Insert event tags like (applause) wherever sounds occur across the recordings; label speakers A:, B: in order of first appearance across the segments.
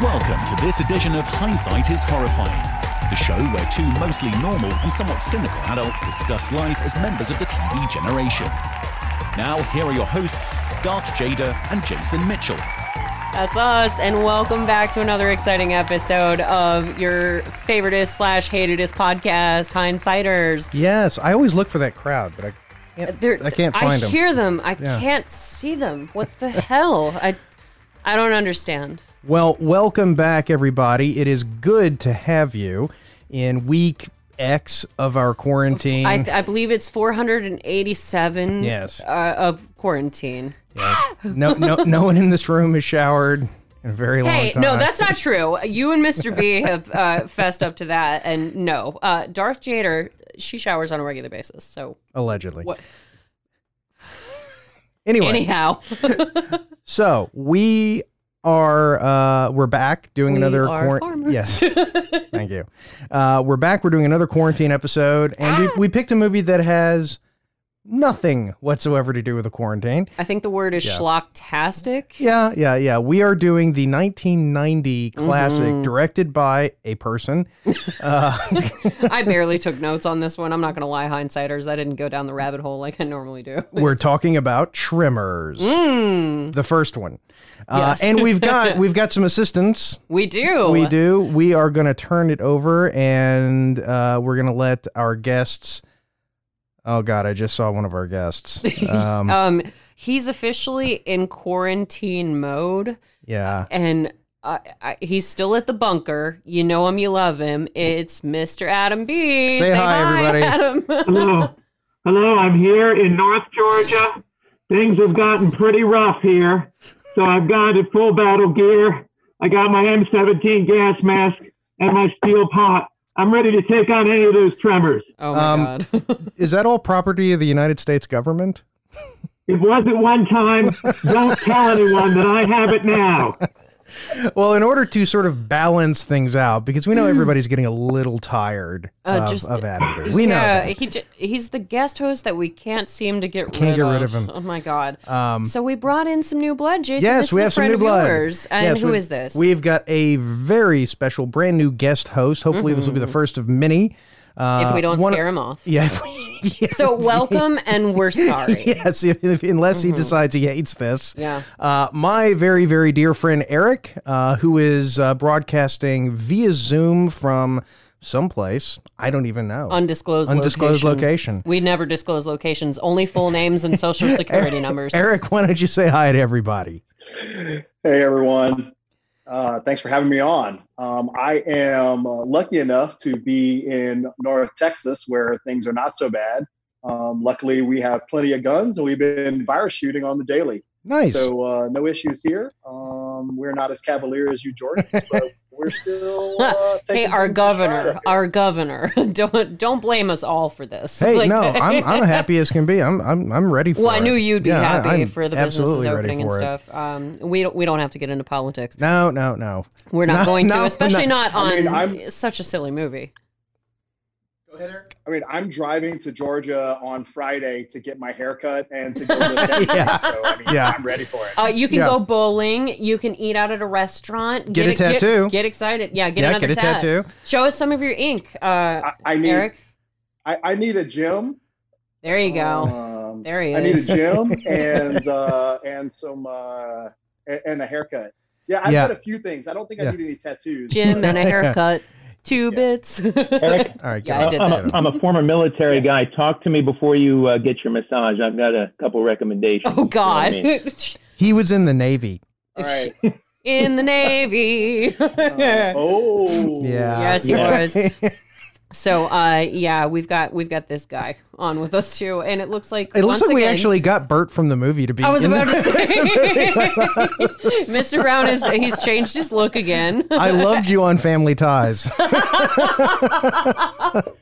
A: Welcome to this edition of Hindsight is Horrifying, the show where two mostly normal and somewhat cynical adults discuss life as members of the TV generation. Now, here are your hosts, Darth Jada and Jason Mitchell.
B: That's us, and welcome back to another exciting episode of your favoriteest slash hatedest podcast, Hindsighters.
C: Yes, I always look for that crowd, but I can't.
B: They're-
C: I can't find
B: I
C: them.
B: hear them. I
C: Yeah.
B: can't see them. What the hell? I, I don't understand.
C: Well, welcome back, everybody. It is good to have you in week X of our quarantine.
B: I, I believe it's 487
C: Mm. Yes.
B: uh, of quarantine.
C: (laughs) no, no, no one in this room has showered in a very long
B: Hey,
C: time.
B: no, that's not true. You and Mr.
C: (laughs)
B: B have uh, fessed up to that, and no, uh, Darth Jader, she showers on a regular basis. So
C: allegedly.
B: What-
C: Anyway,
B: anyhow,
C: so we are uh we're back doing
B: We
C: another
B: are
C: quaran-
B: farmers.
C: yes
B: (laughs)
C: thank you uh we're back we're doing another quarantine episode and
B: Ah.
C: we, we picked a movie that has nothing whatsoever to do with the quarantine
B: I think the word is schlocktastic.
C: Yeah, yeah, yeah. We are doing the 1990 classic
B: Mm-hmm.
C: directed by a person.
B: I barely took notes on this one. I'm not going to lie, hindsighters. I didn't go down the rabbit hole like I normally do.
C: We're talking about Trimmers, the first one. Uh,
B: Mm. Yes. Oh, uh.
C: and
B: (laughs)
C: we've got we've got some assistance.
B: We do.
C: We do. We are going to turn it over, and uh, we're going to let our guests. Oh God, I just saw one of
B: (laughs)
C: our guests. Um,
B: Um, he's officially in quarantine mode,
C: yeah,
B: and uh, I, he's still at the bunker. You know him, you love him. It's Mr. Adam B.
C: Say hi, everybody.
B: Adam. (laughs)
D: Hello. Hello, I'm here in North Georgia. Things have gotten pretty rough here. So I've got a full battle gear. I got my M17 gas mask and my steel pot. I'm ready to take on any of those tremors.
B: Oh my
C: Um,
B: god.
C: is that all property of the United States government?
D: It wasn't one time. Don't tell anyone that I have it now.
C: Well, in order to sort of balance things out, because we know everybody's getting a little tired
B: Mm. Uh,
C: of,
B: just-
C: of Adam B. (laughs) We know
B: yeah,
C: that.
B: he j- he's the guest host that we can't seem to get rid
C: Can't get
B: of.
C: rid of him.
B: Oh my god.
C: Um,
B: so we brought in some new blood, Jason.
C: yes,
B: this
C: we
B: is a
C: have some
B: friend
C: new
B: of
C: blood.
B: yours. And
C: Yes,
B: who
C: we've-
B: is this?
C: We've got a very special, brand new guest host. Hopefully, this will be the first of many. Uh,
B: Mm-hmm. if we don't
C: one-
B: scare him off. (laughs)
C: yeah. if we- (laughs) yeah,
B: So welcome, and we're
C: (laughs)
B: sorry. Mm-hmm.
C: Yes, if, if- unless he decides he hates this.
B: Yeah.
C: Uh, my very, very dear friend Eric, uh, who is uh, broadcasting via Zoom from someplace I don't even know,
B: Undisclosed.
C: undisclosed location.
B: We never disclose locations. Only full names and
C: (laughs)
B: social security numbers.
C: Eric, why don't you say hi to everybody?
E: Hey everyone. Uh, thanks for having me on. Um, I am uh, lucky enough to be in North Texas where things are not so bad. Um, luckily, we have plenty of guns and we've been virus shooting on the daily.
C: Nice.
E: So, uh, no issues here. Um, we're not as cavalier as
B: (laughs)
E: you, Jordans, but we're still. Uh,
B: (laughs) Hey,
E: taking
B: our
E: things in stride
B: governor,
E: up here.
B: our governor. (laughs) Don't don't blame us all for this.
C: Hey,
B: Like- (laughs)
C: no, I'm, I'm happy as can be. I'm I'm, I'm ready for
B: Well, I
C: it.
B: knew you'd be
C: Yeah, I-
B: happy
C: I'm
B: for the
C: absolutely
B: businesses
C: ready
B: opening and
C: for it.
B: stuff. Um, we don't we don't have to get into politics.
C: No, no, no.
B: We're not
C: No,
B: going to,
C: no,
B: especially not on
E: I mean, I'm-
B: such a silly movie.
E: I mean, I'm driving to Georgia on Friday to get my haircut and to go
B: (laughs)
E: to the
C: Yeah.
E: So, I mean,
C: Yeah.
E: I'm ready for it.
B: Uh, you can
C: Yeah.
B: go bowling. You can eat out at a restaurant.
C: Get a tattoo.
B: Get, excited. Yeah, get
C: yeah,
B: another
C: get a
B: tat.
C: tattoo.
B: Show us some of your ink, uh,
E: I, I need.
B: Eric.
E: I, I need a gym.
B: There you go.
E: Um,
B: There he
E: I need a
B: is. (laughs)
E: gym and uh, and some uh, a- and a haircut. Yeah, I've
C: Yeah.
E: got a few things. I don't think
C: Yeah.
E: I need any tattoos.
B: Gym
E: (laughs)
B: and a haircut. Two
E: Yeah.
B: bits. (laughs) Oh,
D: Eric,
C: All right,
B: Yeah,
C: get
B: I
C: it.
B: did
D: I'm,
C: that.
D: a, I'm a former military
E: Yes.
D: guy. Talk to me before you uh, get your massage. I've got a couple recommendations.
B: oh God.
D: You know what I mean?
C: He was in the Navy.
E: All
B: (laughs)
E: right.
B: In the
E: (laughs)
B: Navy.
E: Uh, oh.
C: Yeah.
B: Yes, he
D: Yeah.
B: was.
C: (laughs) it
B: So, uh, yeah, we've got we've got this guy on with us too, and it looks like
C: looks
B: once
C: like we
B: again-
C: actually got Bert from the movie to be.
B: I was
C: in
B: about
C: the-
B: to
C: (laughs)
B: say, (laughs) Mr. Brown is he's changed his look again.
C: I loved you on Family Ties.
B: (laughs)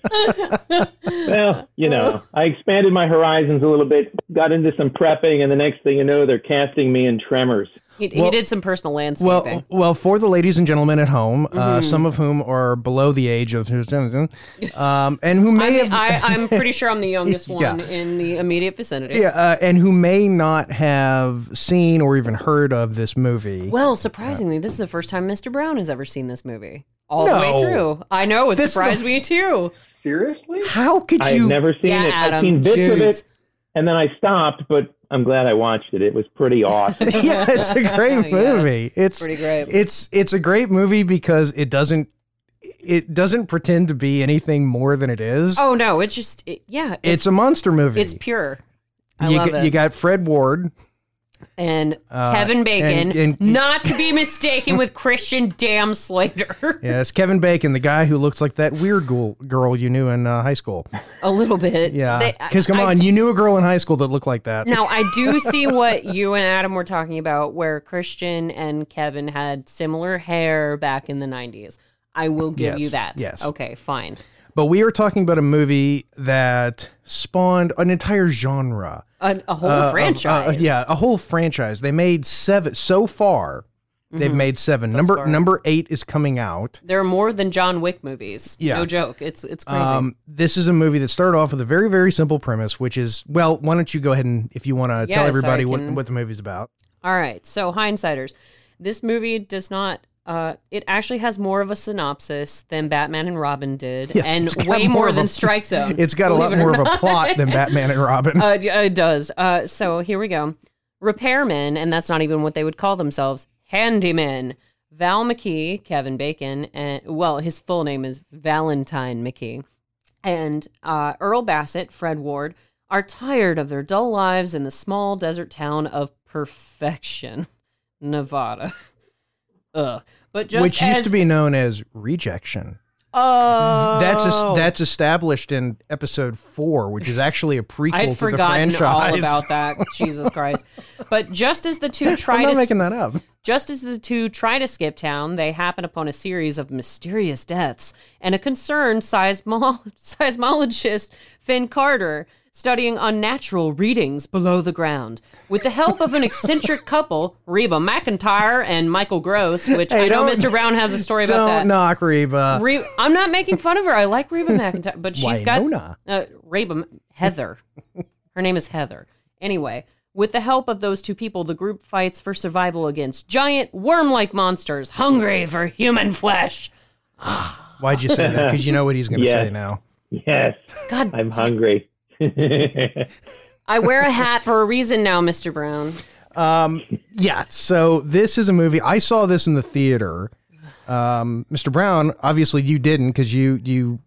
D: Well, you know, I expanded my horizons a little bit, got into some prepping, and the next thing you know, they're casting me in Tremors.
B: He, he
C: Well-
B: did some personal
C: Well,
B: landscaping.
C: well, for the ladies and gentlemen at home,
B: Mm-hmm.
C: uh, some of whom are below the age of, um, and
B: (laughs)
C: who
B: I
C: may
B: mean,
C: have,
B: I, I'm pretty sure I'm the youngest
C: (laughs) Yeah.
B: one in the immediate vicinity.
C: yeah, uh, and who may not have seen or even heard of this movie.
B: Well, surprisingly, this is the first time Mr. Brown has ever seen this movie all the
C: No.
B: way through. I know it
C: This is the-
B: surprised me too.
E: Seriously?
C: How could
F: I've
C: you? (laughs)
F: never seen
B: Yeah,
F: it.
B: Adam,
F: I've seen bits of
B: Jews.
F: it, and then I stopped. But I'm glad I watched it. It was pretty
B: (laughs)
F: awesome.
C: yeah, it's a
B: Yeah,
C: great movie. it's
B: Pretty great.
C: It's it's a great movie because it doesn't it doesn't pretend to be anything more than it is.
B: oh no, it's just it, yeah,
C: it's
B: it's
C: a monster movie.
B: it's pure. I
C: you
B: love
C: got,
B: it.
C: you got Fred Ward.
B: and
C: uh,
B: Kevin Bacon,
C: and- and-
B: not to be mistaken with Christian Damn
C: (laughs)
B: Slater,
C: Yes, Kevin Bacon, the guy who looks like that weird girl, girl you knew in uh, high school.
B: a little bit.
C: Yeah,
B: They- I-
C: because come
B: I
C: on, you knew a girl in high school that looked like that.
B: Now I do see what you and Adam were talking about, where Christian and Kevin had similar hair back in the '90s. I will give
C: Yes,
B: you that.
C: yes.
B: Okay. Fine.
C: But we are talking about a movie that spawned an entire genre,
B: A, a whole
C: Uh, of- uh,
B: franchise.
C: yeah, a whole franchise. They made seven so far. They've made seven. number
B: Mm-hmm. far.
C: number eight is coming out.
B: There are more than John Wick movies.
C: Yeah.
B: No joke. It's it's crazy.
C: Um, this is a movie that started off with a very, very simple premise, which is well, why don't you go ahead and if you want to tell
B: Yes, I
C: everybody what,
B: can-
C: what the movie's about?
B: All right. So, hindsiders, this movie does not. Uh, it actually has more of a synopsis than Batman and Robin did,
C: Yeah,
B: and
C: it's got
B: way
C: more
B: more
C: of
B: than
C: a-
B: Strike Zone.
C: (laughs) It's got a
B: believe
C: lot
B: it or
C: more of a
B: not.
C: plot than Batman and Robin.
B: (laughs) Uh, yeah, it does. Uh, so here we go. Repairmen, and that's not even what they would call themselves. Handymen. Val McKee, Kevin Bacon, and well, his full name is Valentine McKee, and uh, Earl Bassett, Fred Ward, are tired of their dull lives in the small desert town of Perfection, (laughs) Nevada. (laughs) Ugh. But just
C: which used
B: as-
C: to be known as rejection.
B: oh,
C: That's es- that's established in episode four, which is actually a
B: (laughs)
C: prequel
B: I'd
C: to
B: forgotten
C: the franchise.
B: all about that.
C: (laughs)
B: Jesus Christ! But just as the two try
C: I'm
B: to
C: not
B: s-
C: making that up.
B: Just as the two try to skip town, they happen upon a series of mysterious deaths and a concerned seismol- (laughs) seismologist, Finn Carter, studying unnatural readings below the ground. With the help of an eccentric couple, Reba McIntyre and Michael Gross, which
C: Hey,
B: I know
C: don't-
B: Mr. Brown has a story about
C: Don't
B: that.
C: knock Reba.
B: Re- I'm not making fun of her. I like
C: (laughs)
B: Reba McIntyre, but she's
C: Winona.
B: got uh, Reba Heather.
C: (laughs)
B: Her name is Heather. Anyway, with the help of those two people, the group fights for survival against giant worm-like monsters hungry for human flesh.
C: Why'd you say that? Because you know what he's going to
F: Yeah.
C: say now.
F: yes,
B: God,
F: I'm
E: (laughs)
F: hungry.
B: I wear
C: (laughs)
B: a hat for a reason now, Mr. Brown.
C: Um, yeah. So this is a movie. I saw this in the theater. Um, Mr. Brown, obviously you didn't because you you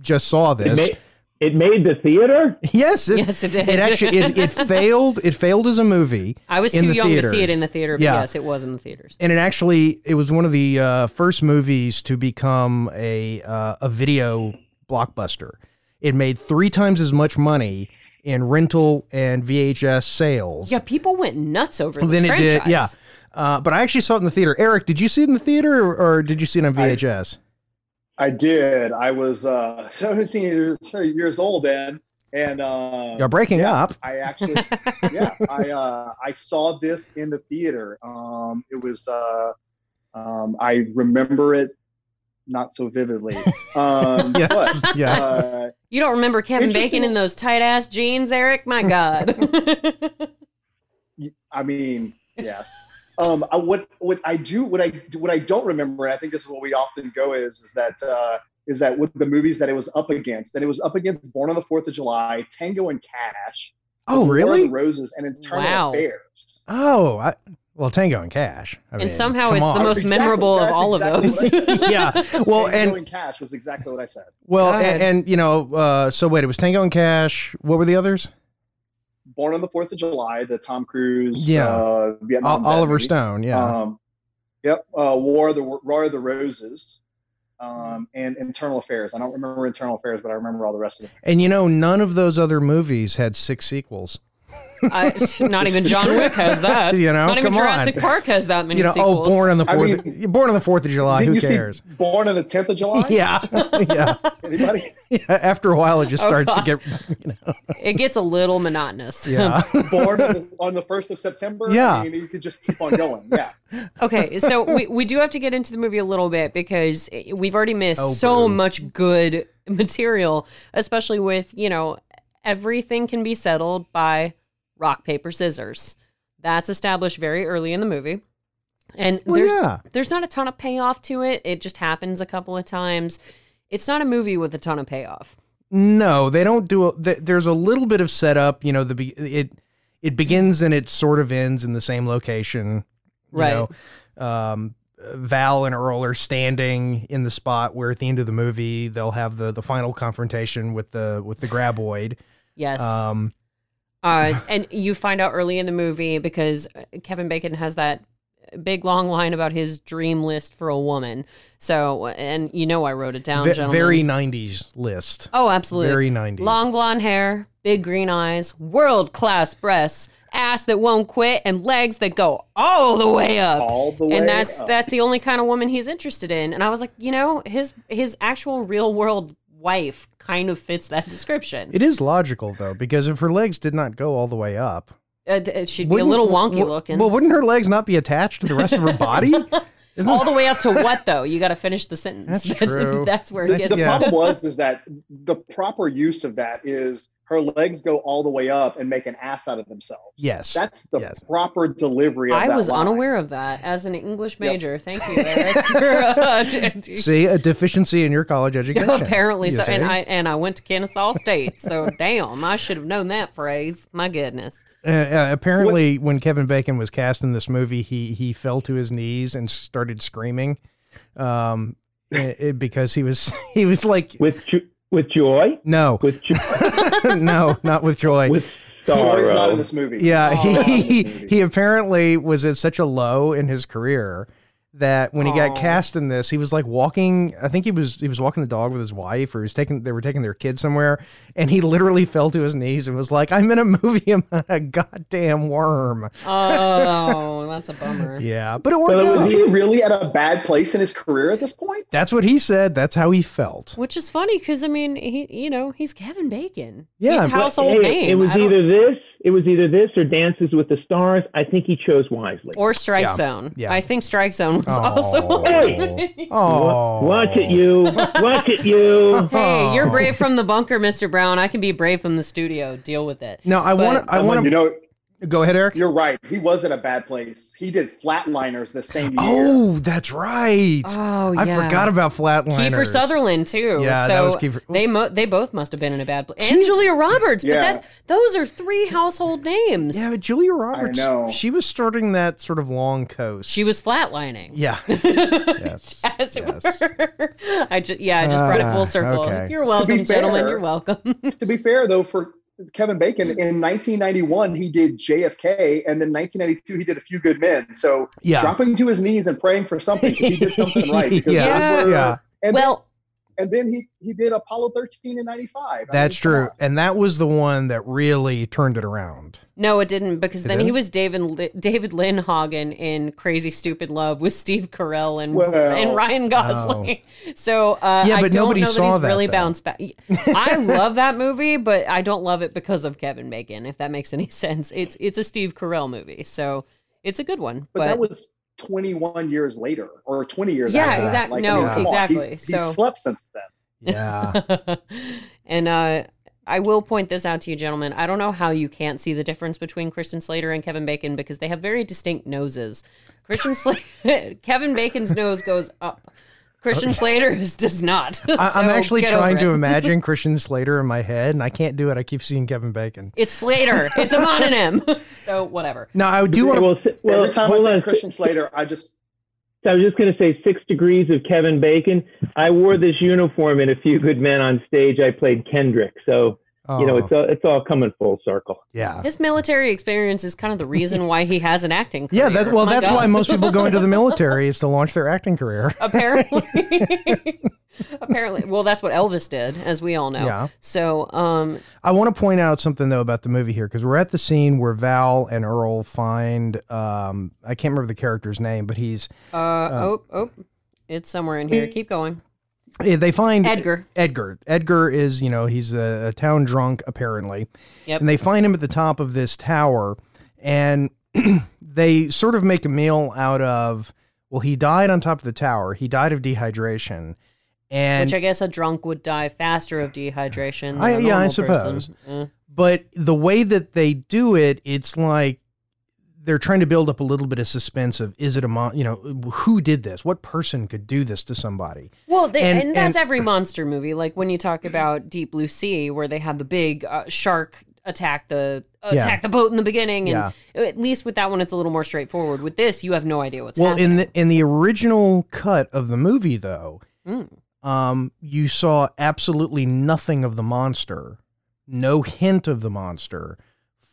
C: just saw this.
F: Ma- it made the theater.
C: (laughs) yes. It,
B: Yes, it did.
C: It actually
B: (laughs)
C: it, it failed. It failed as a movie.
B: I was
C: in
B: too
C: the
B: young to see it
C: theaters.
B: in the theater, but
C: Yeah.
B: yes, it was in the theaters.
C: and it actually it was one of the uh, first movies to become a uh, a video blockbuster. It made three times as much money in rental and VHS sales
B: Yeah, people went nuts over this
C: than it
B: franchise.
C: did. Yeah, uh, but I actually saw it in the theater. Eric, did you see it in the theater or, or did you see it on VHS?
E: I did. I was uh, (laughs) 17 years, years old then. And uh,
C: You're breaking
E: yeah, (laughs)
C: up.
E: I
B: (laughs)
E: actually, yeah, I uh, I saw this in the theater. Um, it was, uh, um, I remember it not so
C: (laughs)
E: vividly. Um,
C: Yes.
E: but,
C: yeah.
E: uh,
B: You don't remember Kevin Bacon
E: Interesting.
B: in those tight ass jeans, Eric? My
C: (laughs)
B: God.
E: I mean, yes. (laughs) Um, I, what what I do what I what I don't remember, and I think this is what we often go is is that uh, is that with the movies that it was up against, and it was up against Born on the Fourth of July, Tango and Cash,
C: Oh,
E: War of the
C: really?
E: Roses, and Internal
B: Wow.
E: Affairs.
C: Oh, I, well, Tango and Cash. I
B: (laughs)
C: mean,
B: and somehow
C: come
B: it's the
C: on.
B: most
E: Exactly,
B: memorable of
E: that's
B: all of
E: exactly
B: those.
E: what
B: (laughs)
E: I said.
C: (laughs) yeah. Well,
E: Tango
C: and
E: and Cash was exactly what I said.
C: well,
B: God.
C: and, and you know, uh, so wait, it was Tango and Cash. What were the others?
E: Born on the Fourth of July, the Tom Cruise,
C: Yeah.
E: uh, Vietnam
C: Ol-
E: vet
C: Oliver
E: movie.
C: Stone, yeah.
E: Um, yep. Uh, War of the War of the Roses,
C: Mm-hmm.
E: um, and Internal Affairs. I don't remember Internal Affairs, but I remember all the rest of them.
C: and you know, none of those other movies had six sequels.
B: I, not even John Wick has that.
C: (laughs) You know,
B: not even
C: come on.
B: Jurassic Park has that many
C: you know,
B: sequels.
C: oh, born on the
E: I
C: fourth, born on the fourth of July.
E: Didn't
C: Who
E: you see
C: cares?
E: Born on the 10th of July?
C: (laughs) yeah, yeah,
E: Anybody?
C: yeah. After a while, it just
B: Oh,
C: starts
B: God.
C: to get, you know,
B: It gets a little monotonous.
C: yeah.
E: Born on the, on the 1st of September?
C: Yeah.
E: I mean, you could just keep on going. Yeah.
B: (laughs) okay, so we, we do have to get into the movie a little bit because we've already missed
C: Oh,
B: so
C: boo.
B: much good (laughs) material, especially with, you know, everything can be settled by rock, paper, scissors. That's established very early in the movie. And
C: Well,
B: there's,
C: yeah.
B: there's not a ton of payoff to it. It just happens a couple of times. It's not a movie with a ton of payoff.
C: No, they don't do. A, th- there's a little bit of setup. You know, the be- it it begins and it sort of ends in the same location. you
B: Right.
C: know. um, Val and Earl are standing in the spot where at the end of the movie they'll have the the final confrontation with the with the graboid.
B: Yes.
C: Um,
B: Uh, and you find out early in the movie because uh, Kevin Bacon has that big long line about his dream list for a woman. So, and you know I wrote it down,
C: ve-
B: gentlemen.
C: very '90s list.
B: oh, absolutely.
C: very '90s.
B: Long blonde hair, big green eyes, world class breasts, ass that won't quit, and legs that go all the way up.
E: All the way.
B: and that's
E: up.
B: that's the only kind of woman he's interested in. And I was like, you know, his his actual real world wife kind of fits that description.
C: It is logical though, because if her legs did not go all the way up,
B: Uh, d- she'd be a
C: wouldn't-
B: little wonky
C: w-
B: looking.
C: Well, wouldn't her legs not be attached to the rest of
B: (laughs)
C: her body? Isn't
B: all the way
C: (laughs)
B: up to what though? You got to finish the sentence.
C: That's true.
B: (laughs) That's where it
C: That's-
E: the
B: gets.
C: yeah.
E: problem was is that the proper use of that is her legs go all the way up and make an ass out of themselves.
C: yes,
E: That's the
C: Yes.
E: proper delivery of
B: I
E: that
B: was
E: line.
B: unaware of that as an English major. Thank you, (laughs)
C: see a deficiency in your college education.
B: Apparently
C: you
B: so, and
C: see?
B: I and I went to Kennesaw State.
C: (laughs)
B: So damn, I should have known that phrase. My goodness.
C: Uh, uh, apparently, when Kevin Bacon was cast in this movie, he he fell to his knees and started screaming, um, eh, eh, because he was (laughs) he was like,
F: with jo- with joy,
C: no,
F: (laughs)
C: (laughs)
F: with
E: (laughs)
F: joy,
C: no, not with joy.
F: with
E: Joy's not in
F: sorrow.
E: this movie.
C: yeah,
E: Not in
C: he
E: this movie.
C: he apparently was at such a low in his career that when he got
B: Aw.
C: cast in this, he was like walking. I think he was he was walking the dog with his wife, or he was taking they were taking their kid somewhere, and he literally fell to his knees and was like, "I'm in a movie about a goddamn worm."
B: Oh, that's a bummer.
C: Yeah, but it worked
F: Well, it
C: out.
E: was he really at a bad place in his career at this point?
C: That's what he said. That's how he felt.
B: Which is funny because I mean, he you know he's Kevin Bacon.
C: Yeah,
B: he's a
C: but-
B: household
F: Hey,
B: name.
F: it was
B: I don't-
F: either this, it was either this or Dances with the Stars. I think he chose wisely.
B: or Strike
C: Yeah,
B: Zone.
C: yeah.
B: I think Strike Zone was (laughs)
C: Oh.
B: also.
C: Hey! Oh,
F: Watch
B: (laughs)
F: it, you. Watch it, you.
B: Hey, you're brave from the bunker, Mr. Brown. I can be brave from the studio. Deal with it.
C: No, I
B: But-
C: want. to I
E: Someone-
C: want
E: you
C: to
E: know,
C: go ahead, Eric.
E: you're right. He was in a bad place. He did Flatliners the same year.
C: Oh, that's right.
B: Oh,
C: I
B: yeah.
C: forgot about Flatliners.
B: Kiefer Sutherland too.
C: Yeah,
B: so
C: that was Kiefer-
B: They mo- they both must have been in a bad place. And Julia Roberts,
E: Yeah.
B: but that those are three household names.
C: Yeah, but Julia Roberts.
E: know.
C: She was starting that sort of long coast.
B: She was flatlining.
C: Yeah.
B: (laughs)
C: yes.
B: As it
C: Yes.
B: were. (laughs) I just yeah, I just brought it
C: Ah,
B: full circle.
C: okay.
B: You're welcome,
E: To be fair-
B: gentlemen. You're welcome.
E: To be fair, though, for Kevin Bacon in 1991, he did JFK, and then 1992 he did A Few Good Men. So
C: Yeah.
E: dropping to his knees and praying for something, he did something right. because
C: (laughs) Yeah.
E: those were-
C: Yeah.
E: And then-
B: well,
E: and then he he did Apollo 13 in 95. I
C: That's
E: mean,
C: true.
E: come
C: And that was the one that really turned it around.
B: no, it didn't because then he
C: didn't?
B: was David Li- David Lindhagen in Crazy Stupid Love with Steve Carell and
E: Well.
B: and Ryan Gosling. (laughs) So uh,
C: Oh. Yeah,
B: I
C: but
B: don't
C: nobody
B: know that
C: saw
B: he's
C: that,
B: really
C: though.
B: bounced back.
C: (laughs)
B: I love that movie, but I don't love it because of Kevin Bacon. If that makes any (laughs) sense, it's it's a Steve Carell movie, so it's a good one.
E: but, that was 21 years later or 20 years
B: Yeah,
E: after that.
B: exact-
E: Like,
B: no,
E: I mean, come on.
B: exactly.
E: He- he
B: So-
E: slept since
B: (laughs)
E: then
C: Yeah.
B: and uh, I will point this out to you, gentlemen. I don't know how you can't see the difference between Christian Slater and Kevin Bacon because they have very distinct noses.
C: (laughs)
B: Christian Slater, (laughs) Kevin Bacon's nose goes up. Christian Slater's does not.
C: (laughs) I, I'm
B: So
C: actually
B: get over
C: trying to
B: it. (laughs)
C: imagine Christian Slater in my head, and I can't do it. I keep seeing Kevin Bacon.
B: It's Slater. It's a
C: (laughs)
B: mononym. (laughs) so whatever.
C: Now, I do want to.
F: Well, si- well,
E: every time i
F: hold
E: think
F: on.
E: christian slater i just
F: I was just going to say six degrees of Kevin Bacon. I wore this uniform in A Few Good Men on stage. I played Kendrick. So, you know,
C: Oh,
F: it's all, it's all coming full circle.
C: yeah.
B: His military experience is kind of the reason why he has an acting career.
C: Yeah, that's well.
B: My
C: That's
B: God. (laughs)
C: why most people go into the military is to launch their acting career. (laughs)
B: apparently. (laughs) Apparently, well, that's what Elvis did, as we all know.
C: Yeah.
B: So, um,
C: I want to point out something though about the movie here because we're at the scene where Val and Earl find um, I can't remember the character's name, but he's
B: uh, oh, oh, it's somewhere in here. Keep going.
C: eh, they find
B: Edgar.
C: Edgar. Edgar is you know he's a, a town drunk apparently,
B: Yep.
C: and they find him at the top of this tower, and (clears throat) they sort of make a meal out of well he died on top of the tower he died of dehydration, and
B: Which I guess a drunk would die faster of dehydration. Than
C: I-
B: a
C: yeah, I
B: normal person.
C: suppose.
B: Eh.
C: but the way that they do it, it's like they're trying to build up a little bit of suspense of is it a mon- you know who did this? What person could do this to somebody?
B: Well, they,
C: And-
B: and, that's
C: and-
B: every monster movie. Like when you talk about Deep Blue Sea, where they have the big uh, shark attack the
C: Yeah.
B: attack the boat in the beginning, and at least with that one, it's a little more straightforward. With this, you have no idea what's
C: Well,
B: happening.
C: in the in the original cut of the movie though,
B: Mm.
C: um, you saw absolutely nothing of the monster, no hint of the monster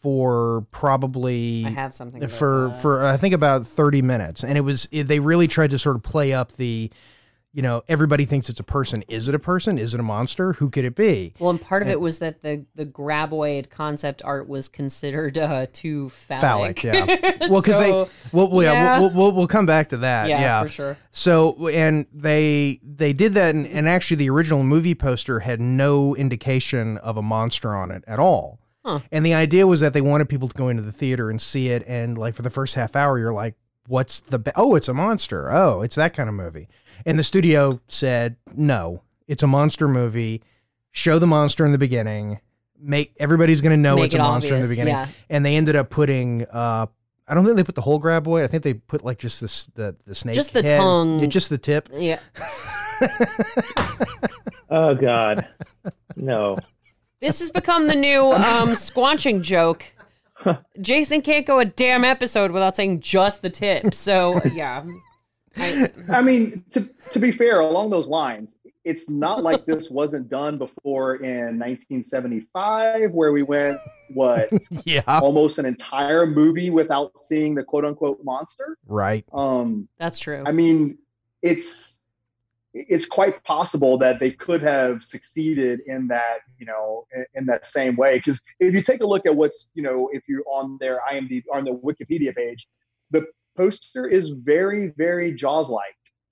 C: for probably
B: I have something about
C: for
B: that.
C: for I think about 30 minutes and it was it, they really tried to sort of play up the you know everybody thinks it's a person is it a person is it a monster who could it be
B: Well, and part of it was that the the graboid concept art was considered uh, too phallic.
C: phallic yeah well cuz
B: So,
C: they well, well, yeah,
B: yeah.
C: We'll, we'll we'll come back to
B: (laughs)
C: that
B: yeah,
C: yeah,
B: for sure.
C: So and they they did that and, and actually the original movie poster had no indication of a monster on it at all.
B: Huh.
C: And the idea was that they wanted people to go into the theater and see it and like for the first half hour you're like what's the ba- oh it's a monster. Oh, it's that kind of movie. And the studio said, "No, it's a monster movie. Show the monster in the beginning. Make everybody's going to know
B: Make
C: it's a
B: it
C: monster in the
B: obvious,
C: beginning."
B: yeah.
C: And they ended up putting uh I don't think they put the whole graboid. I think they put like just this the the snake
B: Just the
C: head.
B: tongue.
C: Yeah, just
B: (laughs)
C: the tip.
B: Yeah,
F: Oh God, no.
B: this has become the new um, squanching joke. Jason can't go a damn episode without saying just the tip. So yeah, I,
E: I mean, to, to be fair, along those lines, it's not like this wasn't done before in 1975, where we went, what,
C: Yeah.
E: almost an entire movie without seeing the quote unquote monster.
C: Right.
E: Um,
B: that's true.
E: I mean, it's it's quite possible that they could have succeeded in that you know in, in that same way because if you take a look at what's you know if you're on their IMDb on the Wikipedia page, the poster is very very Jaws like.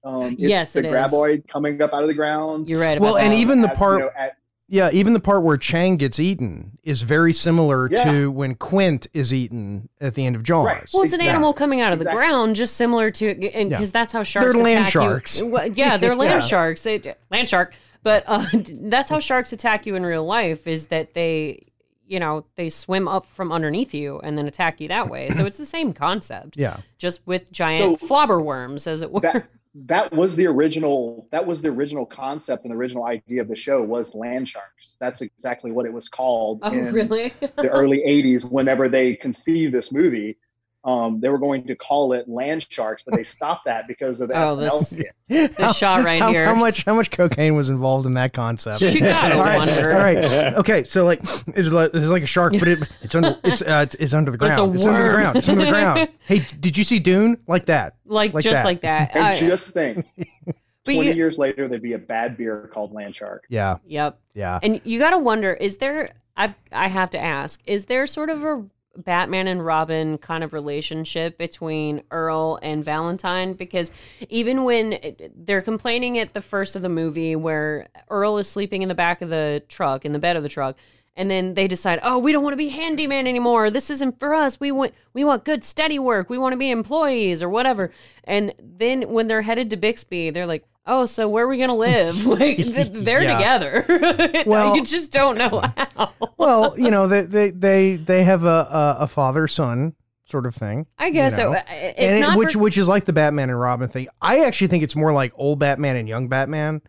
E: Um, it's
B: Yes,
E: the
B: it is.
E: graboid coming up out of the ground. um,
B: You're right. About
C: Well, and
B: that.
C: even the
E: at-
C: part
E: you know, at-
C: yeah, even the part where Chang gets eaten is very similar
E: Yeah.
C: to when Quint is eaten at the end of Jaws.
E: Right.
B: Well, it's an
E: Exactly.
B: animal coming out of
E: Exactly.
B: the ground, just similar to, and
C: Yeah.
B: because that's how sharks.
C: They're land
B: attack you-
C: sharks.
B: Well, yeah,
C: (laughs)
B: they're land
C: Yeah.
B: sharks. They, land shark, but uh, (laughs) that's how sharks attack you in real life. Is that they, you know, they swim up from underneath you and then attack you that way. So it's the same concept,
C: Yeah.
B: just with giant
E: So-
B: flobber worms, as it were. (laughs)
C: (laughs)
E: that that was the original that was the original concept and the original idea of the show was land sharks that's exactly what it was called
B: oh,
E: in
B: really?
E: the early 80s whenever they conceived this movie um, they were going to call it land sharks but they stopped that because of the
B: Oh,
E: SNL
B: this-
E: (laughs) skit.
C: How-
B: This
C: (laughs)
B: shot right
C: how,
B: here.
C: how much how much cocaine was involved in that
B: (laughs)
C: concept?
B: You gotta
C: (laughs) all right,
B: wonder.
C: all
E: (laughs)
C: right, okay. So like, it's like, it's like a shark, but it, it's under it's, uh, it's it's under the
B: But
C: ground.
B: it's a
C: under the
B: worm.
C: ground. It's under
B: (laughs)
C: the ground. Hey, did you see Dune? Like that?
B: Like,
C: Like
B: just
C: that.
B: like that.
E: and
B: Uh,
E: just think
B: but
E: 20
B: you-
E: years later there'd be a bad beer called land shark
C: Yeah,
B: yep.
C: yeah.
B: And you got to wonder is there I've I have to ask is there sort of a Batman and Robin kind of relationship between Earl and Valentine because even when it- they're complaining at the first of the movie where Earl is sleeping in the back of the truck in the bed of the truck and then they decide oh we don't want to be handyman anymore this isn't for us we want we want good steady work we want to be employees or whatever and then when they're headed to Bixby they're like oh so where are we going to live (laughs) like th- they're
C: Yeah.
B: together together. (laughs)
C: Well-
B: you just don't
C: (laughs)
B: know how.
C: Well, you know, they they they, they have a a, a father son sort of thing.
B: I guess
C: you know.
B: so. Uh, It's
C: and it-
B: not
C: which
B: for-
C: which is like the Batman and Robin thing. I actually think it's more like old Batman and young Batman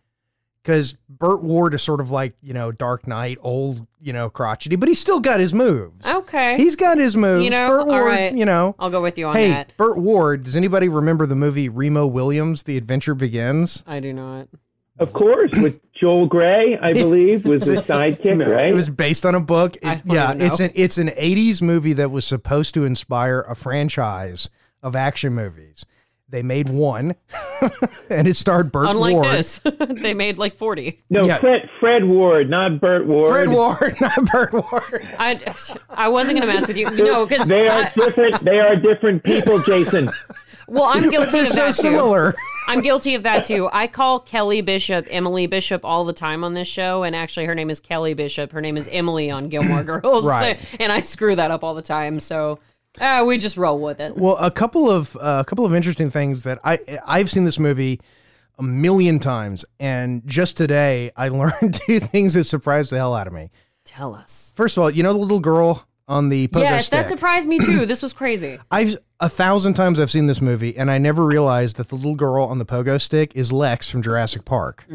C: because Burt Ward is sort of like you know Dark Knight, old you know crotchety, but he's still got his moves.
B: okay.
C: He's got his moves.
B: You know,
C: Burt
B: all
C: Ward,
B: right.
C: you know.
B: I'll go with you on
C: Hey,
B: that.
C: Burt Ward. Does anybody remember the movie Remo Williams? The Adventure Begins.
B: I do not.
F: Of course, with Joel Gray,
C: (laughs)
F: I believe, was the sidekick, right?
C: It was based on a book.
B: I
C: It-
B: don't
C: yeah,
B: even know.
C: it's an it's an '80s movie that was supposed to inspire a franchise of action movies. They made one, (laughs) and it starred Burt
B: Unlike
C: Ward.
B: this, (laughs) they made like 40.
F: No,
C: Yeah.
F: Fred, Fred Ward, not Burt Ward.
C: Fred Ward, (laughs) not Burt Ward.
B: (laughs) I, I wasn't going to mess with you. No, because,
F: They are different. they are different people,
C: (laughs) Uh,
F: Jason.
B: (laughs) well, I'm guilty
C: They're
B: of
C: so
B: that too.
C: similar.
B: I'm guilty of that too. I call Kelly Bishop Emily Bishop all the time on this show, and actually, her name is Kelly Bishop. Her name is Emily on
C: (coughs)
B: Gilmore Girls, so-
C: Right.
B: (laughs) and I screw that up all the time. So uh, we just roll with it.
C: Well, a couple of uh, a couple of interesting things that I I've seen this movie a million times, and just today I (laughs) learned two things that surprised the hell out of me.
B: Tell us.
C: First of all, you know the little girl on the pogo
B: Yes, that
C: stick?
B: surprised me too. This was crazy.
C: I've a thousand times I've seen this movie, and I never realized that the little girl on the pogo stick is Lex from Jurassic Park.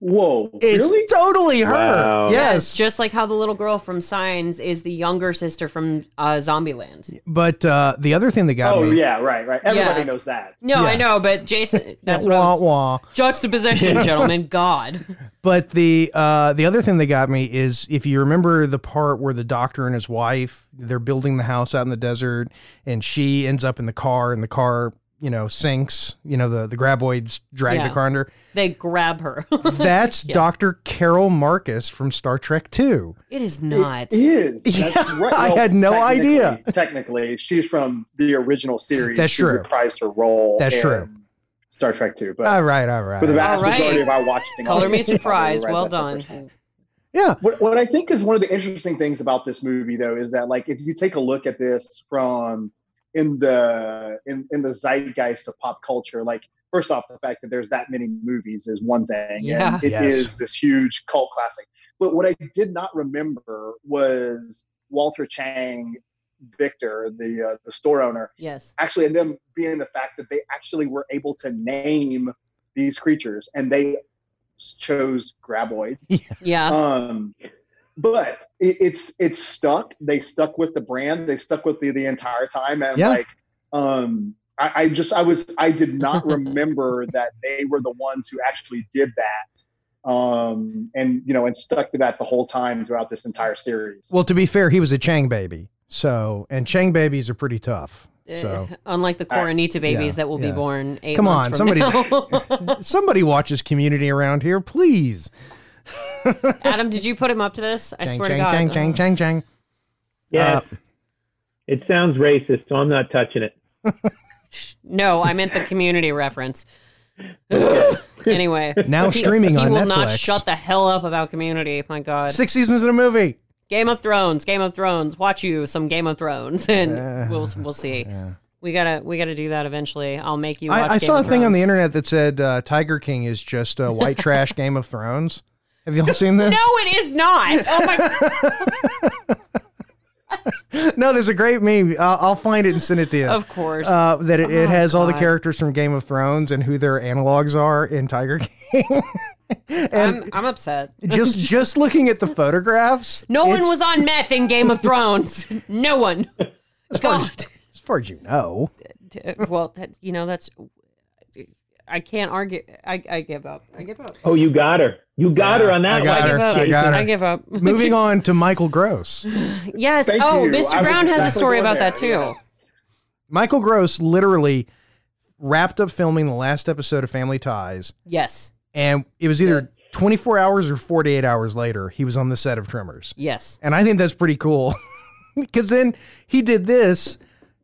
E: Whoa,
C: It's
E: Mm. really?
C: totally her.
F: Wow.
C: Yes,
B: Just like how the little girl from Signs is the younger sister from uh, Zombieland.
C: but uh, the other thing that got
E: Oh
C: me.
E: yeah, right, right. Everybody
B: Yeah.
E: knows that.
B: No, I
C: Yeah.
B: know, but
E: (laughs)
B: Jason, that's what I
C: wah,
B: was-
C: wah.
B: juxtaposition, gentlemen. God.
C: But the uh, the other thing that got me is if you remember the part where the doctor and his wife they're building the house out in the desert, and she ends up in the car, and the car you know sinks. You know the the graboids drag
B: Yeah.
C: the
B: (laughs)
C: car under.
B: They grab her. (laughs)
C: That's Doctor Carol Marcus from Star Trek Two.
B: it is not.
E: Is that's
C: Yeah,
E: right.
C: I had no
E: technically-
C: idea.
E: Technically, she's from the original series.
C: That's
E: she
C: true.
E: Reprised her role.
C: That's
E: in
C: true.
E: Star Trek Two, but
C: All right, all right.
E: for the vast
B: All right.
E: majority of our watching,
B: Color me
E: audience, probably
B: surprised.
E: (laughs) right,
B: Well
E: that's the
B: done.
E: first one.
C: yeah,
E: What, what I think is one of the interesting things about this movie, though, is that like if you take a look at this from in the in, in the zeitgeist of pop culture, like first off, the fact that there's that many movies is one thing,
B: Yeah.
E: and it is
C: Yes.
E: this huge cult classic. But what I did not remember was Walter Chang, Victor, the uh, the store owner,
B: Yes.
E: actually, and them being the fact that they actually were able to name these creatures, and they chose graboid
B: Yeah.
E: um but it, it's it's stuck they stuck with the brand they stuck with the the entire time and
C: Yeah.
E: like um I, I just i was i
B: (laughs)
E: did not remember that they were the ones who actually did that um and you know and stuck to that the whole time throughout this entire series
C: well, to be fair, he was a Chang baby. So and Chang babies are pretty tough. So
B: Uh, unlike the
E: All right.
B: Coronita babies
C: Yeah,
B: that will
C: yeah.
B: be born (laughs) eight
C: Come
B: months
C: on,
B: from
C: somebody's-
B: now.
C: (laughs) somebody watches Community around here, please.
B: Adam, did you put him up to this? I
C: Chang,
B: swear
C: Chang,
B: to God.
C: Chang, Chang, Chang, Chang.
F: Yeah,
C: Uh,
F: it sounds racist, so I'm not touching it.
B: No, I meant the community
E: (laughs)
B: reference. anyway,
C: Now
B: he,
C: streaming
B: he
C: on
B: will not
C: Netflix.
B: shut the hell up about community. My God,
C: Six seasons in a movie.
B: Game of Thrones, Game of Thrones. Watch you some Game of Thrones, (laughs) and we'll we'll
C: (laughs)
B: see. We gotta we gotta do that eventually. I'll make you. Watch
C: I, I
B: Game
C: saw a
B: of
C: thing on the
B: Thrones.
C: internet that said uh, Tiger King is just a white trash Game of Thrones. Have y'all
B: (laughs)
C: seen this?
B: No, it is not.
C: (laughs)
B: (laughs) Oh my!
C: No, there's a great meme. I'll, I'll find it and send it to you.
B: of course.
C: Uh, that it, it
B: Oh,
C: has all the
B: God.
C: characters from Game of Thrones and who their analogs are in Tiger King. (laughs)
B: I'm, I'm upset.
C: just just looking at the photographs,
B: No one
C: it's-
B: was on meth in Game of Thrones. (laughs) no
C: (laughs)
B: one. God.
C: as far as you know.
B: Uh, (laughs) Well, that, you know that's. I can't argue. I, I give up. I give up.
F: Oh, you got her. You got her on that
C: I got
F: one.
C: her.
B: give up.
C: I got her.
B: I give
C: (laughs)
B: up.
C: Moving on to Michael Gross.
B: Yes.
E: Thank
B: oh,
E: you. I was
B: Mr. Brown has a
E: exactly
B: story
E: going
B: about
E: there,
B: that too.
E: yes.
C: Michael Gross literally wrapped up filming the last episode of Family Ties
B: Yes.
C: and it was either 24 hours or 48 hours later he was on the set of Tremors.
B: Yes.
C: And I think that's pretty cool. (laughs) Cuz then he did this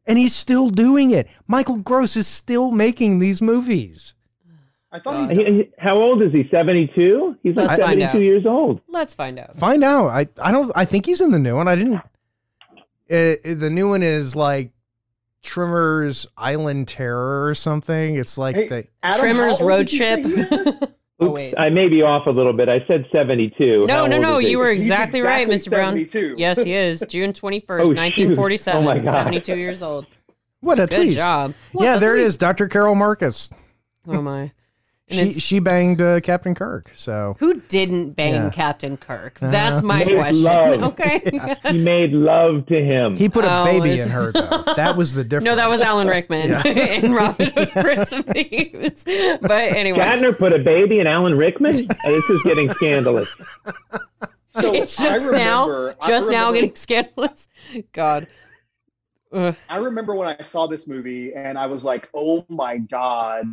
C: and he's still doing it. Michael Gross is still making these movies.
E: i thought he
F: Uh, He- he- how old is he? 72? He's like
B: Let's find
F: 72
B: out.
F: years old.
B: Let's find out.
C: Find out. I I don't I think he's in the new one. I didn't it, it- the new one is like Tremors Island Terror or something. It's like
E: Hey,
C: they
E: Adam,
B: Trimmer's
E: how old
B: road
E: did you say he
B: trip. (laughs)
E: is?
B: Oh,
F: Oops,
B: wait.
F: I may be off a little bit. I said 72.
B: No,
F: How
B: no,
F: old
B: no.
F: is he?
B: You were (laughs)
E: He's
B: exactly, right, Mr. Brown.
E: 72.
B: Yes, he
F: (laughs)
B: is. June 21st,
F: Oh, shoot.
B: 1947.
F: Oh, my God.
B: 72 years old.
C: what a
B: Good
C: twist.
B: job.
C: yeah, there it is. Dr. Carol Marcus.
B: Oh, my. And
C: She
B: it's-
C: she banged uh, Captain Kirk. So
B: Who didn't bang
C: Yeah. Uh,
B: Captain Kirk? That's my
F: Made
B: question. (laughs)
F: love.
C: (laughs)
B: Okay.
F: He made love to him.
C: He put
B: Oh,
C: a baby
B: is-
C: in her, though. That was the
B: (laughs)
C: difference.
B: No, that was Alan Rickman (laughs) in Robin
C: (laughs)
B: Hood, Prince of Thieves. But anyway,
F: Shatner put a baby in
B: (laughs)
F: Alan Rickman? Uh, this is getting scandalous.
E: So
B: it's
E: I
B: just now,
E: remember- I
B: just now
E: remember-
B: getting scandalous. God, Ugh.
E: I remember when I saw this movie and I was like, oh my God,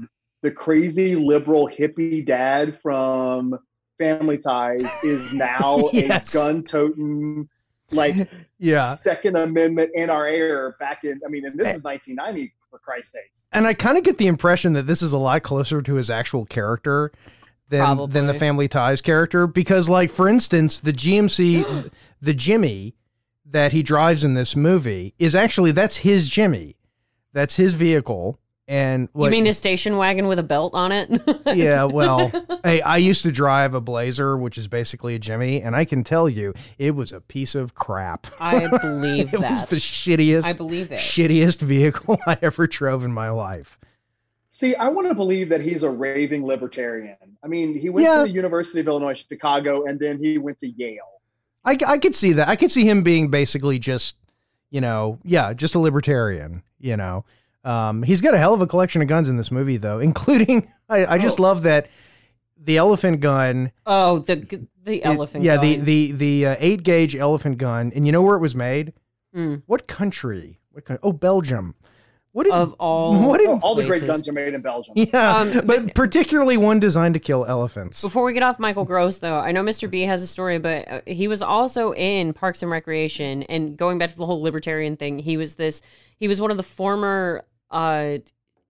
E: the crazy liberal hippie dad from Family Ties
C: (laughs)
E: is now
C: Yes.
E: a gun toting, like,
C: (laughs) Yeah. Eh.
E: Second Amendment NRA back in, I mean, and this is 1990, for Christ's sakes.
C: And I kind of get the impression that this is a lot closer to his actual character than than the
B: Probably.
C: Family Ties character because like for instance,
B: (gasps)
C: the GMC the Jimmy that he drives in this movie is actually that's his Jimmy. That's his vehicle and
B: You
C: what-
B: mean a station wagon with a belt on it?
C: (laughs)
B: (laughs)
C: yeah, well, hey, I used to drive a Blazer, which is basically a Jimmy, and I can tell you it was a piece of crap.
B: I believe
C: (laughs) it was
B: that.
C: the shittiest
B: I believe it.
C: shittiest vehicle (laughs) I ever drove in my life.
E: See, I want to believe that he's a raving libertarian. I mean, he went
C: Yeah.
E: to the University of Illinois Chicago and then he went to Yale.
C: I, I could see that. I could see him being basically just, you know, yeah, just a libertarian, you know. Um, he's got a hell of a collection of guns in this movie, though, (laughs) including, I, I just love that the elephant gun.
B: oh, the the
C: it-
B: elephant.
C: yeah,
B: going.
C: the, the, the uh, eight gauge elephant gun. And you know where it was made?
B: Mm.
C: What country? What coun- oh, Belgium. What did,
B: of all.
C: (laughs) what did,
E: Oh, all the great
B: Places.
E: guns are made in Belgium.
C: yeah,
B: Um,
C: but, particularly one designed to kill elephants.
B: Before we get off Michael Gross, though, I know Mr. B has a story, but uh, he was also in Parks and Recreation. And going back to the whole libertarian thing, he was this. He was one of the former uh,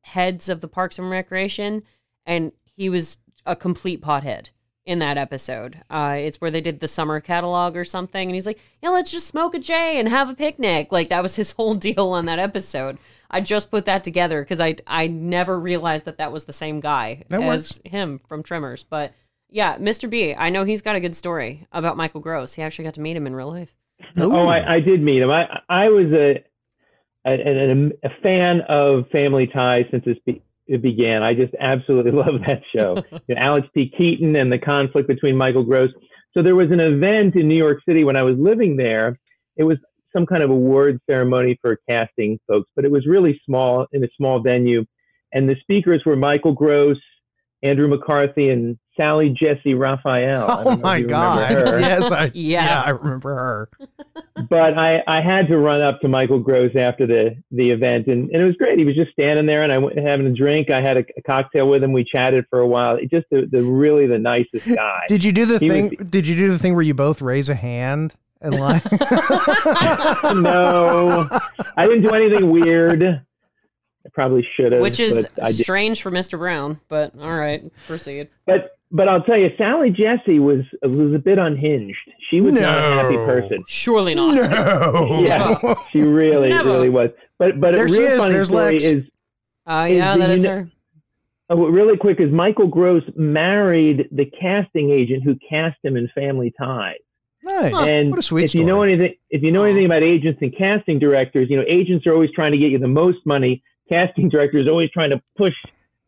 B: heads of the Parks and Recreation, and he was a complete pothead in that episode. Uh, it's where they did the summer catalog or something, and he's like, "Yeah, let's just smoke a J and have a picnic." Like that was his (laughs) whole deal on that episode. I just put that together because I I never realized that that was the same guy
C: That
B: as him from Tremors, but. Yeah, Mr. B. I know he's got a good story about Michael Gross. He actually got to meet him in real life.
F: Oh, I, I did meet him. I I was a a, a, a fan of Family Ties since it, be, it began. I just absolutely (laughs) love that
C: (laughs)
F: show. You know, Alex P. Keaton and the conflict between Michael Gross. So there was an event in New York City when I was living there. It was some kind of award ceremony for casting folks, but it was really small in a small venue, and the speakers were Michael Gross, Andrew McCarthy, and Sally Jesse Raphael. I don't know
C: oh
F: if
C: my
F: you remember
C: God. (laughs)
F: her
C: yes, I,
B: Yeah.
C: yeah, I remember her.
F: but I, I had to run up to Michael Gross after the, the event, and, and it was great. He was just standing there, and I went having a drink. I had a, a cocktail with him. We chatted for a while. It just the, the really the nicest guy.
C: (laughs) Did you do the
F: He
C: thing?
F: was-
C: did you do the thing where you both raise a hand
F: (laughs)
C: and like?
F: no, I didn't do anything weird. I probably should have,
B: Which is
F: but I did.
B: strange for Mr. Brown, but all right, proceed.
F: But but I'll tell you, Sally Jesse was was a bit unhinged. She was not a happy
C: No.
F: person. (laughs)
B: Surely not.
C: no.
F: Yeah, she really
B: Never.
F: really was. But but a
C: There she
F: real
C: is.
F: funny
C: There's
F: story
C: Lex.
F: is
B: Uh,
F: Is
B: yeah,
F: the
B: that is
F: uni-
B: her.
F: Oh, well, really quick is Michael Gross married the casting agent who cast him in Family Ties.
C: (laughs) Nice.
F: And
C: what a sweet
F: if you know
C: story.
F: anything, if you know anything about agents and casting directors, you know agents are always trying to get you the most money. Casting directors are always trying to push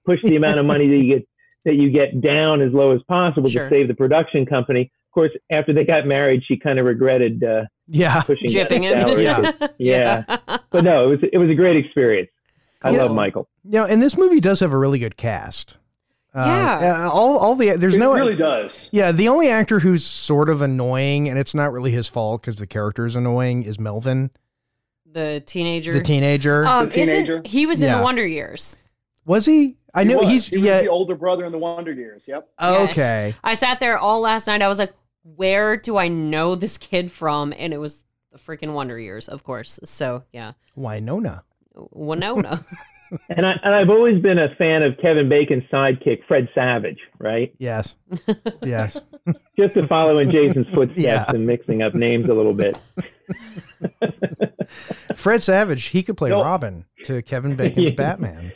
F: push the amount of money that you get that you get down as low as possible
B: Sure.
F: to save the production company. Of course, after they got married, she kind of regretted uh,
C: yeah.
F: pushing that
B: Jipping him.
C: (laughs)
F: salary. Yeah. but no, it was it was a great experience. I
B: Cool.
F: love Michael.
C: You know, and this movie does have a really good cast. Uh,
B: Yeah.
C: uh, all all the there's
E: it
C: no
E: really does.
C: Yeah, the only actor who's sort of annoying, and it's not really his fault because the character is annoying, is Melvin,
B: the teenager.
C: the teenager.
B: Um,
E: The teenager.
B: Isn't, he was in
C: Yeah.
B: the Wonder Years.
C: was he? I
E: He
C: know
E: was.
C: he's
E: He was
C: yeah.
E: the older brother in the Wonder Years. Yep.
B: Yes.
C: Okay.
B: I sat there all last night. I was like, where do I know this kid from? And it was the freaking Wonder Years, of course. So, yeah.
C: Winona. (laughs)
B: Winona.
F: And I and I've always been a fan of Kevin Bacon's sidekick, Fred Savage, right?
C: Yes. yes.
F: Just to follow in Jason's
C: (laughs)
F: footsteps
C: Yeah.
F: and mixing up names a little bit.
C: Fred Savage, he could play
E: No.
C: Robin to Kevin
E: (laughs)
C: Bacon's Batman.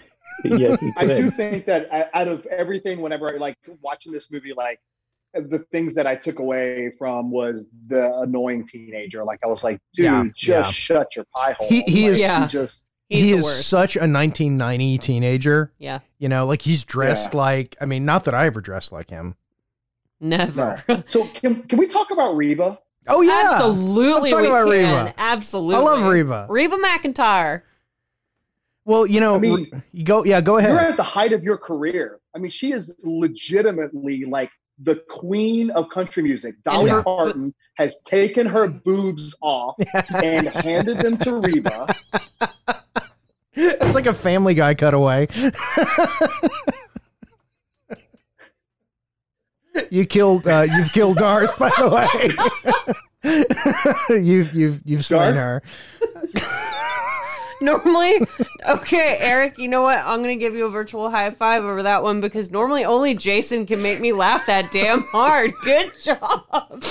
F: Yes, he
E: I do
F: could.
E: think that I- out of everything, whenever I like watching this movie, like the things that I took away from was the annoying teenager. Like I was like, dude,
C: Yeah,
E: just
C: yeah.
E: shut your pie hole.
C: He- he
E: Like,
C: is-
E: you
B: Yeah.
E: just
B: He's
C: he
B: the
C: is
B: worst.
C: such a 1990 teenager.
B: yeah.
C: You know, like he's dressed
E: Yeah.
C: like, I mean, not that I ever dressed like him.
B: Never.
E: so. Can can we talk about Reba?
C: Oh, yeah.
B: Absolutely.
C: Let's talk
B: we
C: about
B: can.
C: Reba.
B: Absolutely.
C: I love Reba.
B: Reba McIntyre.
C: Well, you know,
E: I mean,
C: you go, yeah, go
E: You're
C: ahead.
E: at the height of your career. I mean, she is legitimately like the queen of country music, Dolly
B: Yeah.
E: Parton, has taken her boobs
C: (laughs)
E: off and handed them to Reba.
C: it's like a Family Guy cutaway. (laughs) you killed. Uh, you've killed Darth, by the way. (laughs) you've you've you've slain
E: Darth?
C: her.
B: Normally, okay, Eric, you know what? I'm going to give you a virtual high five over that one because normally only Jason can make me laugh that damn hard. Good job.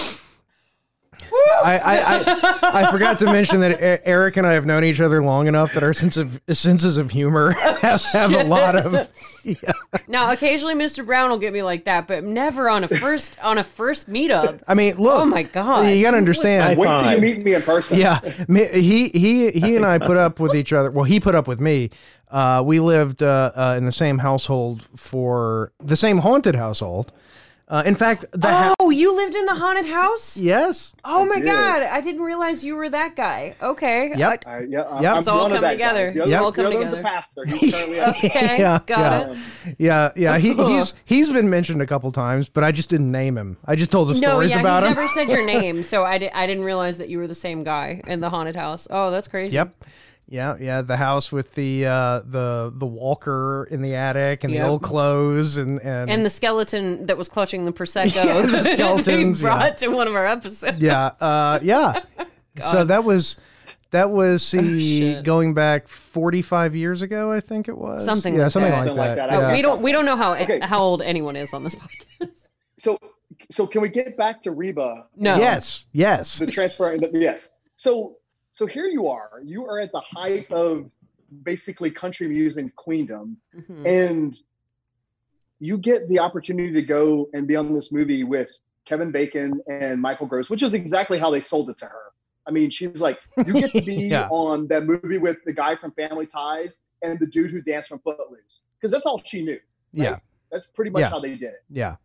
C: I, I, I, I forgot to mention that E- Eric and I have known each other long enough that our sense of senses of humor (laughs)
B: Oh,
C: have, have a lot of.
B: Now, occasionally Mr. Brown will get me like that, but never on a first on a first meetup.
C: I mean, look.
B: Oh my God.
C: You gotta understand.
F: I-
E: Wait till you
F: Fine.
E: meet me in person.
C: yeah, me- he he he and I put up with each other. Well, he put up with me. Uh, we lived uh, uh, in the same household for the same haunted household. Uh, in fact, the ha-
B: Oh, you lived in the haunted house?
C: yes,
B: Oh my
E: did.
B: god, I didn't realize you were that guy. Okay.
C: Yep.
E: All right, yeah, I'm,
C: Yep.
E: I'm
C: It's
B: all
E: one
B: come
E: of that
B: together.
E: guys. The other,
B: Yep.
E: the
B: All come
E: other one's a
B: together.
E: pastor. He's currently a-
B: (laughs) Okay,
C: (laughs) Yeah,
B: got
C: yeah.
B: it.
C: yeah, yeah. He,
B: (laughs)
C: he's he's been mentioned a couple times, but I just didn't name him. I just told the
B: No,
C: stories
B: yeah,
C: about
B: he's
C: him.
B: never said
C: (laughs)
B: your name, so I, di- I didn't realize that you were the same guy in the haunted house. Oh, that's crazy.
C: Yep. Yeah, yeah, the house with the uh the the walker in the attic and
B: Yep.
C: the old clothes and and,
B: And the skeleton that was clutching the prosecco,
C: Yeah,
B: (laughs)
C: the
B: that we
C: skeletons, yeah.
B: brought to one of our episodes.
C: yeah, uh
B: (laughs)
C: yeah. so that was that was the
B: Oh, shit.
C: going back 45 years ago, I think it was.
B: Something
C: yeah,
B: like
C: something
B: that.
C: like that.
E: Something like that. I
B: Oh,
C: Yeah.
B: we don't we don't know how
E: Okay.
B: how old anyone is on this podcast.
E: So, so can we get back to Reba?
B: No.
C: Yes. Yes.
E: The transfer. the- yes. So, so here you are. You are at the height of basically country music queendom,
B: Mhm.
E: and you get the opportunity to go and be on this movie with Kevin Bacon and Michael Gross, which is exactly how they sold it to her. I mean, she's like, you get to be
C: (laughs) Yeah.
E: on that movie with the guy from Family Ties and the dude who danced from Footloose, because that's all she knew.
C: Yeah.
E: That's pretty much
C: Yeah.
E: how they did it.
C: Yeah.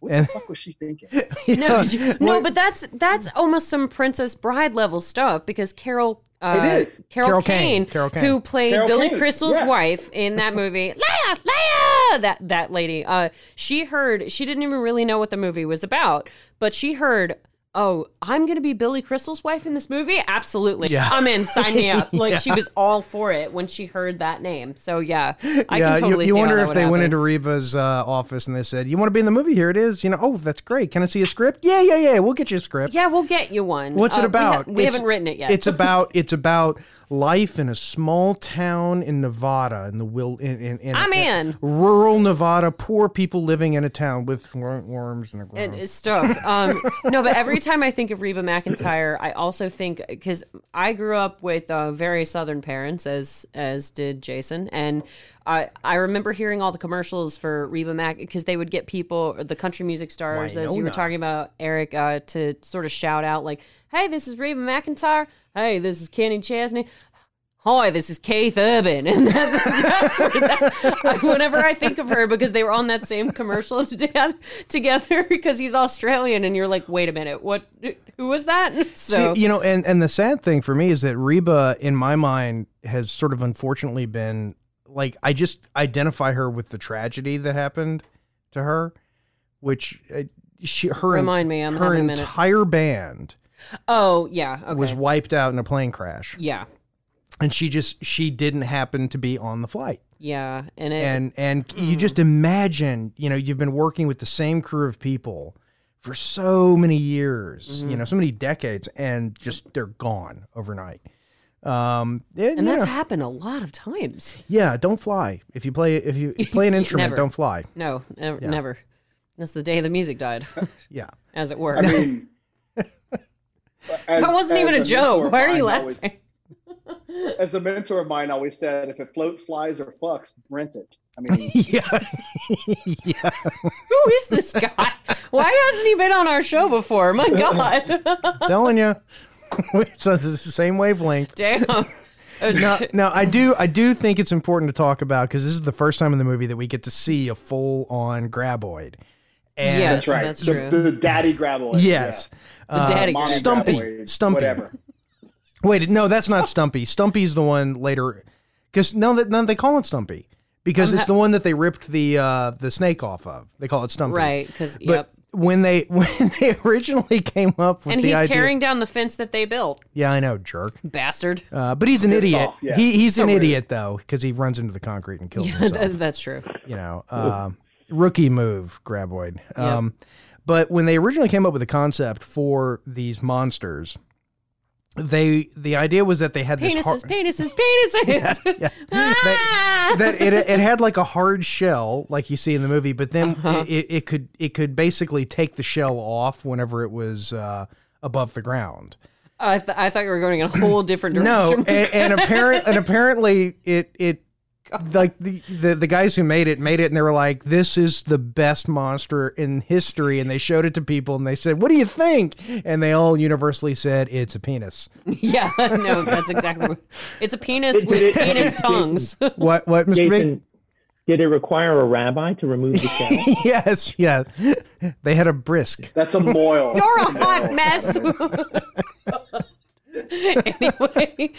E: What
C: And-
E: the fuck was she
C: (laughs)
E: thinking?
B: (laughs) No,
C: Yeah.
B: no,
C: Well,
B: but that's
C: (laughs)
B: that's almost some Princess Bride level stuff because Carol uh,
E: It is.
B: Carol,
C: Carol
B: Kane,
C: Kane, Carol Kane.
B: who played
E: Carol
B: Billy
E: Kane,
B: Crystal's
E: yes.
B: wife in
E: (laughs)
B: that movie. Leia, Leia, that that lady. Uh, she heard she didn't even really know what the movie was about, but she heard. Oh, I'm gonna be Billy Crystal's wife in this movie? Absolutely.
C: Yeah.
B: I'm in, sign me
C: (laughs)
B: up. Like she was all for it when she heard that name. So yeah. I
C: yeah,
B: can totally
C: you, you
B: see how
C: wonder
B: that
C: if
B: would
C: they went
B: happen.
C: into Reba's uh, office and they said, "You want to be in the movie? Here it is." You know, oh, that's great. Can I see a script? Yeah, yeah, yeah. We'll get you a script.
B: Yeah, we'll get you one.
C: What's
B: Uh,
C: it
B: we ha-
C: about?
B: We,
C: It's-
B: haven't written it yet. (laughs)
C: It's about it's about life in a small town in Nevada in the will in in, in,
B: I'm in.
C: rural Nevada. Poor people living in a town with wor- worms in the ground.
B: It is stuff. Um, no, but every time I think of Reba McIntyre, I also think because I grew up with uh, very Southern parents, as as did Jason, and I I remember hearing all the commercials for Reba Mac because they would get people the country music stars as you were
C: Winona.
B: talking about Eric uh, to sort of shout out like, "Hey, this is Reba McIntyre. Hey, this is Kenny Chesney." hi, this is Keith Urban. (laughs) And that, that's where that, (laughs) whenever I think of her, because they were on that same commercial (laughs) together, together because he's Australian. And you're like, wait a minute, what, who was that? (laughs) So,
C: See, you know, and and the sad thing for me is that Reba, in my mind, has sort of unfortunately been like I just identify her with the tragedy that happened to her, which uh, she her
B: Remind me, I'm
C: her
B: having a minute.
C: entire band
B: oh, yeah. Okay.
C: was wiped out in a plane crash,
B: yeah.
C: and she just she didn't happen to be on the flight.
B: Yeah. Mm. And it,
C: and and you just imagine you know you've been working with the same crew of people for so many years
B: Mm.
C: you know so many decades and just they're gone overnight um
B: and
C: and, you
B: that's
C: know,
B: happened a lot of times.
C: yeah don't fly if you play
B: (laughs)
C: if you play an instrument
B: Never.
C: don't fly
B: No, never. never. That's the day the music died, (laughs)
C: yeah
B: as it were.
E: I mean, as-
B: (laughs) that wasn't
E: as
B: even a
E: mentor
B: joke.
E: of
B: Why are you
E: mine
B: laughing?
E: always- as a mentor of mine always said, if it float flies or fucks, rent it.
C: (laughs)
E: I mean,
C: yeah yeah
B: (laughs) Who is this guy? Why hasn't he been on our show before?
E: (laughs)
B: My God. (laughs)
C: telling you (laughs) so it's the same
B: (laughs)
C: wavelength
B: Damn.
C: now, now I do I do think it's important to talk about because this is the first time in the movie that we get to see a full on graboid. And
B: Yes.
E: that's right.
B: That's
E: the,
B: true.
E: the daddy graboid.
C: Yes.
B: The (laughs) daddy
E: Mommy
B: graboid.
C: Stumpy.
E: graboid,
C: Stumpy.
E: Whatever.
C: Wait, no, that's not Stumpy. Stumpy's the one later, because no, that no, they call it
B: Oh,
C: Stumpy because it's the one that they ripped the uh, the snake off of. They call it Stumpy,
B: Right, because
C: But
B: yep,
C: when they (laughs) when they originally came up with
B: and
C: the
B: he's
C: idea.
B: tearing down the fence that they built.
C: yeah, I know, jerk.
B: Bastard.
C: Uh, but he's an idiot.
E: off, yeah.
C: He he's an
E: Somewhere.
C: idiot though because he runs into the concrete and kills
B: Yeah, (laughs)
C: himself.
B: that, that's true.
C: you know, um, rookie move, Graboid.
B: Yeah.
C: Um, But when they originally came up with the concept for these monsters, they the idea was that they had this
B: Penises,
C: har-
B: penises, penises.
C: (laughs)
B: (laughs) Ah!
C: that it, it had like a hard shell, like you see in the movie, but then it, it could it could basically take the shell off whenever it was uh, above the ground.
B: I, th- I thought you were going in a whole different
C: No,
B: direction.
C: (laughs) and, and apparent and apparently it it like the, the the guys who made it made it and they were like this is the best monster in history and they showed it to people and they said what do you think and they all universally said it's a penis
B: yeah, (laughs) no, that's exactly. What, it's a penis with penis
C: (laughs)
B: tongues. (laughs)
C: what what mr big
F: Jason, did it require a rabbi to
C: (laughs)
F: remove the shell?
C: yes yes they had a brisk
E: That's a
B: (laughs)
E: moil.
B: You're a hot mess. (laughs) anyway,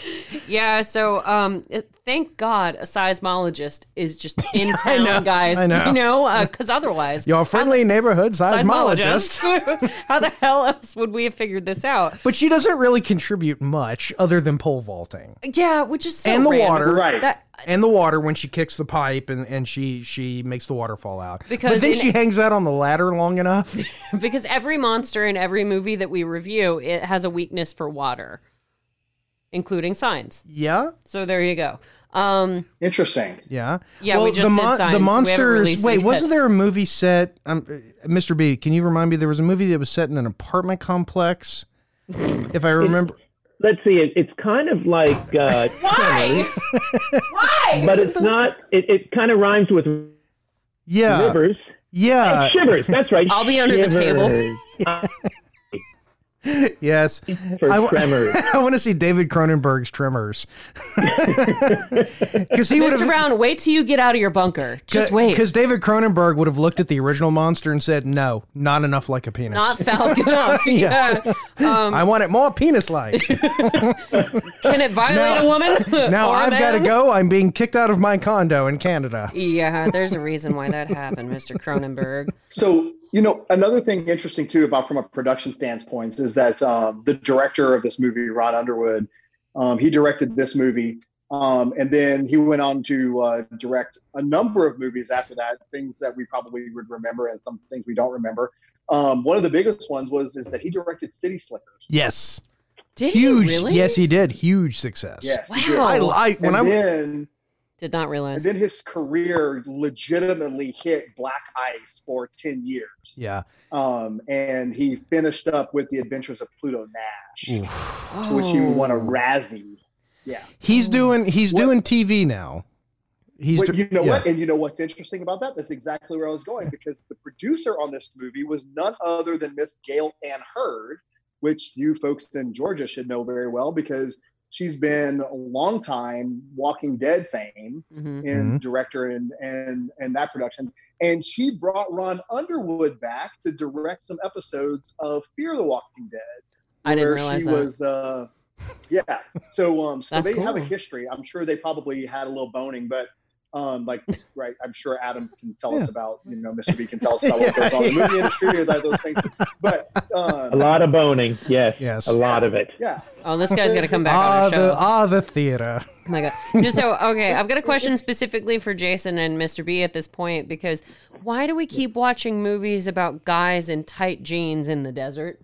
B: yeah. So, um, it- thank God a seismologist is
C: (laughs)
B: just in town, guys.
C: I know.
B: You know, because otherwise,
C: your friendly neighborhood seismologist
B: seismologist. (laughs) How the hell else would we have figured this out?
C: but she doesn't really contribute much other than pole vaulting
B: Yeah, which is so
C: and the
B: random.
C: water
E: Right.
B: That
C: and the water when she kicks the pipe and, and she she makes the water fall out.
B: Because
C: but then
B: in-
C: she hangs out on the ladder long enough.
B: (laughs) because every monster in every movie that we review it has a weakness for water, including signs.
C: yeah,
B: So there you go. Um,
E: Interesting.
C: yeah,
B: Yeah, we just
C: the,
B: did Signs.
C: the
B: We haven't
C: monsters.
B: released
C: Wait,
B: it
C: wasn't
B: yet.
C: there a movie set? Um, uh, Mr. B, can you remind me? There was a movie that was set in an apartment complex. If
F: (laughs)
C: I remember,
F: Let's see. It, it's kind of like uh,
B: why?
C: (laughs)
B: why?
F: but it's not. It, it kind of rhymes with
C: yeah, Uh,
F: rivers.
C: yeah,
F: shivers. That's right.
B: I'll be under the table.
F: Shivers. Uh,
C: yes.
F: (laughs) for
C: I wa-
F: tremors.
C: (laughs) I want to see David Cronenberg's Tremors (laughs) because he would
B: Mr.
C: have (laughs)
B: Brown, wait till you get out of your bunker. Just wait.
C: Because David Cronenberg would have looked at the original monster and said, "No, not enough like a penis. (laughs)
B: Not foul enough. yeah.
C: I want it
B: (laughs)
C: more penis-like."
B: Can it violate
C: Now-
B: a woman?
C: (laughs) now
B: Or a
C: I've got to
B: man?
C: go. I'm being kicked out of my condo in Canada.
B: Yeah, there's a reason why that happened, Mr.
C: (laughs)
B: Cronenberg.
E: So, you know, another thing interesting too about from a production standpoint is that um, the director of this movie, Ron Underwood, um, he directed this movie, um, and then he went on to uh, direct a number of movies after that. Things that we probably would remember, and some things we don't remember. Um, one of the biggest ones was is that he directed City Slickers.
C: Yes,
B: Did
C: huge.
B: he really? Oh.
C: Yes, he did. Huge success.
E: Yes, he
B: Wow.
E: did.
C: I, I when
E: and
C: I
E: then
B: Did not
E: and
B: realize.
E: then his career legitimately hit black ice for ten years.
C: yeah,
E: um, and he finished up with the Adventures of Pluto Nash,
B: Oh.
E: which he won a Razzie. Yeah,
C: he's doing he's
E: What-
C: doing TV now. He's
E: But
C: dr-
E: you know
C: yeah.
E: what? And you know what's interesting about that? That's exactly where I was going because the producer on this movie was none other than Miss Gail Ann Hurd, which you folks in Georgia should know very well because she's been a long time Walking Dead fame.
B: Mhm.
E: and
C: Mm-hmm.
E: director and and and that production. And she brought Ron Underwood back to direct some episodes of Fear the Walking Dead.
B: I didn't
E: where
B: realize
E: she
B: that.
E: was. Uh, yeah, so um, so
B: That's
E: they have a
B: cool.
E: history. I'm sure they probably had a little boning, but. Um,
B: (laughs)
E: like right, I'm sure Adam can tell us
C: Yeah.
E: about you know Mr. B can tell
B: (laughs)
E: us about what goes on in the movie industry or that, those things. But
B: (laughs)
F: A
E: uh,
F: lot of boning. Yes.
C: Yes.
F: A lot of it.
E: yeah,
B: Oh, this guy's got to come back on
C: ah
B: our show.
C: the ah the theater.
B: Oh my god. Just so okay, I've got a question specifically for Jason and Mr. B at this point because why do we keep watching movies about guys in tight jeans in the
C: (laughs)
B: desert?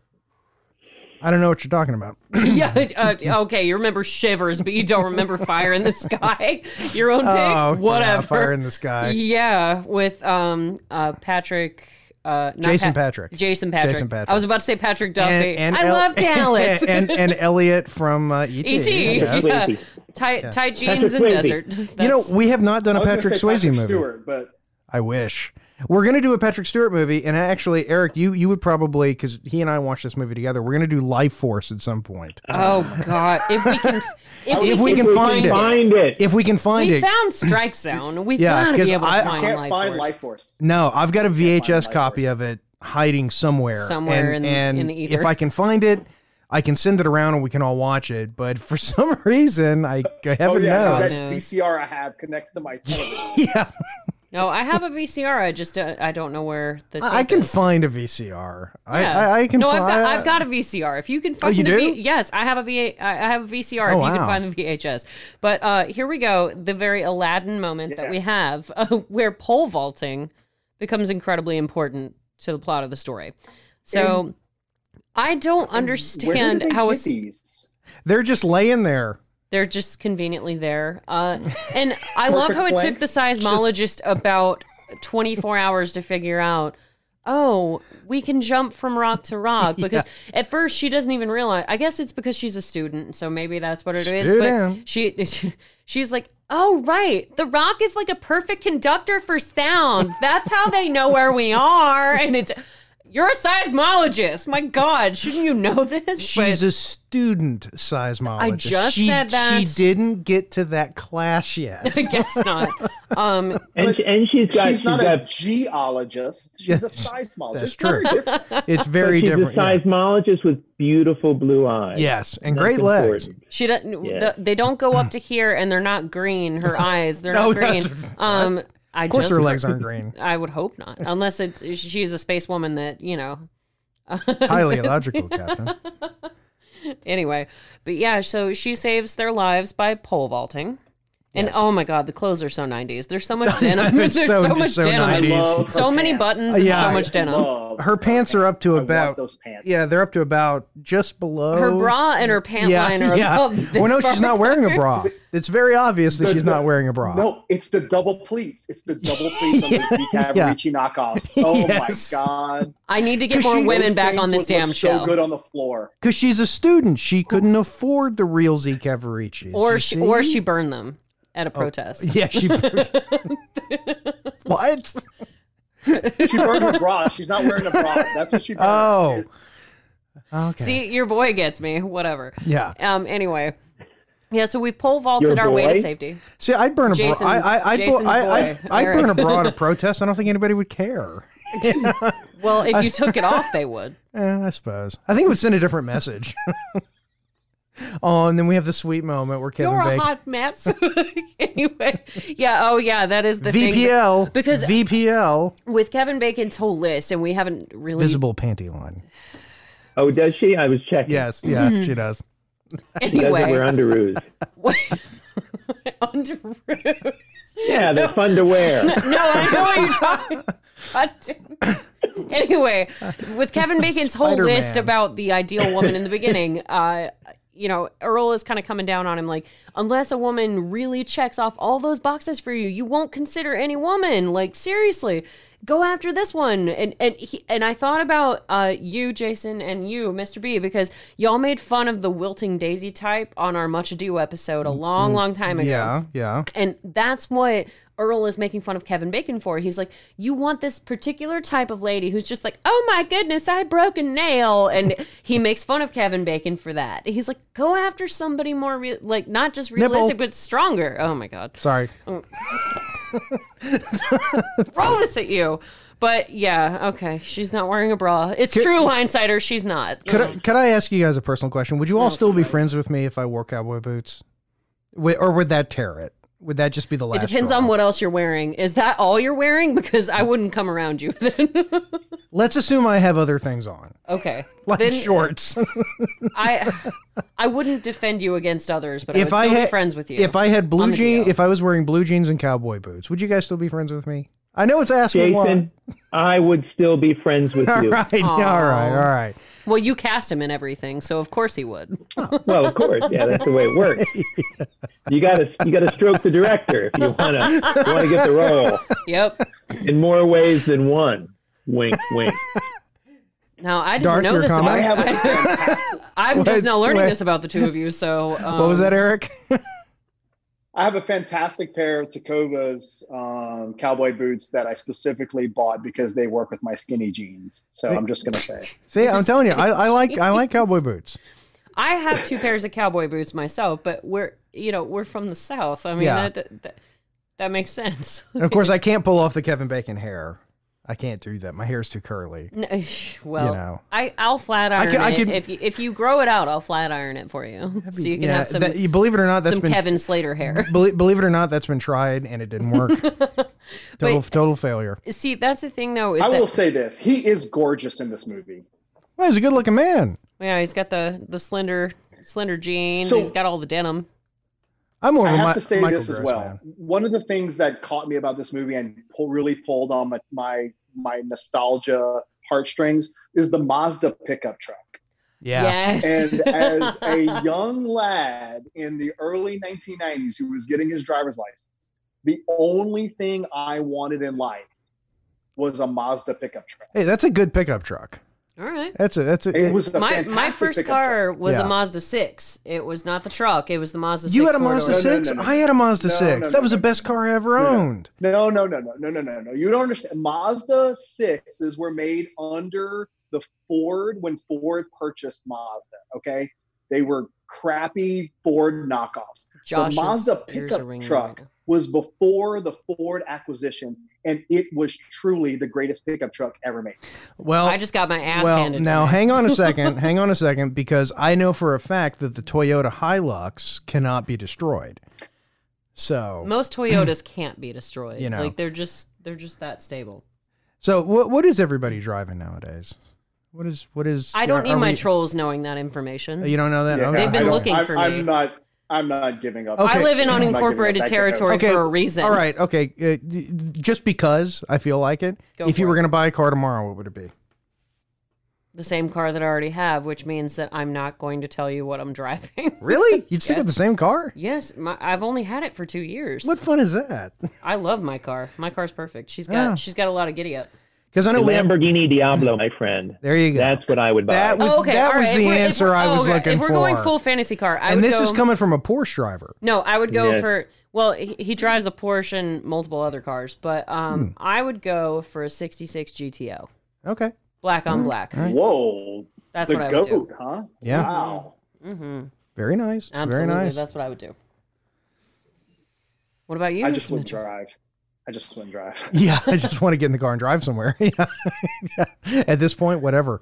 C: I don't know what you're talking about.
B: yeah, uh, okay, you remember shivers, but you don't remember fire in the sky. (laughs) Your own pick,
C: Oh, yeah,
B: whatever.
C: Fire in the Sky.
B: Yeah, with um uh Patrick uh not
C: Jason Patrick.
B: Jason Patrick.
C: Jason Patrick.
B: I was about to say Patrick Duffy. I
C: El- (laughs)
B: love Dallas.
C: and, and Elliot from uh, ET.
B: ET.
C: yes.
B: E Yeah.
F: Swayze.
B: Tight tight jeans
F: Patrick
B: in
F: Swayze.
B: desert.
C: You know,
B: That's-
C: we have not done a
E: I was gonna
C: Patrick
E: say
C: Swayze
E: Patrick
C: movie.
E: Stewart, but
C: I wish. We're gonna do a Patrick Stewart movie, and actually, Eric, you you would probably because he and I watched this movie together. We're gonna do Life Force at some point
B: Oh God! If we
C: (laughs)
B: can, if,
C: If we can
F: We
C: find it.
F: Find it.
C: if we can find
B: we
C: it.
B: found Strike Zone. We've
C: Yeah,
B: got to
C: 'cause
B: be able to
C: I-
B: find
E: can't
B: Life
E: find
B: Force
E: Life Force.
C: no, I've got a VHS
E: Life
C: copy
E: Force.
C: of it hiding somewhere.
B: Somewhere in
C: and,
B: the-
C: and
B: in the ether.
C: if I can find it. I can send it around and we can all watch it, but (laughs) for some reason, I, I
E: Oh
C: haven't
E: yeah,
C: known.
B: (laughs)
E: that VCR I have connects to my television.
C: (laughs) Yeah,
B: No, I have a VCR. I just uh, I don't know where the.
C: I, I
B: tape
C: can
B: is.
C: find a VCR. I,
B: Yeah.
C: I, I can.
B: No, I've
C: fi-
B: got I've got a VCR. If you can find
C: you
B: the
C: do?
B: yes, I have a V I I have a VCR. if
C: Oh,
B: you can
C: wow.
B: find the VHS, but uh, here we go. The very Aladdin moment that we have, (laughs) uh, where pole vaulting becomes incredibly important to the plot of the story. So. I don't
E: Where
B: understand
E: did they
B: how a
E: get
B: s-
E: these?
C: They're just laying there.
B: they're just conveniently there.
C: (laughs)
B: Uh, and I love how it took the seismologist about 24 hours to figure out. Oh, we can jump from rock to
C: (laughs)
B: rock because at first she doesn't even realize. I guess it's because she's a student, so maybe that's what it is.
C: Student.
B: But she, (laughs) she's like, "Oh right, the rock is like a perfect conductor for sound. That's how they know where we are." And it's, you're a seismologist. My God, shouldn't you know this? But-
C: She's a student seismologist.
B: just
C: she,
B: said that.
C: She didn't get to that class
B: (laughs)
C: yet.
B: I guess not. Um,
F: And, she, and she's got
E: She's not a
F: got
E: geologist. She's a seismologist.
C: That's
E: Very
C: true.
E: different.
B: (laughs)
C: It's very
F: she's
C: different.
F: a
C: yeah.
F: seismologist with beautiful blue eyes.
C: Yes, and
F: That's
C: great legs.
F: important.
B: She doesn't.
F: Yeah.
B: The, they don't go up to here, and they're not green. Her eyes, they're
C: (laughs) No,
B: not green.
C: that's-
B: Um, I
C: Of course,
B: just,
C: her legs aren't green.
B: (laughs) I would hope not, unless it's she's a space woman that you know. (laughs)
C: Highly illogical, Captain.
B: Anyway, but yeah, so she saves their lives by pole vaulting. And oh my god, the clothes are so 90s. There's so
C: (laughs)
B: much denim. (laughs) There's
C: It's
B: so,
C: so-
B: much
C: so
B: denim.
E: I
C: 90s.
E: love
B: So
E: her
B: many
E: pants.
B: buttons
C: Uh,
B: and
C: yeah.
B: so
E: I
B: much denim.
E: love
C: Her pants are up to
E: I want
C: about
E: those pants.
C: Yeah, they're up to about just below
B: Her bra and her pant
C: Oh, yeah,
B: line are
C: yeah.
B: about this
C: Well, no, she's
B: far
C: not wearing a
B: apart.
C: bra. It's very obvious that
E: The-
C: she's
E: the-
C: not wearing a bra.
E: No, it's the double pleats. It's the double pleats
C: (laughs)
E: on the Cavaricci knockoffs. Oh
C: Yes.
E: my god!
B: (laughs) I need to get
C: 'Cause
B: more
C: she-
B: women
E: Those
B: back
E: things
B: on this
E: look-
B: damn
E: look
B: show.
E: So good on the floor.
C: because she's a student. She couldn't afford the real Z Cavaricis.
B: or
C: you
B: she,
C: see? Oh,
B: or she burned them at a protest.
C: Yeah,
B: (laughs)
C: she. what?
E: She
C: (laughs)
E: burned her bra. She's not wearing a bra. That's what she burned.
C: Oh.
E: It's-
B: (laughs)
C: Okay.
B: See, your boy gets me. Whatever.
C: Yeah.
B: Um. Anyway. Yeah. So we pole vaulted
F: Your
B: our way to
F: boy?
B: safety.
C: See, I'd burn a bra.
B: Jason's-
C: I, I, I'd,
B: Jason's
C: bo- I, I,
B: boy,
C: I'd burn a
B: Eric. (laughs)
C: bra to protest. I don't think anybody would care.
B: Well, if you took it off, they would.
C: Eh, I suppose. I think it would send a different message. (laughs) oh, and then we have the sweet moment where (laughs) Kevin
B: You're a
C: Bacon.
B: hot mess. (laughs) anyway. Yeah. Oh, yeah. That is the thing. that-
C: VPL
B: because-
C: VPL
B: With Kevin Bacon's whole list, and we haven't really.
C: visible panty line.
F: Oh, does she? I was checking.
C: Yes, yeah,
B: Mm-hmm.
C: she does.
F: She doesn't
B: (laughs)
F: wear
B: Anyway.
F: underoos.
B: (laughs) Underoos.
F: Yeah, they're fun to wear.
B: No, I know what you're talking about.
C: (laughs)
B: anyway, with Kevin Bacon's whole
C: Spider-Man.
B: list about the ideal woman in the beginning, uh, you know, Earl is kind of coming down on him like, unless a woman really checks off all those boxes for you, you won't consider any woman. Like, seriously, go after this one. And and he, and I thought about uh, you, Jason, and you, Mr. B, because y'all made fun of the wilting daisy type on our Much Ado episode a long, long time ago.
C: Mm-hmm. Yeah, yeah.
B: And that's what Earl is making fun of Kevin Bacon for. He's like, You want this particular type of lady who's just like, Oh my goodness, I broke a nail. And
C: (laughs)
B: he makes fun of Kevin Bacon for that. He's like, Go after somebody more, real like, not just
C: Nipple.
B: realistic, but stronger. Oh my God.
C: Sorry.
B: Throw this at you. But yeah, okay. She's not wearing a bra. It's true, hindsighter. She's not.
C: Could I, could I ask you guys a personal question? Would you all still be friends with me if I wore cowboy boots? Wi- or would that tear it? Would that just be the
B: it
C: last?
B: depends
C: straw?
B: on what else you're wearing. Is that all you're wearing? Because I wouldn't come around you (laughs) then.
C: Let's assume I have other things on, (laughs)
B: okay.
C: like
B: (laughs) then,
C: shorts. (laughs)
B: I I wouldn't defend you against others, but
C: if
B: I
C: I
B: would still
C: had
B: be friends with you.
C: if I had
B: On
C: blue
B: the
C: jeans,
B: DL.
C: if I was wearing blue jeans and cowboy boots, would you guys still be friends with me? I know it's asking
F: Jason, I would still be friends with
C: why. All (laughs)
F: you.
C: right, all right, all right.
B: well, you cast him in everything, so of course he would.
F: Well, of course, yeah, that's the way
C: (laughs)
F: it works. You gotta you gotta stroke the director if you wanna you wanna get the role
B: Yep.
F: in more ways than one. Wink, wink.
B: Now I didn't
C: Darth,
B: know
C: your
B: this.
C: comment?
E: I have a
B: About, (laughs)
E: fantastic.
B: I, am just now
C: Wait,
B: learning
C: wait.
B: this about the two of you. So um,
C: (laughs) What was that, Eric?
E: I have a fantastic pair of Tacovas um, cowboy boots that I specifically bought because they work with my skinny jeans. So I'm just gonna say.
C: See, I'm telling you, I, I like I like cowboy boots.
B: I have two pairs of cowboy boots myself, but we're you know we're from the south. I mean
C: Yeah.
B: that, that that makes sense. (laughs)
C: And of course, I can't pull off the Kevin Bacon hair. I can't do that. My hair's too curly.
B: N- well,
C: know.
B: I I'll flat iron
C: can- I
B: it
C: can-
B: if you if you grow it out, I'll flat iron it for you, so you can
C: Yeah,
B: have some
C: that- you believe it or not, that's
B: some
C: been
B: Kevin Slater hair. (laughs)
C: believe, believe it or not, that's been tried and it didn't work.
B: uh,
C: total total failure.
B: See, that's the thing though. Is
E: I
B: that,
E: will say this: he is gorgeous in this movie.
C: Well, he's a good looking man.
B: yeah, he's got the the slender slender jeans.
E: So-
B: he's got all the denim.
C: I'm more
E: I
C: of a
E: have
C: Mi-
E: to say
C: Michael
E: this as
C: Gross
E: well.
C: man.
E: One of the things that caught me about this movie and pull, really pulled on my, my my nostalgia heartstrings is the Mazda pickup truck.
C: Yeah.
B: Yes.
C: (laughs)
E: And as a young lad in the early 1990s who was getting his driver's license, the only thing I wanted in life was a Mazda pickup truck.
C: Hey, that's a good pickup truck.
B: (laughs) all right.
C: That's a that's a.
E: It was a
B: My
E: fantastic
B: my first
E: pickup truck.
B: car was
C: Yeah.
B: a Mazda six. It was not the truck. It was the Mazda.
C: you
B: 6
C: had a Mazda
E: No, no,
B: four-door.
C: six.
E: no, no.
C: I had a Mazda
E: No, no,
C: six.
E: no,
C: that was
E: no.
C: the best car I ever
E: No, no.
C: owned.
E: No, no, no, no, no, no, no, no. You don't understand. Mazda sixes were made under the Ford when Ford purchased Mazda. Okay, they were crappy Ford knockoffs.
B: Josh's
E: Mazda
B: ears
E: pickup
B: are ringing
E: truck.
B: right
E: Was before the Ford acquisition, and it was truly the greatest pickup truck ever made.
B: now.
C: Well,
B: I just got my ass
C: well,
B: handed.
C: now
B: to me.
C: hang
B: (laughs)
C: on a second. hang on a second, because I know for a fact that the Toyota Hilux cannot be destroyed. So,
B: most Toyotas can't be destroyed.
C: You know.
B: like they're just they're just that stable.
C: so what what is everybody driving nowadays? What is what is?
B: I don't
C: are-
B: need
C: are
B: my
C: we-
B: trolls knowing that information.
C: You don't know that?
E: Yeah,
C: Okay.
B: They've been
E: I don't-
B: looking
E: I'm,
B: for
E: I'm
B: me.
E: not. I'm not giving up.
C: Okay.
B: I live in
E: I'm not giving up
B: unincorporated
E: that
B: territory
E: defense.
C: Okay,
B: for a reason.
C: All right. Okay. Uh, d- just because I feel like it.
B: Go
C: if you
B: for
C: were
B: it.
C: going to buy a car tomorrow, what would it be?
B: The same car that I already have, which means that I'm not going to tell you what I'm (laughs) driving.
C: Really?
B: (laughs)
C: You'd stick with the same car?
B: Yes, my, I've only had it for two years.
C: What fun is that? (laughs)
B: I love my car. My car's perfect. She's got
C: Yeah.
B: she's got a lot of giddy up.
C: Because I know (laughs) we have.
F: Lamborghini Diablo, my friend.
C: There you go.
F: That's what I would buy.
C: That was-
B: Oh, okay,
C: that
B: all
C: was
B: right. If
C: the
B: we're- if
C: answer
B: we're-
C: I
B: oh,
C: was
B: okay.
C: looking
B: If we're going
C: for.
B: full fantasy car, I
C: and
B: would
C: this
B: go,
C: is coming from a Porsche driver.
B: No, I would go
F: Yeah.
B: for well, he, he drives a Porsche and multiple other cars, but
C: Hmm.
B: um, I would go for a '66 GTO,
C: Okay.
B: black on black.
E: Whoa,
B: That's
E: the
B: what I would
E: goat,
B: do.
E: huh?
C: Yeah.
E: Wow.
C: Very nice.
B: Absolutely,
C: Very nice.
B: that's what I would do. What about you?
E: I just
B: Mr.
E: wouldn't
B: Mitchell?
E: drive. I just wouldn't drive.
C: (laughs) yeah. I just want to get in the car and drive somewhere. (laughs) yeah. (laughs) At this point, whatever.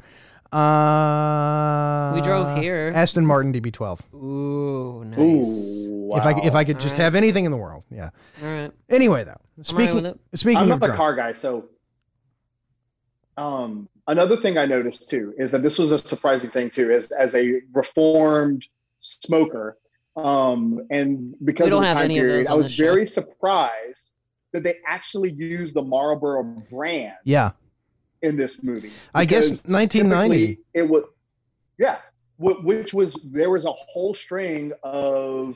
C: Uh,
B: We drove here.
C: Aston Martin DB12.
B: Ooh, nice.
E: Ooh, wow.
C: If I if I could just have anything in the world, yeah.
B: All right.
C: Anyway, though,
B: right
C: speaking
B: with it.
C: speaking
E: I'm
C: of
E: not a
C: drunk-
E: car guy, so um, another thing I noticed too is that this was a surprising thing too, as as a reformed smoker, um, and
B: We
E: because
B: don't
E: of the
B: have
E: time
B: any of
E: period,
B: those
E: I
B: on
E: was
B: this show.
E: very surprised that they actually used the Marlboro brand
C: yeah,
E: in this movie.
C: I guess
E: because
C: 1990.
E: typically It was, yeah, wh- which was there was a whole string of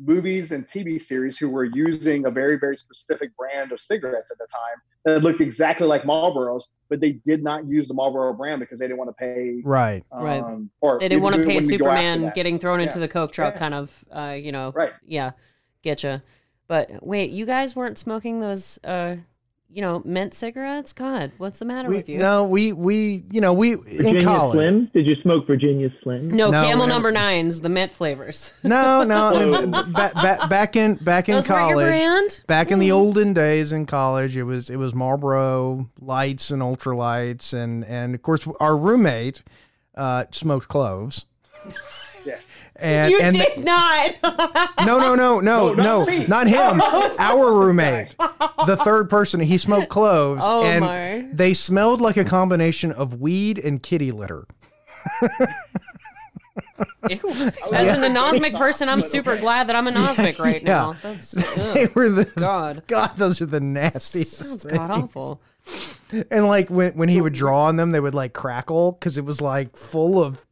E: movies and TV series who were using a very very specific brand of cigarettes at the time that looked exactly like Marlboros, but they did not use the Marlboro brand because they didn't want to pay.
C: right.
E: Um,
B: Right.
E: Or
B: They didn't want to pay
E: go after
B: Superman
E: that.
B: getting thrown
E: Yeah.
B: into the coke truck,
E: Yeah.
B: kind of. Uh, you know.
E: Right.
B: Yeah. Getcha. But wait, you guys weren't smoking those, uh, you know, mint cigarettes? God, what's the matter
C: We,
B: with you?
C: no, we we you know we in
F: Virginia
C: college.
F: Slim? Did you smoke Virginia Slim?
B: No,
C: No,
B: Camel
C: we-
B: Number Nines, the mint flavors.
C: No, no.
E: (laughs) Whoa.
C: back, back, back in back in
B: Those were
C: college.
B: your Hmm. brand.
C: Back in the olden days in college, it was it was Marlboro lights and ultralights, and and of course our roommate uh, smoked cloves.
E: Yes.
C: And,
B: you
C: and
B: did
C: (laughs) Oh,
B: not. (laughs)
C: no, no, no, no,
E: No, not
C: no,
E: me.
C: not him.
B: Oh,
C: our roommate, the third person, he smoked cloves,
B: Oh,
C: and
B: my.
C: they smelled like a combination of weed and kitty litter. (laughs)
B: Ew. As an anosmic person,
E: (laughs)
B: I'm super glad that I'm
C: (laughs)
B: anosmic right now. That's
C: They
B: ugh,
C: were the
B: God.
C: God, those are the nastiest.
B: Sounds god awful.
C: And like when when he would draw on them, they would like crackle because it was like full of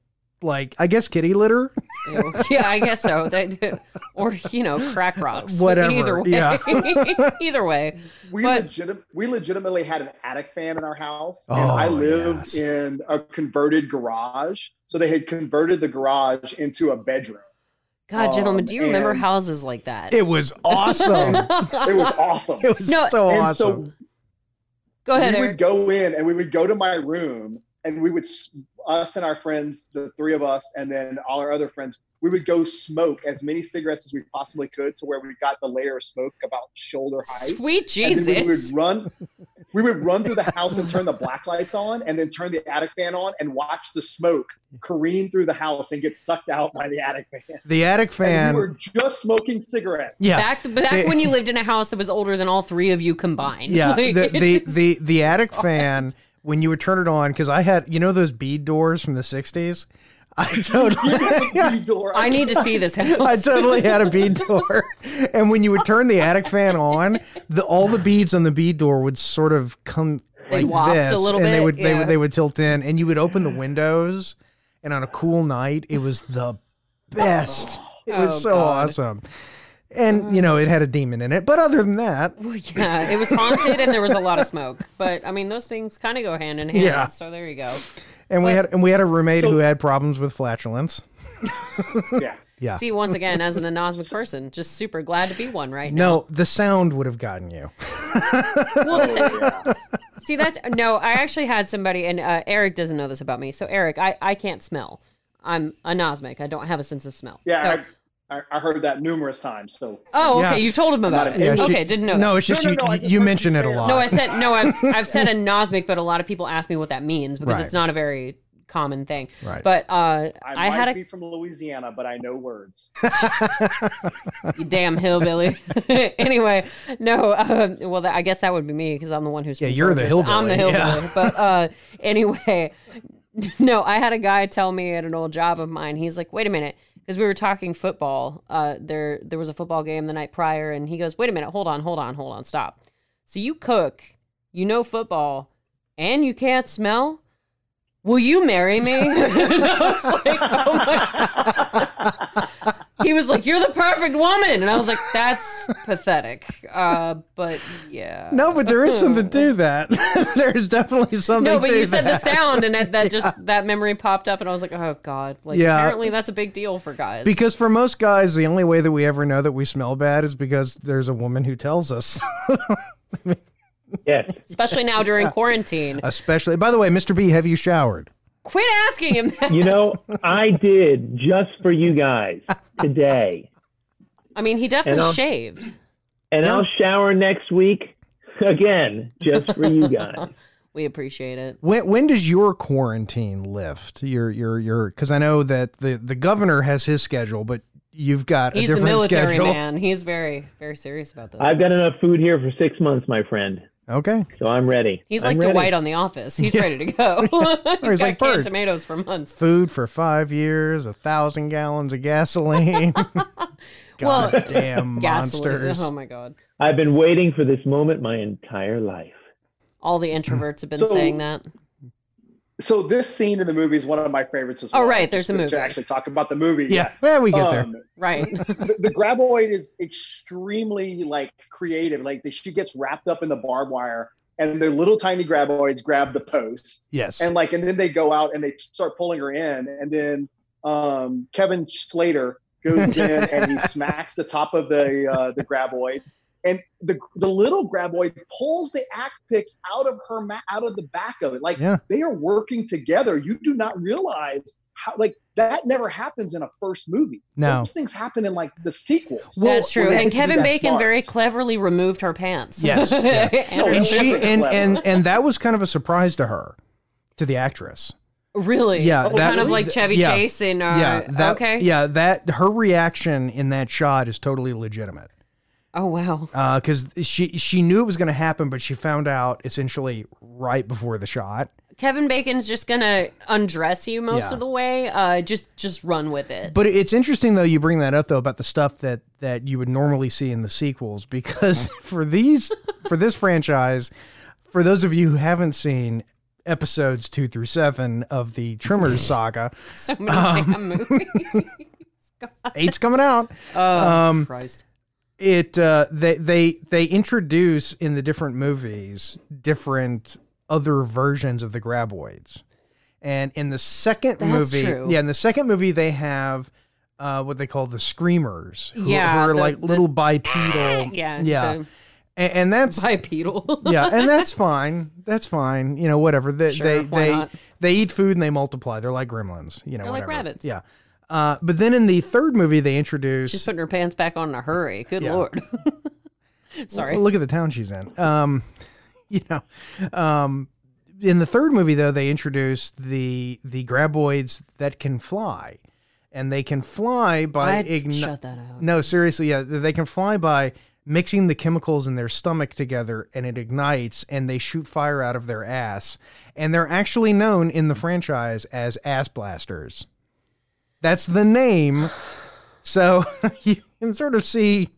C: like I guess kitty litter,
B: Ew. (laughs) Yeah, I guess so. They do. (laughs) Or you know, crack rocks.
C: Whatever,
B: Either way.
C: yeah.
B: (laughs) Either way.
E: We
B: But-
E: legit, we legitimately had an attic fan in our house.
C: Oh,
E: and I
C: yes.
E: lived in a converted garage, so they had converted the garage into a bedroom.
B: God, gentlemen,
E: Um,
B: do you remember
E: and-
B: houses like that?
C: it was awesome.
E: It
B: (laughs)
E: was awesome.
C: it was
B: No,
C: so
E: and
C: awesome.
E: so
B: (laughs) Go ahead,
E: we
B: Eric.
E: would go in and we would go to my room and we would s- us and our friends the three of us and then all our other friends we would go smoke as many cigarettes as we possibly could to where we got the layer of smoke about shoulder height
B: Sweet
E: And then we would
B: Jesus.
E: run We would run through the house and turn the black lights on and then turn the attic fan on and watch the smoke careen through the house and get sucked out by the attic fan.
C: The attic
E: And
C: fan.
E: we were just smoking cigarettes.
C: yeah.
B: Back back
C: They-
B: when you lived in a house that was older than all three of you combined.
C: Yeah,
B: (laughs) Like,
C: the,
B: it
C: the,
B: just-
C: the the attic fan when you would turn it on because I had you know those bead doors from the '60s. I totally,
E: The door-
B: I need to see this house.
C: (laughs) I totally had a bead door, and when you would turn the attic fan on, the all the beads on the bead door would sort of come
B: They'd
C: like
B: waft a
C: this,
B: little
C: and they
B: bit,
C: would they
B: yeah.
C: would they would tilt in, and you would open the windows, and on a cool night, it was the best. It was
B: Oh,
C: so
B: God.
C: awesome, and you know it had a demon in it, but other than that,
B: (laughs) yeah, it was haunted and there was a lot of smoke. But I mean, those things kind of go hand in hand.
C: Yeah.
B: So there you go.
C: and we had and we had a roommate who had problems with flatulence.
E: Yeah.
C: Yeah.
B: See, once again, as an anosmic person, just super glad to be one right now.
C: No, the sound would have gotten you.
B: Well, that's it. See, that's no. I actually had somebody, and uh, Eric doesn't know this about me. So, Eric, I, I can't smell. I'm anosmic. I don't have a sense of smell.
E: Yeah.
B: So-
E: I, I, I heard that numerous times. So
B: oh, okay.
C: Yeah.
B: You told him about
E: Not
B: it.
E: an idiot.
B: okay, didn't know.
C: No,
B: that.
C: it's just
E: No, no,
C: you,
E: no, I
C: you,
E: just
C: you
E: heard
C: mention
E: you
C: it a
E: say it.
C: lot.
B: No, I said no.
C: (laughs)
B: I've I've said anosmic, but a lot of people ask me what that means because
C: Right.
B: it's not a very common thing.
C: Right.
B: But uh,
E: I,
B: I
E: might
B: had a
E: be from Louisiana, but I know words.
B: You damn hillbilly. (laughs) anyway, no. Um, well, that, I guess that would be me because I'm the one who's.
C: Yeah,
B: from
C: you're the
B: Georgia, so I'm the
C: hillbilly,
B: hillbilly.
C: yeah.
B: But uh, anyway, (laughs) no. I had a guy tell me at an old job of mine. He's like, "Wait a minute," because we were talking football. Uh, there, there was a football game the night prior, and he goes, "Wait a minute, hold on, hold on, hold on, stop." So you cook, you know football, and you can't smell. Will you marry me? (laughs) And I was like, oh my God. He was like, You're the perfect woman. And I was like, That's pathetic. Uh, but yeah.
C: No, but there is something
B: (laughs)
C: to that. (laughs) There's definitely something.
B: Mm-hmm. No, but
C: to
B: you said the
C: that.
B: sound, and
C: (laughs)
B: it, that just that memory popped up, and I was like, "Oh God!" Like,
C: Yeah.
B: apparently that's a big deal for guys.
C: Because for most guys, the only way that we ever know that we smell bad is because there's a woman who tells us. (laughs)
F: Yes.
B: especially now
C: (laughs)
B: during quarantine,
C: Especially, by the way, Mr. B, have you showered?
B: quit asking him that.
F: You know, I did just for you guys today.
B: I mean, he definitely
F: You know?
B: shaved.
F: And I'll shower next week again just for
B: (laughs)
F: you guys.
B: We appreciate it.
C: When when does your quarantine lift? Your your your because I know that the the governor has his schedule, but you've got
B: He's
C: a
B: the
C: different
B: military
C: schedule.
B: man. He's very, very serious about this.
F: I've got enough food here for six months, my friend.
C: (laughs) Okay,
F: So I'm ready.
B: He's
F: I'm
B: like
F: ready.
B: Dwight on The Office. He's ready to go. (laughs)
C: (laughs)
B: He's
C: he's
B: got
C: like Bird.
B: canned tomatoes for months.
C: food for five years, a thousand gallons of gasoline.
B: (laughs) Well,
C: Damn
B: gasoline.
C: monsters.
B: Oh my god!
F: I've been waiting for this moment my entire life.
B: All the introverts have been
E: So-
B: saying that.
E: So this scene in the movie is one of my favorites as
B: Oh,
E: well.
B: right, there's a
E: To-
B: movie.
E: To actually talk about the movie.
C: Yeah, well, we get there.
E: Um,
B: Right.
E: the, the graboid is extremely like creative. Like the, she gets wrapped up in the barbed wire, and the little tiny graboids grab the post,
C: Yes.
E: and like, and then they go out and they start pulling her in, and then um, Kevin Slater
C: (laughs)
E: goes in and he smacks the top of the uh, the graboid, and the the little graboid pulls the act picks out of her ma- out of the back of it. Like
C: yeah.
E: they are working together. You do not realize how like that never happens in a first movie.
C: No.
E: Those things happen in like the sequels.
C: Well,
B: That's true.
E: well,
B: And
E: it's
B: Kevin
E: that
B: Bacon
E: smart.
B: very cleverly removed her pants. (laughs)
C: Yes, yes.
B: Oh, And-
C: And
B: (laughs)
E: And
C: she
E: that's
C: and,
E: clever.
C: and and that was kind of a surprise to her, to the actress.
B: really?
C: Yeah,
B: Oh,
C: that-
B: kind of like Chevy
C: yeah.
B: Chase in. Uh,
C: yeah. That,
B: okay.
C: Yeah. That her reaction in that shot is totally legitimate
B: Oh wow.
C: because she she knew it was going to happen, but she found out essentially right before the shot.
B: Kevin Bacon's just gonna undress you most
C: Yeah.
B: of the way. Uh, just just run with it. (laughs)
C: But it's interesting though you bring that up though about the stuff that that you would normally see in the sequels (laughs) because for these for this franchise, for those of you who haven't seen episodes two through seven of the Trimmers saga,
B: so
C: (laughs)
B: many damn movies. (laughs) Oh,
C: eight's coming out. um,
B: Christ.
C: it uh, they they they introduce in the different movies different other versions of the graboids, and in the second
B: That's
C: movie,
B: true.
C: yeah, in the second movie they have. Uh, what they call the screamers, who,
B: Yeah,
C: who are
B: the-
C: like
B: the-
C: little bipedal,
B: (laughs) Yeah.
C: yeah,
B: the
C: and, and that's
B: bipedal. (laughs)
C: (laughs) yeah, and that's fine, that's fine, you know, whatever. They
B: Sure,
C: they
B: why
C: they,
B: not?
C: they eat food and they multiply. They're like gremlins, you know,
B: They're like
C: whatever.
B: rabbits.
C: yeah. Uh, but then in the third movie they introduce
B: She's putting her pants back on in a hurry. Good
C: Yeah.
B: lord. (laughs) Sorry.
C: Well, look at the town she's in. Um, (laughs) you know, um, in the third movie though they introduced the the graboids that can fly, and they can fly by
B: I'd
C: igni-
B: shut that out.
C: No, seriously, yeah, they can fly by mixing the chemicals in their stomach together and it ignites and they shoot fire out of their ass. And they're actually known in the franchise as ass blasters. That's the name. So (laughs) you can sort of see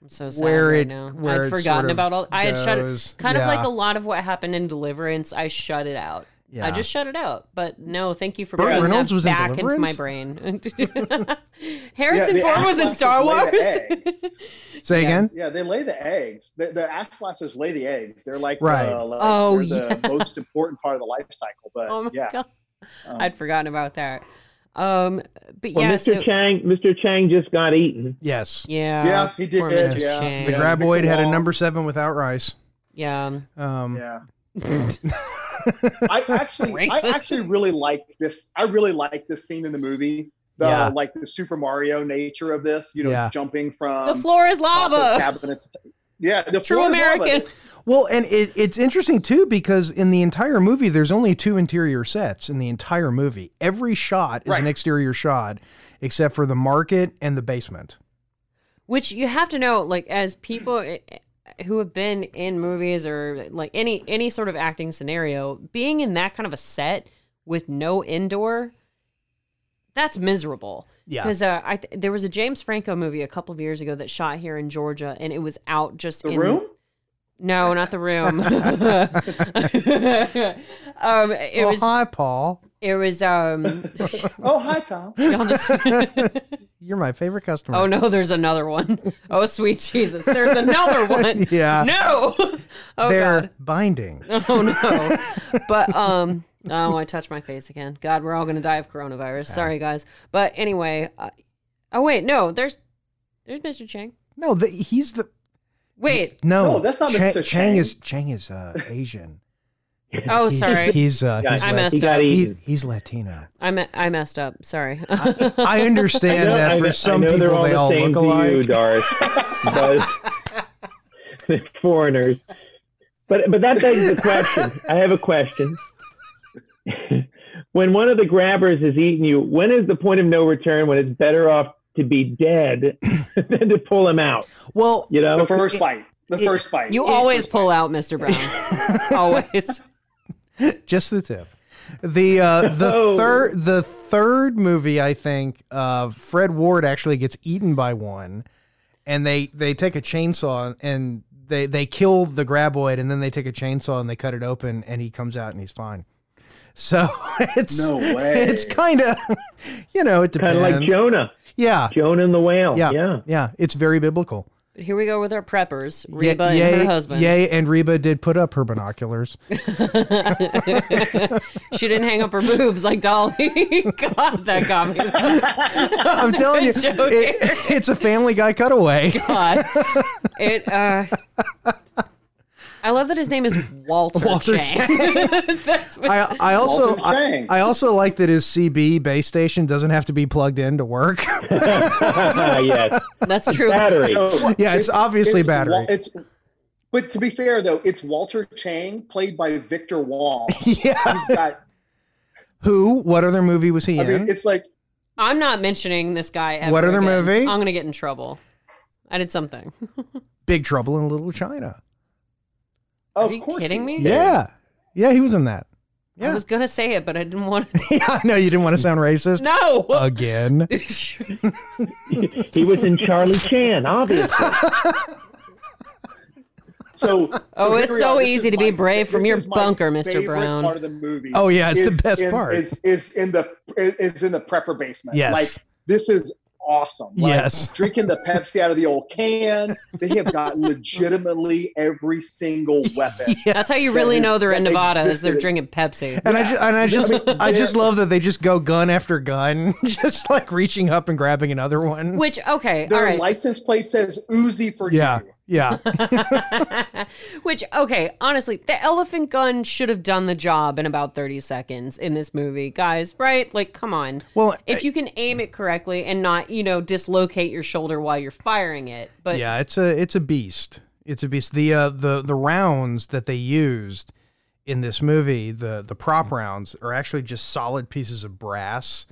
B: I'm so sad
C: where
B: right
C: it-
B: now.
C: where
B: I'd
C: it
B: forgotten
C: sort of
B: about all. I had shut
C: goes.
B: it. Kind of like
C: Yeah.
B: a lot of what happened in Deliverance. I shut it out.
C: Yeah.
B: I just shut it out. But no, thank you for
C: Burt
B: bringing
C: Reynolds
B: that
C: was in
B: back into my brain.
E: Yeah,
C: (laughs)
B: (laughs) Harrison
E: the
B: Ford was in
E: Asplasters
B: Star
E: lay
B: Wars. (laughs)
E: the eggs.
C: say again.
E: Yeah, they lay the eggs. The, the ass blasters lay the eggs. They're like,
C: Right.
E: the, like,
B: Oh,
E: they're the most important part of the life cycle. But
B: oh my
E: yeah,
B: god,
E: um,
B: I'd forgotten about that. Um, but
F: Well,
B: yeah,
F: Mr.
B: so-
F: Chang, Mr. Chang just got eaten.
C: Yes.
B: yeah,
E: yeah, he did.
B: uh, poor Mr.
E: Yeah,
B: Chang.
C: The
E: yeah,
C: graboid had a
E: Wong.
C: number seven without rice.
B: yeah.
C: Um, (laughs)
E: Yeah. I actually, I
B: Racist.
E: actually really like this. I really like this scene in the movie. The
C: Yeah.
E: like the Super Mario nature of this. You know,
C: Yeah.
E: jumping from
B: The floor is
E: top of
B: lava.
E: cabinets to- Yeah, the
B: True
E: floor is lava.
B: American.
C: Well, and it, it's interesting too because in the entire movie, there's only two interior sets in the entire movie. Every shot is an
E: Right.
C: exterior shot, except for the market and the basement.
B: which you have to know like as people eh, eh, who have been in movies or like any any sort of acting scenario being in that kind of a set with no indoor that's miserable
C: Yeah.
B: because uh, I th- there was a James Franco movie a couple of years ago that shot here in Georgia and it was out just
E: The
B: in
E: room.
B: (laughs) no not the
E: (laughs)
B: room (laughs) um it
C: well,
B: was
E: Uh-huh.
C: hi, Paul.
B: it was um (laughs)
E: Oh, hi Tom.
B: y'all just-
C: You're my favorite customer.
B: oh no there's another one. (laughs) Oh sweet Jesus there's another
C: (laughs)
B: one
C: Yeah.
B: no (laughs) oh
C: They're
B: god
C: binding.
B: (laughs) Oh no. but um oh, I touched my face again. God, we're all going to die of coronavirus. Sorry guys. But anyway, uh, oh wait, no. There's there's Mr. Chang.
C: No, the, he's the (laughs)
B: Wait.
C: no.
E: No, that's not
C: Chang,
E: Mr.
C: Chang
E: Chang.
C: is Chang is uh, Asian.
B: Oh,
C: He's-
B: sorry.
C: He's uh,
F: Yeah,
C: he's,
B: I
C: Lat-
B: messed
F: he got
B: up.
C: he's,
F: eaten.
C: he's
B: (laughs)
C: Latino.
B: I me- I messed up. Sorry.
C: (laughs) I understand
F: I know- I
C: that
F: know-
C: for
F: I
C: some
F: know
C: people
F: they're all
C: they
F: the
C: all
F: same
C: look
F: To you,
C: alike.
F: Doris, but they're foreigners. But but that begs the question. I have a question. when one of the grabbers has eaten you, when is the point of no return? When it's better off to be dead (laughs) than to pull him out?
C: Well,
F: You know.
E: The first fight. The first fight.
B: you
C: (laughs)
B: always pull out, Mr. Brown. always.
C: just the tip. The uh, the
F: Oh.
C: third the third movie I think uh, Fred Ward actually gets eaten by one, and they they take a chainsaw and they they kill the graboid and then they take a chainsaw and they cut it open and he comes out and he's fine. So (laughs) it's
E: No way.
C: It's kind of (laughs) you know it depends.
F: Kind of like Jonah,
C: Yeah,
F: Jonah and the whale.
C: yeah,
F: yeah.
C: yeah, It's very biblical.
B: But here we go with our preppers,
C: Ye-
B: Reba
C: yay,
B: and her husband.
C: Yay, and Reba did put up her binoculars.
B: (laughs) She didn't hang up her boobs like Dolly. (laughs) God, that got me.
C: (laughs) I'm telling you,
B: good joke,
C: it- it's a Family
B: (laughs)
C: Guy cutaway.
B: God. It uh I love that his name is Walter,
C: Walter
B: Chang. (laughs) That's what-
C: I, I also
E: Walter
C: I,
E: Chang.
C: I also like that his CB base station doesn't have to be plugged in to work. (laughs)
F: yes,
B: that's true. (laughs)
F: battery.
E: No,
C: (laughs) yeah, it's, obviously
E: Wa-
C: battery.
E: Oh, it's but to be fair though, it's Walter Chang played by Victor Wong.
C: (laughs) yeah.
E: He's got-
C: Who? What other movie was he
E: I
C: in?
E: mean, it's like
B: I'm not mentioning this guy ever.
C: What other
B: again.
C: movie?
B: I'm gonna get in trouble. I did something.
C: Big Trouble in Little China.
E: of
B: Are you
E: course
B: kidding
E: he-
B: me?
C: Yeah. Yeah, he was in that. (laughs)
B: I
C: Yeah.
B: was gonna say it, but I didn't want to
C: yeah, I know you didn't want to sound
B: (laughs)
C: racist
B: No
C: again.
F: he was in Charlie Chan, obviously.
B: (laughs)
E: So,
B: Oh, it's
E: here we
B: so
E: are. This
B: easy
E: is
B: to be
E: my-
B: brave from
E: this
B: your
E: is my
B: bunker, Mr.
E: favorite
B: Brown.
E: Part of the movie.
C: Oh, yeah, it's the
E: is
C: best
E: in-
C: part.
E: Is is in the is in the prepper basement.
C: Yes.
E: like this is awesome. Like,
C: Yes. (laughs)
E: drinking the Pepsi out of the old can. They have got legitimately every single weapon.
B: That's how you really
E: is-
B: know they're in
E: that
B: Nevada is they're
E: existed.
B: drinking Pepsi.
C: And I just, and I just,
E: I mean,
C: I just
E: they're-
C: love that they just go gun after gun, (laughs) just like reaching up and grabbing another one.
B: Which okay, all
E: Their
B: right.
E: license plate says Uzi for
C: yeah,
E: you.
B: (laughs)
C: yeah,
B: Which, okay, honestly, the elephant gun should have done the job in about 30 seconds in this movie, guys, right? Like, come on.
C: Well,
B: if you can aim it correctly and not, you know, dislocate your shoulder while you're firing it, but
C: yeah. It's a, it's a beast. It's a beast. The uh, the the rounds that they used in this movie, the the prop
B: Mm.
C: rounds, are actually just solid pieces of brass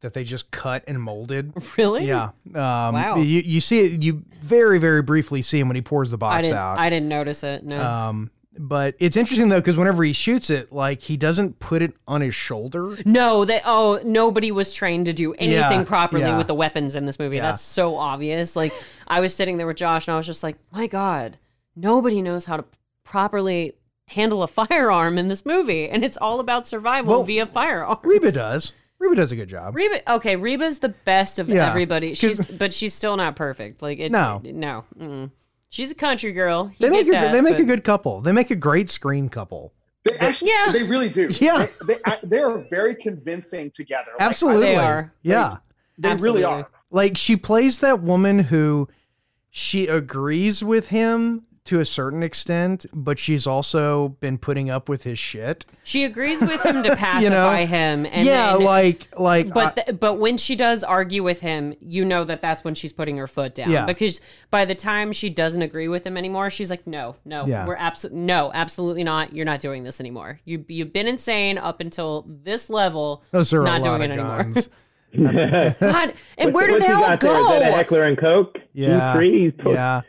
C: that they just cut and
B: (laughs)
C: molded.
B: (laughs) Really?
C: Yeah. Um,
B: Wow.
C: You you see it. You very very briefly see him when he pours the
B: I
C: box
B: didn't.
C: out.
B: I didn't notice it. No.
C: um, but it's interesting though because whenever he shoots it, like he doesn't put it on his shoulder.
B: (laughs) no. They. Oh, nobody was trained to do anything
C: Yeah,
B: properly
C: yeah.
B: with the weapons in this movie. That's so obvious.
C: (laughs)
B: Like I was sitting there with Josh, and I was just like, my God, nobody knows how to properly handle a (laughs) firearm in this movie, and it's all about survival
C: Well,
B: via firearms.
C: Reba does. Reba does a good job.
B: Reba, okay, Reba's the best of
C: Yeah,
B: everybody.
C: 'cause-
B: She's, but she's still not perfect. Like it,
C: No.
B: no. Mm. She's a country girl. You
C: They make
B: get
C: a,
B: that,
C: they make a
B: but-
C: good couple. They make a great screen couple.
E: They actually,
B: Yeah.
E: they really do.
C: Yeah.
E: they, they, I- they are very convincing together. Like, I-
C: Absolutely.
B: They are.
C: Yeah.
E: they
B: Absolutely.
E: really are.
C: Like she plays that woman who she agrees with him to a certain extent, but she's also been putting up with his shit.
B: She agrees with him
C: (laughs)
B: to (laughs) pacify him, and
C: yeah,
B: then-
C: like like
B: But th- but when she does argue with him, you know that that's when she's putting her foot down.
C: Yeah.
B: Because by the time she doesn't agree with him anymore, she's like, no, no,
C: Yeah.
B: we're absolutely no, absolutely not. You're not doing this anymore. You you've been insane up until this level.
C: those are
B: not
C: a lot
B: doing it
C: of
B: anymore.
C: guns.
B: (laughs) God, and where did
F: What
B: they
F: you
B: all
F: got
B: go?
F: There? Is that a heckler and coke?
C: yeah,
F: You three?
C: yeah.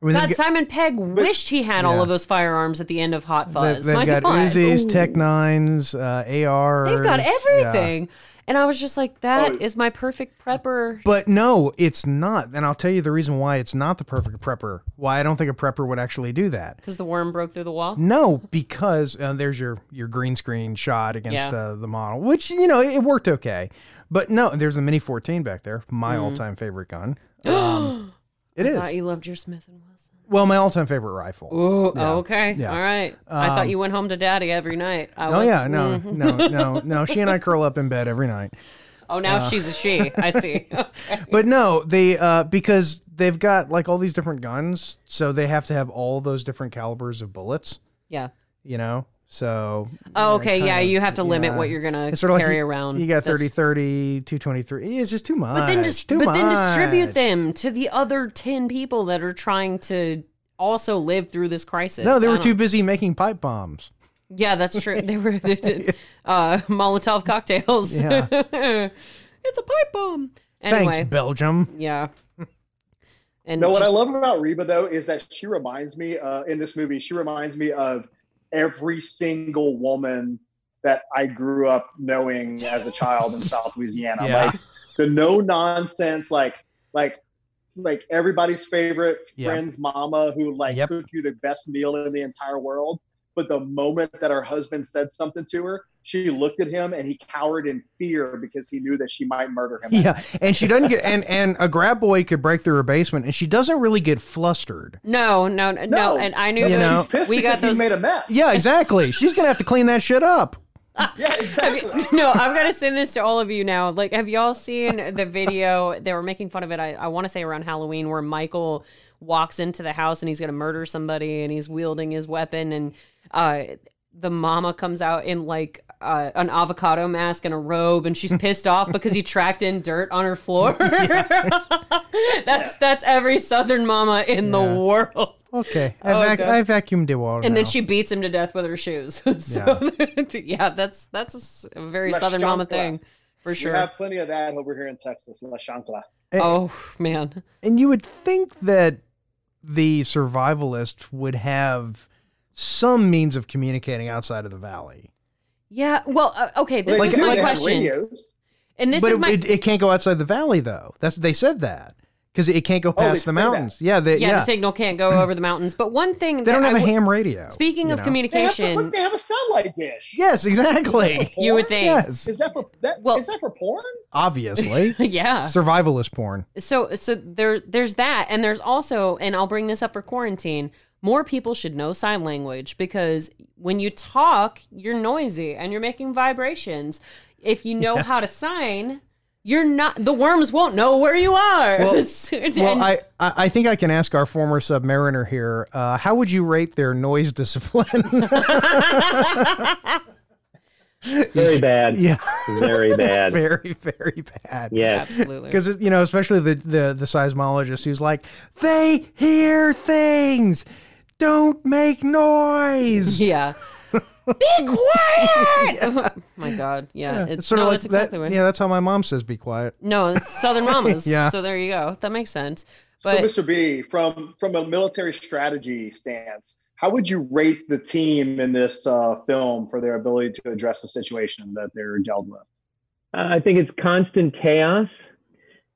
C: I mean,
B: God,
C: they've got-
B: Simon Pegg wished he had all of those firearms at the end of Hot
C: they've,
B: Fuzz.
C: they've
B: My
C: got
B: God.
C: Uzis, Tech Nines, uh, ARs.
B: They've got
C: yeah.
B: everything. And I was just like, that is
E: Oh.
B: my perfect prepper.
C: But no, it's not. And I'll tell you the reason why it's not the perfect prepper. Why I don't think a prepper would actually do that.
B: Because the worm broke through the wall.
C: No, because uh, there's your your green screen shot against
B: Yeah.
C: the the model, which you know it worked okay. But no, there's the Mini 14 back there, my all time favorite
B: (gasps)
C: gun. Um, it
B: Mm-hmm. I
C: is
B: thought you loved your Smith and Wesson.
C: well my all time favorite rifle.
B: Ooh, okay.
C: yeah. Um,
B: All right. I thought you went home to daddy every night. I
C: Oh
B: was- mm-hmm.
C: yeah, no, no, no, no.
B: (laughs)
C: She and I curl up in bed every night.
B: Oh, now
C: uh,
B: she's a she. I
C: (laughs)
B: see.
C: But no, they uh, because they've got like all these different guns, so they have to have all those different calibers of bullets.
B: yeah.
C: You know, so
B: Oh, okay. Yeah.
C: kinda,
B: You have to limit
C: yeah.
B: what you're going to
C: it's sort of
B: carry
C: like you,
B: around.
C: You got
B: That's-
C: 30, 30, 223. It's just too much.
B: But then, just,
C: too
B: but then
C: much.
B: distribute them to the other 10 people that are trying to also live through this crisis.
C: No, they
B: I
C: were
B: don't-
C: too busy making pipe bombs.
B: Yeah, that's true. They were they
C: (laughs)
B: did, uh, Molotov cocktails.
C: Yeah.
B: (laughs) it's a pipe bomb. Anyway,
C: Thanks, Belgium. (laughs)
B: yeah. And
E: No, what I
B: just-
E: love about Reba though is that she reminds me uh, in this movie. She reminds me of every single woman that I grew up knowing as a child in South Louisiana.
C: Yeah.
E: Like the no nonsense, like like like everybody's favorite
C: Yeah.
E: friend's mama who like
C: Yep.
E: cooked you the best meal in the entire world. But the moment that her husband said something to her, she looked at him and he cowered in fear because he knew that she might murder him.
C: Yeah, and she doesn't get and and a grab boy could break through her basement, and she doesn't really get flustered.
B: no, no, no, no,
E: No,
B: and I knew
E: But
C: you
B: those-
C: know,
E: she's pissed
B: we got
E: because
B: those.
E: he made a mess.
B: (laughs)
C: Yeah, exactly. She's gonna have to clean that shit up.
E: yeah exactly.
B: (laughs) no, I've got to send this to all of you now. Like, have y'all seen the video? They were making fun of it. I, I want to say around Halloween, where Michael walks into the house and he's going to murder somebody, and he's wielding his weapon, and uh, the mama comes out in like uh, an avocado mask and a robe, and she's pissed off because he tracked in dirt on her floor. (laughs) that's that's every Southern mama in the
C: Yeah.
B: world.
C: Okay, I,
B: Oh,
C: vac-
B: God.
C: I vacuumed it all.
B: And then
C: now.
B: she beats him to death with her shoes. (laughs) so (laughs) yeah, that's that's a s- a very
E: La
B: southern mama
E: chancla.
B: thing for sure.
E: We have plenty of that over here in Texas, La Chancla.
C: Eh,
B: oh man,
C: And you would think that the survivalist would have some means of communicating outside of the valley,
B: yeah. Well, uh, okay. This
C: Like-
B: is my
E: they have
B: question,
E: radios.
B: and this
C: but
B: is
C: it,
B: my
C: it, it can't go outside the valley though. That's they said that because it can't go past the
E: say that.
C: mountains. Yeah, they,
B: yeah,
C: yeah.
B: The signal can't go over the mountains, but one thing
C: they don't
B: that
C: have
B: I
C: a
B: w-
C: ham radio.
B: Speaking
C: you
B: of
C: know?
E: They have,
B: communication,
E: look, they have a satellite dish.
C: yes, exactly.
B: you would think,
C: yes,
E: Is that for that? Is
B: Well-
E: that for porn?
C: obviously,
B: (laughs) (laughs) yeah.
C: survivalist porn.
B: so so there there's that and there's also and i'll bring this up for quarantine more people should know sign language because when you talk you're noisy and you're making vibrations if you know how to sign you're not the worms won't know where you are (laughs)
C: Well-
B: And-
C: Well, I, I I think I can ask our former submariner here. (laughs) Uh, how would you rate their noise discipline? (laughs)
F: Very bad.
C: Yeah,
F: Very bad.
C: very very bad.
F: Yes.
B: Absolutely.
C: Because you know, especially the, the the seismologist who's like, they hear things, don't make noise.
B: yeah.
C: (laughs)
B: Be quiet. (laughs) Oh my God. Yeah. It's
C: sort
B: no,
C: of like
B: that's exactly
C: that.
B: what.
C: Yeah, that's how my mom says, "Be quiet."
B: No, it's
C: (laughs)
B: Southern Mamas.
C: Yeah.
B: So there you go. That makes sense.
E: So,
B: But
E: Mr. B, from from a military strategy stance, how would you rate the team in this uh, film for their ability to address the situation that they're dealt with?
F: Uh, I think it's constant chaos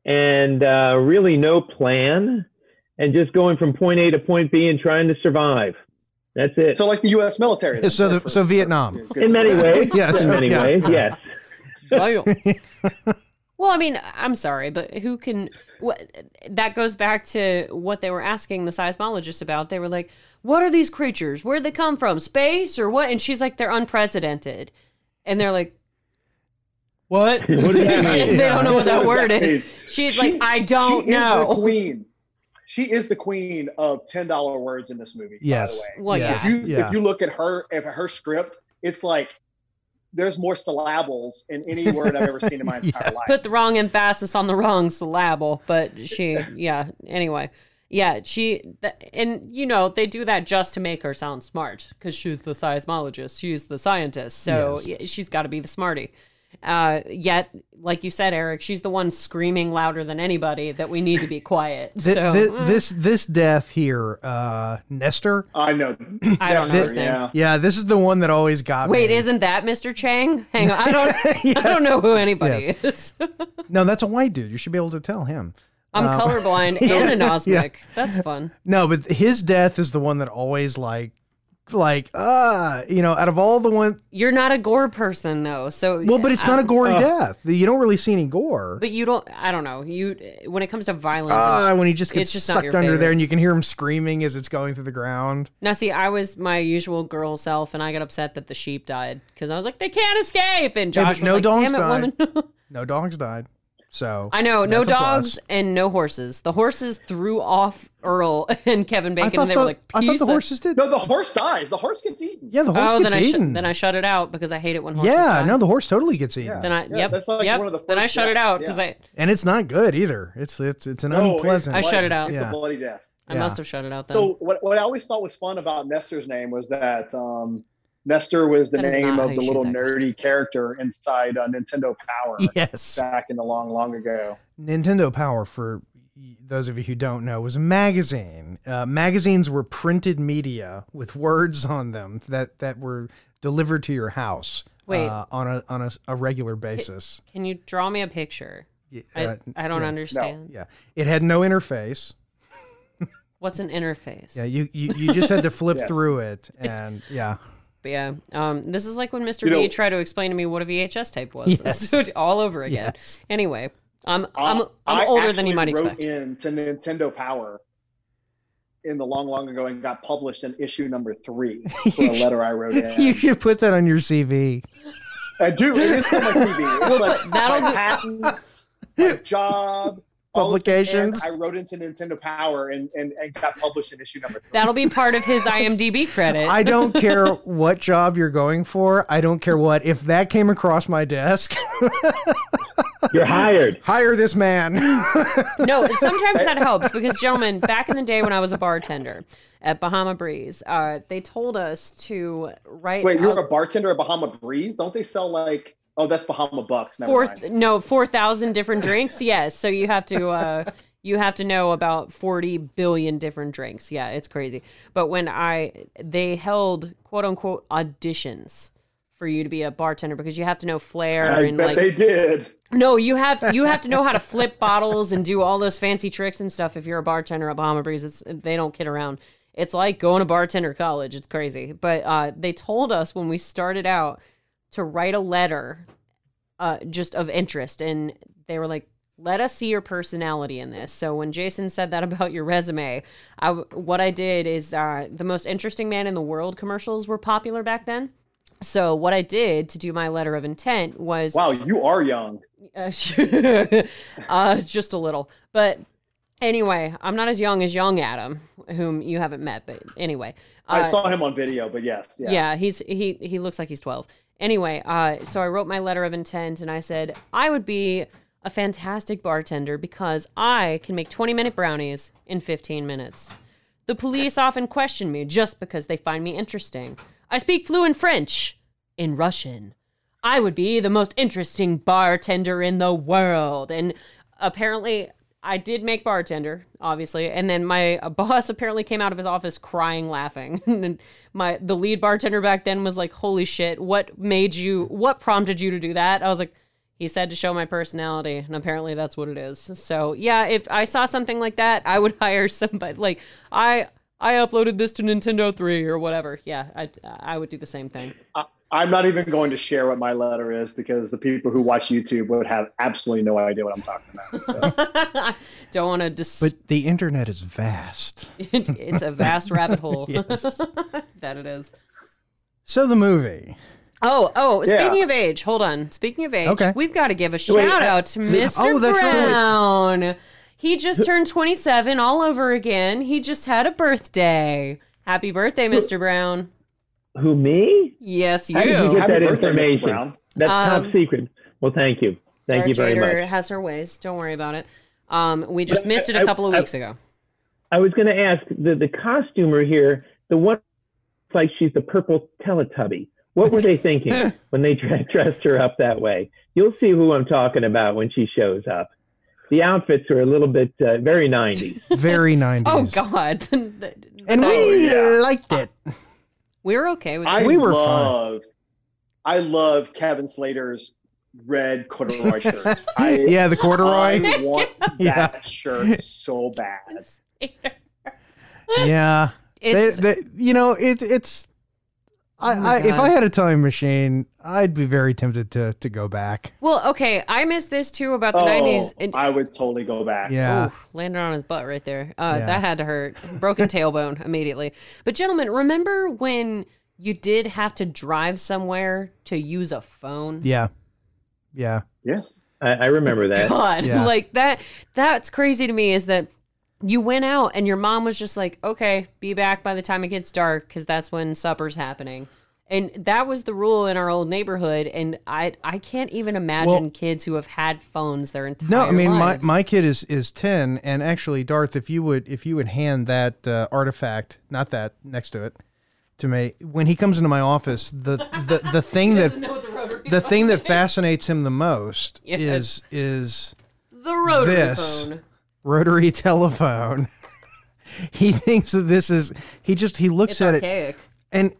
F: and uh, really no plan and just going from point A to point B and trying to survive. That's it.
E: So, like the U.S. military. then,
C: So the- so Vietnam.
E: good
F: in
E: to-
F: many ways.
C: (laughs) Yes.
F: In many
C: Yeah.
F: ways, yes.
B: well, I mean, I'm sorry, but who can? What that goes back to what they were asking the seismologist about. They were like, "What are these creatures? Where'd they come from? Space or what?" And she's like, "They're unprecedented," and they're like, (laughs) "What?"
F: What does that mean?
B: they don't know what that
E: What does
B: word
E: that
B: is.
E: mean?
B: She's
E: She-
B: like, "I don't
E: she Is the
B: know."
E: queen. She is the queen of ten dollar words in this movie.
C: Yes.
E: By the way.
B: Well,
C: Yes.
B: yeah.
E: If you,
C: Yeah.
E: if you look at her at her script, it's like there's more syllables in any word I've
C: (laughs)
E: ever seen in my entire life.
B: put the wrong emphasis on the wrong syllable, but
C: (laughs)
B: she, yeah. Anyway, yeah, she, th- and you know, they do that just to make her sound smart because she's the seismologist, she's the scientist, so y- she's got to be the smarty. Uh, yet, like you said, Eric, she's the one screaming louder than anybody that we need to be quiet.
C: (laughs) Th-
B: so,
C: th-
B: mm,
C: this this death here, uh, Nestor.
E: I know.
B: I don't know his name.
E: Yeah.
C: Yeah, this is the one that always got
B: Wait,
C: me.
B: isn't that Mr. Chang? Hang on, I
C: (laughs)
B: don't, I don't know who anybody is. (laughs)
C: no, that's a white dude. You should be able to tell him.
B: I'm
C: Um, (laughs)
B: colorblind and anosmic. That's fun.
C: No, but his death is the one that always like, like, ah, you know, out of all the one.
B: You're not a gore person though, so
C: Well, but it's not a gory
F: uh.
C: death. You don't really see any gore.
B: But you don't. I don't know. You when it comes to violence.
C: Ah,
B: it's-
C: when he just gets
B: it's just not
C: sucked
B: your
C: under there
B: favorite.
C: and you can hear him screaming as it's going through the ground.
B: now, see, I was my usual girl self, and I got upset that the sheep died because I was like, they can't escape. And
C: Yeah,
B: Josh
C: but no
B: was like,
C: dogs
B: damn it,
C: died.
B: woman. (laughs)
C: No dogs died. So
B: I know, no
C: That's a
B: dogs
C: plus.
B: and no horses. The horses threw off Earl (laughs) and Kevin
C: I
B: Bacon,
C: thought,
B: and they
C: the,
B: were like,
C: I thought
B: "Peace."
C: the horses did.
E: No, the horse dies. The horse gets eaten.
C: Yeah, the horse
B: Oh,
C: gets
B: then I shut
C: eaten.
B: then I shut it out because I hate it when horses.
C: yeah,
B: die.
C: no, the horse totally gets eaten.
E: Yeah.
B: Then I
E: Yeah,
B: yep
E: that's like
B: yep.
E: one of the
B: then I
E: first
B: shut it
E: deaths,
B: out
E: yeah.
B: because I
C: And it's not good either. It's it's it's an
E: No, Oh, it's
C: unpleasant.
B: I
E: bloody-
B: shut it out.
E: It's
C: Yeah.
E: a bloody death.
B: I
C: Yeah.
B: must have shut it out. Then.
E: So what, what I always thought was fun about Nestor's name was that um, Nestor was the
B: That is
E: name
B: not how
E: of
B: you
E: the
B: shoot
E: little
B: that guy.
E: nerdy character inside uh, Nintendo Power
C: (laughs) yes.
E: back in the long, long ago.
C: Nintendo Power, for those of you who don't know, was a magazine. Uh, magazines were printed media with words on them that, that were delivered to your house
B: Wait.
C: Uh, on a on a, s- a regular basis.
B: Can you draw me a picture?
C: Y- uh,
B: I, I don't
C: yeah.
B: understand.
C: Yeah, it had no interface.
B: What's an interface?
C: Yeah, you, you, you just had to flip
E: (laughs) Yes.
C: through it, and
E: (laughs)
C: yeah,
B: But yeah, um, this is like when Mr.
E: You
B: B
E: know-
B: tried to explain to me what a VHS tape was (laughs)
C: Yes.
B: So, all over again.
C: Yes.
B: Anyway, I'm
E: I-
B: I'm
E: Uh, I
B: I'm older than you
E: actually
B: might
E: wrote
B: expect.
E: in to Nintendo Power in the long, long ago and got published in issue number
B: (laughs)
E: three for a letter I
C: (laughs)
E: wrote
C: you
E: in.
C: should put that on your CV.
E: I do. It is on my
B: (laughs)
E: TV. It's like (laughs)
B: that'll
E: my
B: do-
E: patents,
B: (laughs)
E: my job. all this, and
C: Publications.
E: I wrote into Nintendo Power and, and, and got published in issue number three.
B: That'll be part of
E: (laughs)
B: his IMDb credit. (laughs)
C: I don't care what job you're going for. I don't care what. If that came across my desk,
F: You're hired.
C: hire this
B: (laughs)
C: man.
B: no, sometimes that helps because, gentlemen, back in the day when I was a bartender at Bahama Breeze, uh, they told us to write
E: Wait, you're
B: out
E: a bartender at Bahama Breeze? Don't they sell like? Oh, that's Bahama Bucks. Never
B: four
E: mind.
B: no four thousand different drinks. Yes, so you have to. Uh, You have to know about 40 billion different drinks. Yeah, it's crazy. But when I, they held quote unquote auditions for you to be a bartender because you have to know flair
E: I
B: and
E: bet
B: like,
E: they did.
B: no, you have, you have to know how to flip bottles and do all those fancy tricks and stuff. If you're a bartender at Bahama Breeze, it's, they don't kid around. It's like going to bartender college. It's crazy. But uh, they told us when we started out to write a letter uh, just of interest. And they were like, let us see your personality in this. So when Jason said that (laughs) about your resume, I w what I did is uh, the most interesting man in the world commercials were popular back then. So what I did to do my letter of intent was
E: Wow, you are young.
B: uh, (laughs) uh, just a little. But anyway, I'm not as young as young Adam, whom you haven't met. But anyway,
E: I
B: uh,
E: saw him on video, but yes, yeah.
B: yeah. he's he he looks like he's 12. Anyway, uh, so I wrote my letter of intent and I said, I would be a fantastic bartender because I can make 20 minute brownies in 15 minutes. The police often question me just because they find me interesting. I speak fluent French in Russian. I would be the most interesting bartender in the world. And apparently, I did make bartender, obviously. And then my boss (laughs) apparently came out of his office crying, laughing. (laughs) and my the lead bartender back then was like, "Holy shit! What made you? What prompted you to do that?" I was like, "He said to show my personality," and apparently that's what it is. So yeah, if I saw something like that, I would (laughs) hire somebody. Like I. I uploaded this to Nintendo 3 or whatever. Yeah, I, I would do the same thing.
E: I'm not even going to share what my letter is because the people who watch YouTube would have absolutely no idea what I'm talking about. So.
B: Don't want to dis-
G: But the internet is vast.
B: it, (laughs) it's a vast rabbit hole. that it is.
C: So the movie.
B: Oh, oh,
E: Yeah.
B: speaking of age, hold on. Speaking of age,
C: Okay.
B: we've got to give a shout out to Mr.
C: Oh, that's right.
B: Brown. He just turned 27 all over again. He just had a birthday. Happy birthday, Mr. Brown.
F: Who me?
B: Yes,
F: How did you
B: you.
F: get that
E: Happy birthday, Mr.
F: information?
E: Brown.
F: That's
B: Um,
F: top secret. Well, thank you. Thank
B: Our
F: you very
B: trader
F: much.
B: has her ways. Don't worry about it. Um, we just
F: But
B: missed it
F: I-
B: a couple of
F: I-
B: weeks ago.
F: I was going to ask the the costumer here, the one looks like she's the purple Teletubby. What were
B: (laughs)
F: they thinking when they dre- dressed her up that way? You'll see who I'm talking about when she shows up. The outfits were a little bit uh, very 90s.
C: Very 90s.
B: (laughs) Oh, God. (laughs) Oh,
C: And we liked it.
B: we were okay with
E: I
B: it.
C: We were fine.
E: love, I love Kevin Slater's
C: (laughs)
E: red corduroy shirt. I,
C: yeah, the
B: Oh,
C: corduroy.
E: I want that
C: (laughs) Yeah.
E: shirt so bad.
C: yeah. They,
B: It's, Oh,
C: they, you know, it, it's. I,
B: my
C: I, if
B: God.
C: I had a time machine, I'd be very tempted to, to go back.
B: well, okay. I missed this too about the
E: Oh,
B: 90s. It-
E: I would totally go back.
C: Yeah.
B: Oof, landed on his butt right there. Uh,
C: Yeah.
B: That had to hurt. Broken tailbone (laughs) immediately. But, gentlemen, remember when you did have to drive somewhere to use a phone?
C: Yeah. Yeah.
E: Yes.
F: I, I remember
B: (laughs)
F: that.
B: God,
C: Yeah.
B: like that, that's crazy to me is that you went out and your mom was just like, okay, be back by the time it gets dark because that's when supper's happening. And that was the rule in our old neighborhood. And I, I can't even imagine
C: Well-
B: kids who have had phones their entire
C: No, I mean
B: lives. (laughs)
C: my my kid is is ten, and actually, Darth, if you would if you would hand that uh, artifact, not that next to it, to me when he comes into my office, the the the
B: (laughs)
C: thing that
B: the rotary,
C: the thing that fascinates him the most
B: Yes.
C: is is
B: the rotary
C: this.
B: phone.
C: rotary (laughs) telephone. he thinks that this is he just he looks
B: It's
C: at it
B: archaic.
C: and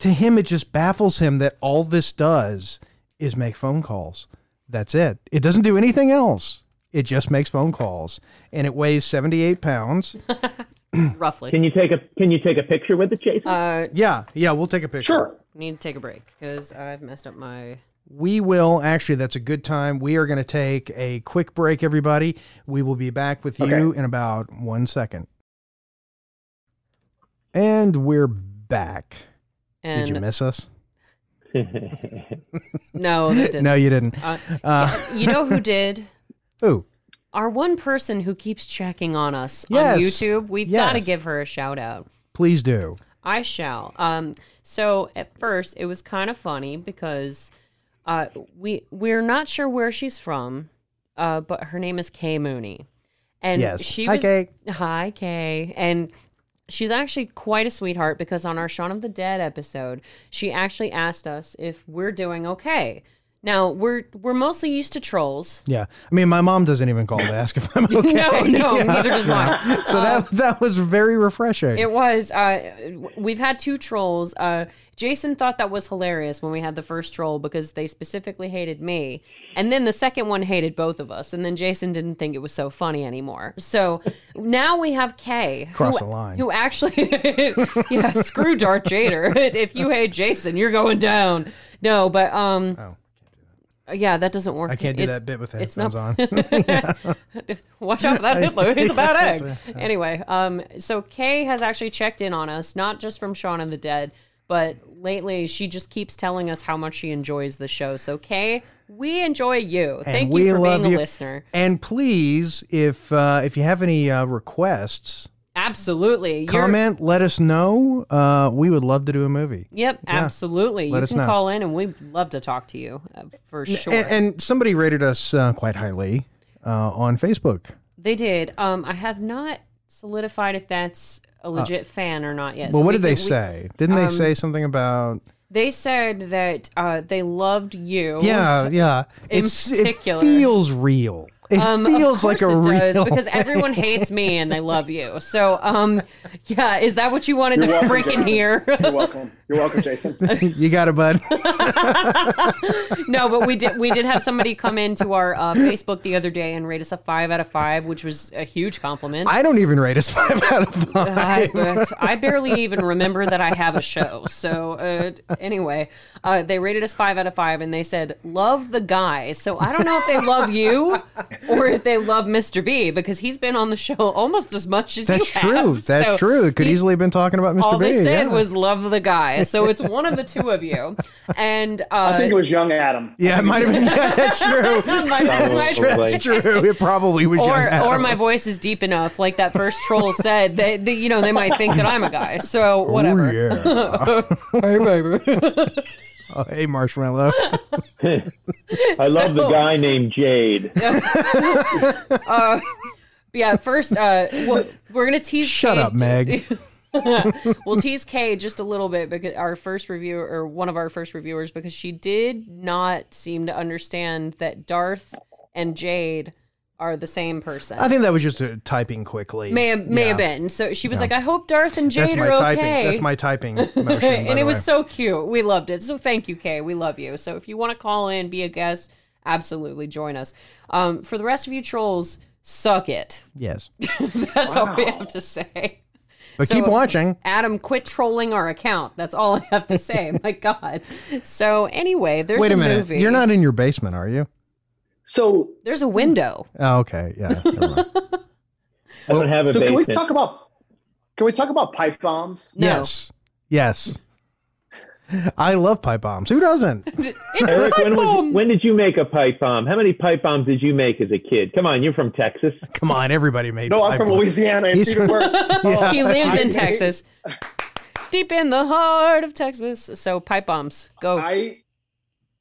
C: to him, it just baffles him that all this does is make phone calls. That's it. It doesn't do anything else. It just makes phone calls, and it weighs seventy-eight pounds. (laughs)
B: roughly.
F: Can you take a Can you take a picture with it, Jason?
B: Uh,
C: yeah, yeah. We'll take a picture.
E: Sure.
B: need to take a break because I've messed up my.
C: We will actually. That's a good time. We are going to take a quick break, everybody. We will be back with you in about one second. And we're back.
B: And
C: Did you miss us?
B: (laughs) no, that
C: (laughs)
B: didn't.
C: No, you didn't.
B: Uh,
C: Uh,
B: you know who did?
C: ooh,
B: Our one person who keeps checking on us
C: Yes.
B: on YouTube. We've got to
C: Yes.
B: give her a shout out.
C: please do.
B: I shall. Um, so at first it was kind of funny because uh, we we're not sure where she's from, uh, but her name is Kay Mooney, and
C: Yes.
B: she
C: Hi,
B: was
C: Kay.
B: hi Kay, and she's actually quite a sweetheart because on our Shaun of the Dead episode, she actually asked us if we're doing okay. Now we're we're mostly used to trolls. (laughs)
C: Yeah, I mean, my mom doesn't even call to ask if I'm okay.
B: No, no,
C: (laughs) Yeah.
B: neither does
C: (laughs)
B: mine.
C: So that that was very refreshing.
B: It was. Uh, w- we've had two trolls. Uh, Jason thought that was hilarious when we had the first troll because they specifically hated me, and then the second one hated both of us, and then Jason didn't think it was so funny anymore. So now we have Kay,
C: Cross
B: who,
C: the line.
B: who actually, (laughs) yeah, screw Darth Jader. (laughs) if you hate Jason, you're going down. No, but um,
C: Oh,
B: yeah, that doesn't work.
C: I can't do
B: It's-
C: that bit with the
B: it's not
C: headphones on.
B: Watch out for
C: (laughs)
B: that Hitler. He's a bad egg. Anyway, um, so Kay has actually checked in on us, not just from Shaun of the Dead, but lately she just keeps telling us how much she enjoys the show. So Kay, we enjoy you. (laughs) Thank
C: we
B: you for
C: love
B: being
C: you.
B: a listener.
C: and please, if uh, if you have any uh, requests
B: Absolutely. You're-
C: Comment, let us know. Uh, we would love to do a movie.
B: Yep, absolutely.
C: let
B: you
C: us
B: can
C: know.
B: call in and we'd love to talk to you uh, for sure.
C: A- And, somebody rated us uh, quite highly uh, on Facebook.
B: They did. Um, I have not solidified if that's a legit fan or not yet. So
C: well, Uh, what
B: we
C: did they
B: can- we- um,
C: say? Didn't they say something about?
B: They said that uh, they loved you.
C: yeah, yeah.
B: in
C: It's
B: particular.
C: it feels real. It
B: Um, of
C: feels like a
B: course it does,
C: (laughs) real
B: because everyone hates me and they love you. So, um, yeah, is that what you wanted to
E: You're welcome,
B: freaking
E: Jason.
B: hear?
E: You're welcome. You're
C: (laughs)
E: welcome, Jason.
C: you got it, bud.
B: (laughs) no, but we did we did have somebody come into our uh, Facebook the other day and rate us a five out of five, which was a huge compliment. Uh,
C: I don't
B: (laughs)
C: even rate us five out of five.
B: I, but I barely even remember that I have a show. So uh, anyway, uh, they rated us five out of five, and they said love the guy. So I don't know if they love you or if they love Mr. B because he's been on the show almost as much as
C: That's
B: you
C: true.
B: have.
C: That's
B: So
C: true. It could
B: he-
C: easily have been talking about Mr.
B: All
C: B.
B: they said
C: yeah.
B: was love the guy. So it's one of the two of you, and uh,
E: I think it was young Adam.
C: yeah, it might have been. Yeah, that's true.
B: (laughs) my- my-
C: That's true. It probably was.
B: (laughs)
C: young
B: or
C: Adam.
B: or my voice is deep enough, like that first troll said. They, they you know they might think that I'm a guy, so whatever. (laughs) Hey, baby.
C: Oh,
B: (laughs)
C: hey, Marshmallow.
F: I love the
B: So-
F: guy named Jade.
B: Yeah, first, uh, we're gonna tease.
C: Shut
B: K-
C: up, Meg.
B: (laughs) We'll tease Kay just a little bit because our first review or one of our first reviewers because she did not seem to understand that Darth and Jade are the same person.
C: I think that was just uh typing quickly.
B: may have, may
C: Yeah.
B: have been. So she was like, "I hope Darth and Jade
C: That's
B: are
C: my typing.
B: okay."
C: That's my typing motion. by
B: (laughs) and it
C: the
B: was
C: way.
B: so cute. We loved it. So thank you, Kay. We love you. So if you want to call in, be a guest, absolutely join us. Um, for the rest of you trolls, suck it. (laughs)
C: yes.
B: That's all we have to say.
C: But
B: So-
C: keep watching.
B: Adam, quit trolling our account. That's all I have to
C: (laughs)
B: say. My God. So anyway, there's
C: Wait a, minute.
B: movie.
C: You're not in your basement, are you?
E: So,
B: There's a
C: (laughs)
B: window.
C: Oh, okay. Yeah.
B: (laughs)
C: never mind.
F: I don't have a
E: so can we
F: basement.
E: talk about can we talk about pipe bombs?
B: No.
C: Yes. Yes. I love pipe bombs. Who doesn't?
B: It's a
F: Eric, when, was,
B: bomb.
F: when did you make a pipe bomb? How many pipe bombs did you make as a kid? Come on, you're from Texas.
C: Come on, everybody made.
E: No, I'm
C: pipe
E: from
C: bombs.
E: Louisiana. It's
C: He's
E: even worse.
C: (laughs)
E: Oh,
B: he lives
E: I
B: in
E: hate-
B: Texas. Deep in the heart of Texas. So pipe bombs. Go.
E: I,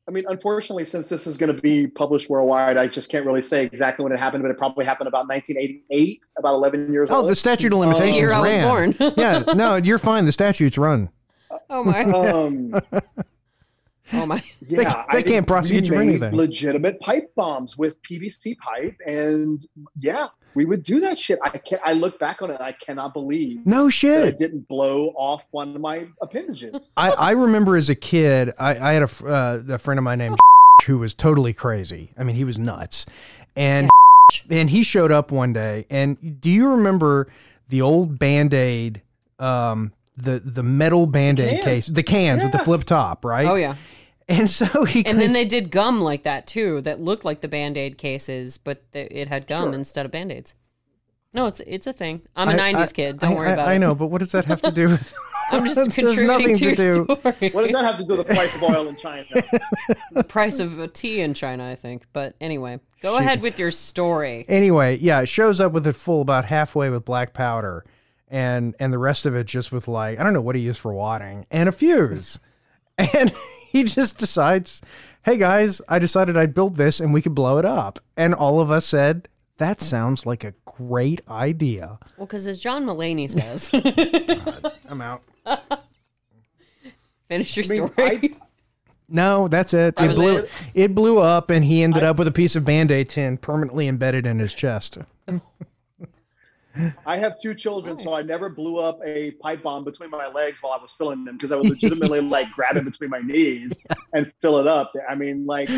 E: I mean, unfortunately, since this is going to be published worldwide, I just can't really say exactly when it happened, but it probably happened about 1988, about 11 years
C: Oh,
E: old.
C: the statute of limitations
B: year I was
C: ran.
B: born.
C: (laughs) yeah. No, you're fine. The statutes run.
B: oh
F: (laughs)
B: my.
E: Um,
B: Oh my.
C: (laughs)
E: yeah,
C: they
E: I
C: can't
E: think
C: prosecute
E: we
C: you for
E: made
C: anything.
E: Legitimate pipe bombs with PVC pipe, and yeah, we would do that shit. I can not I look back on it, and I cannot believe
C: No
E: that I
C: shit.
E: didn't blow off one of my appendages.
C: I, I remember as a kid, I, I had a, fr- uh, a friend of mine named (laughs) who was totally crazy. I mean, he was nuts. And (laughs) and he showed up one day. And do you remember the old band aid, um, the, the metal band aid
E: cans.
C: case, the cans with the
E: Yes.
C: flip top, right?
B: Oh yeah.
C: And so he
B: And then they did gum like that too, that looked like the band aid cases, but th- it had gum instead of band aids. No, it's it's a thing. I'm a
C: I-
B: a '90s
C: I-
B: kid. Don't
C: I-
B: worry
C: I-
B: about
C: I
B: it.
C: know, but what does that have
B: (laughs)
C: to do with?
B: I'm just
C: (laughs) There's
B: contributing
C: nothing
B: to your
C: do.
B: (laughs) story.
E: what does that have to do with the price of oil in China?
B: the price of a tea in China, I think. But anyway, go ahead with your story.
C: Anyway, yeah, it shows up with it full about halfway with black powder, and and the rest of it just with like I don't know what he used for wadding and a (laughs) fuse, and he just decides, hey guys, I decided I'd build this and we could blow it up, and all of us said that sounds like a great idea.
B: Well, because as John Mullaney says, (laughs)
C: I'm out.
B: finish your
E: I
C: (laughs)
E: mean,
B: story.
E: I-
C: No, that's it. It
B: was
C: blew,
B: it.
C: it. blew up, and he ended up with a piece of band aid tin permanently embedded in his chest. (laughs)
E: I have two children, so I never blew up a pipe bomb between my legs while I was filling them because I would legitimately like grab it between my knees and fill it up. I mean, like,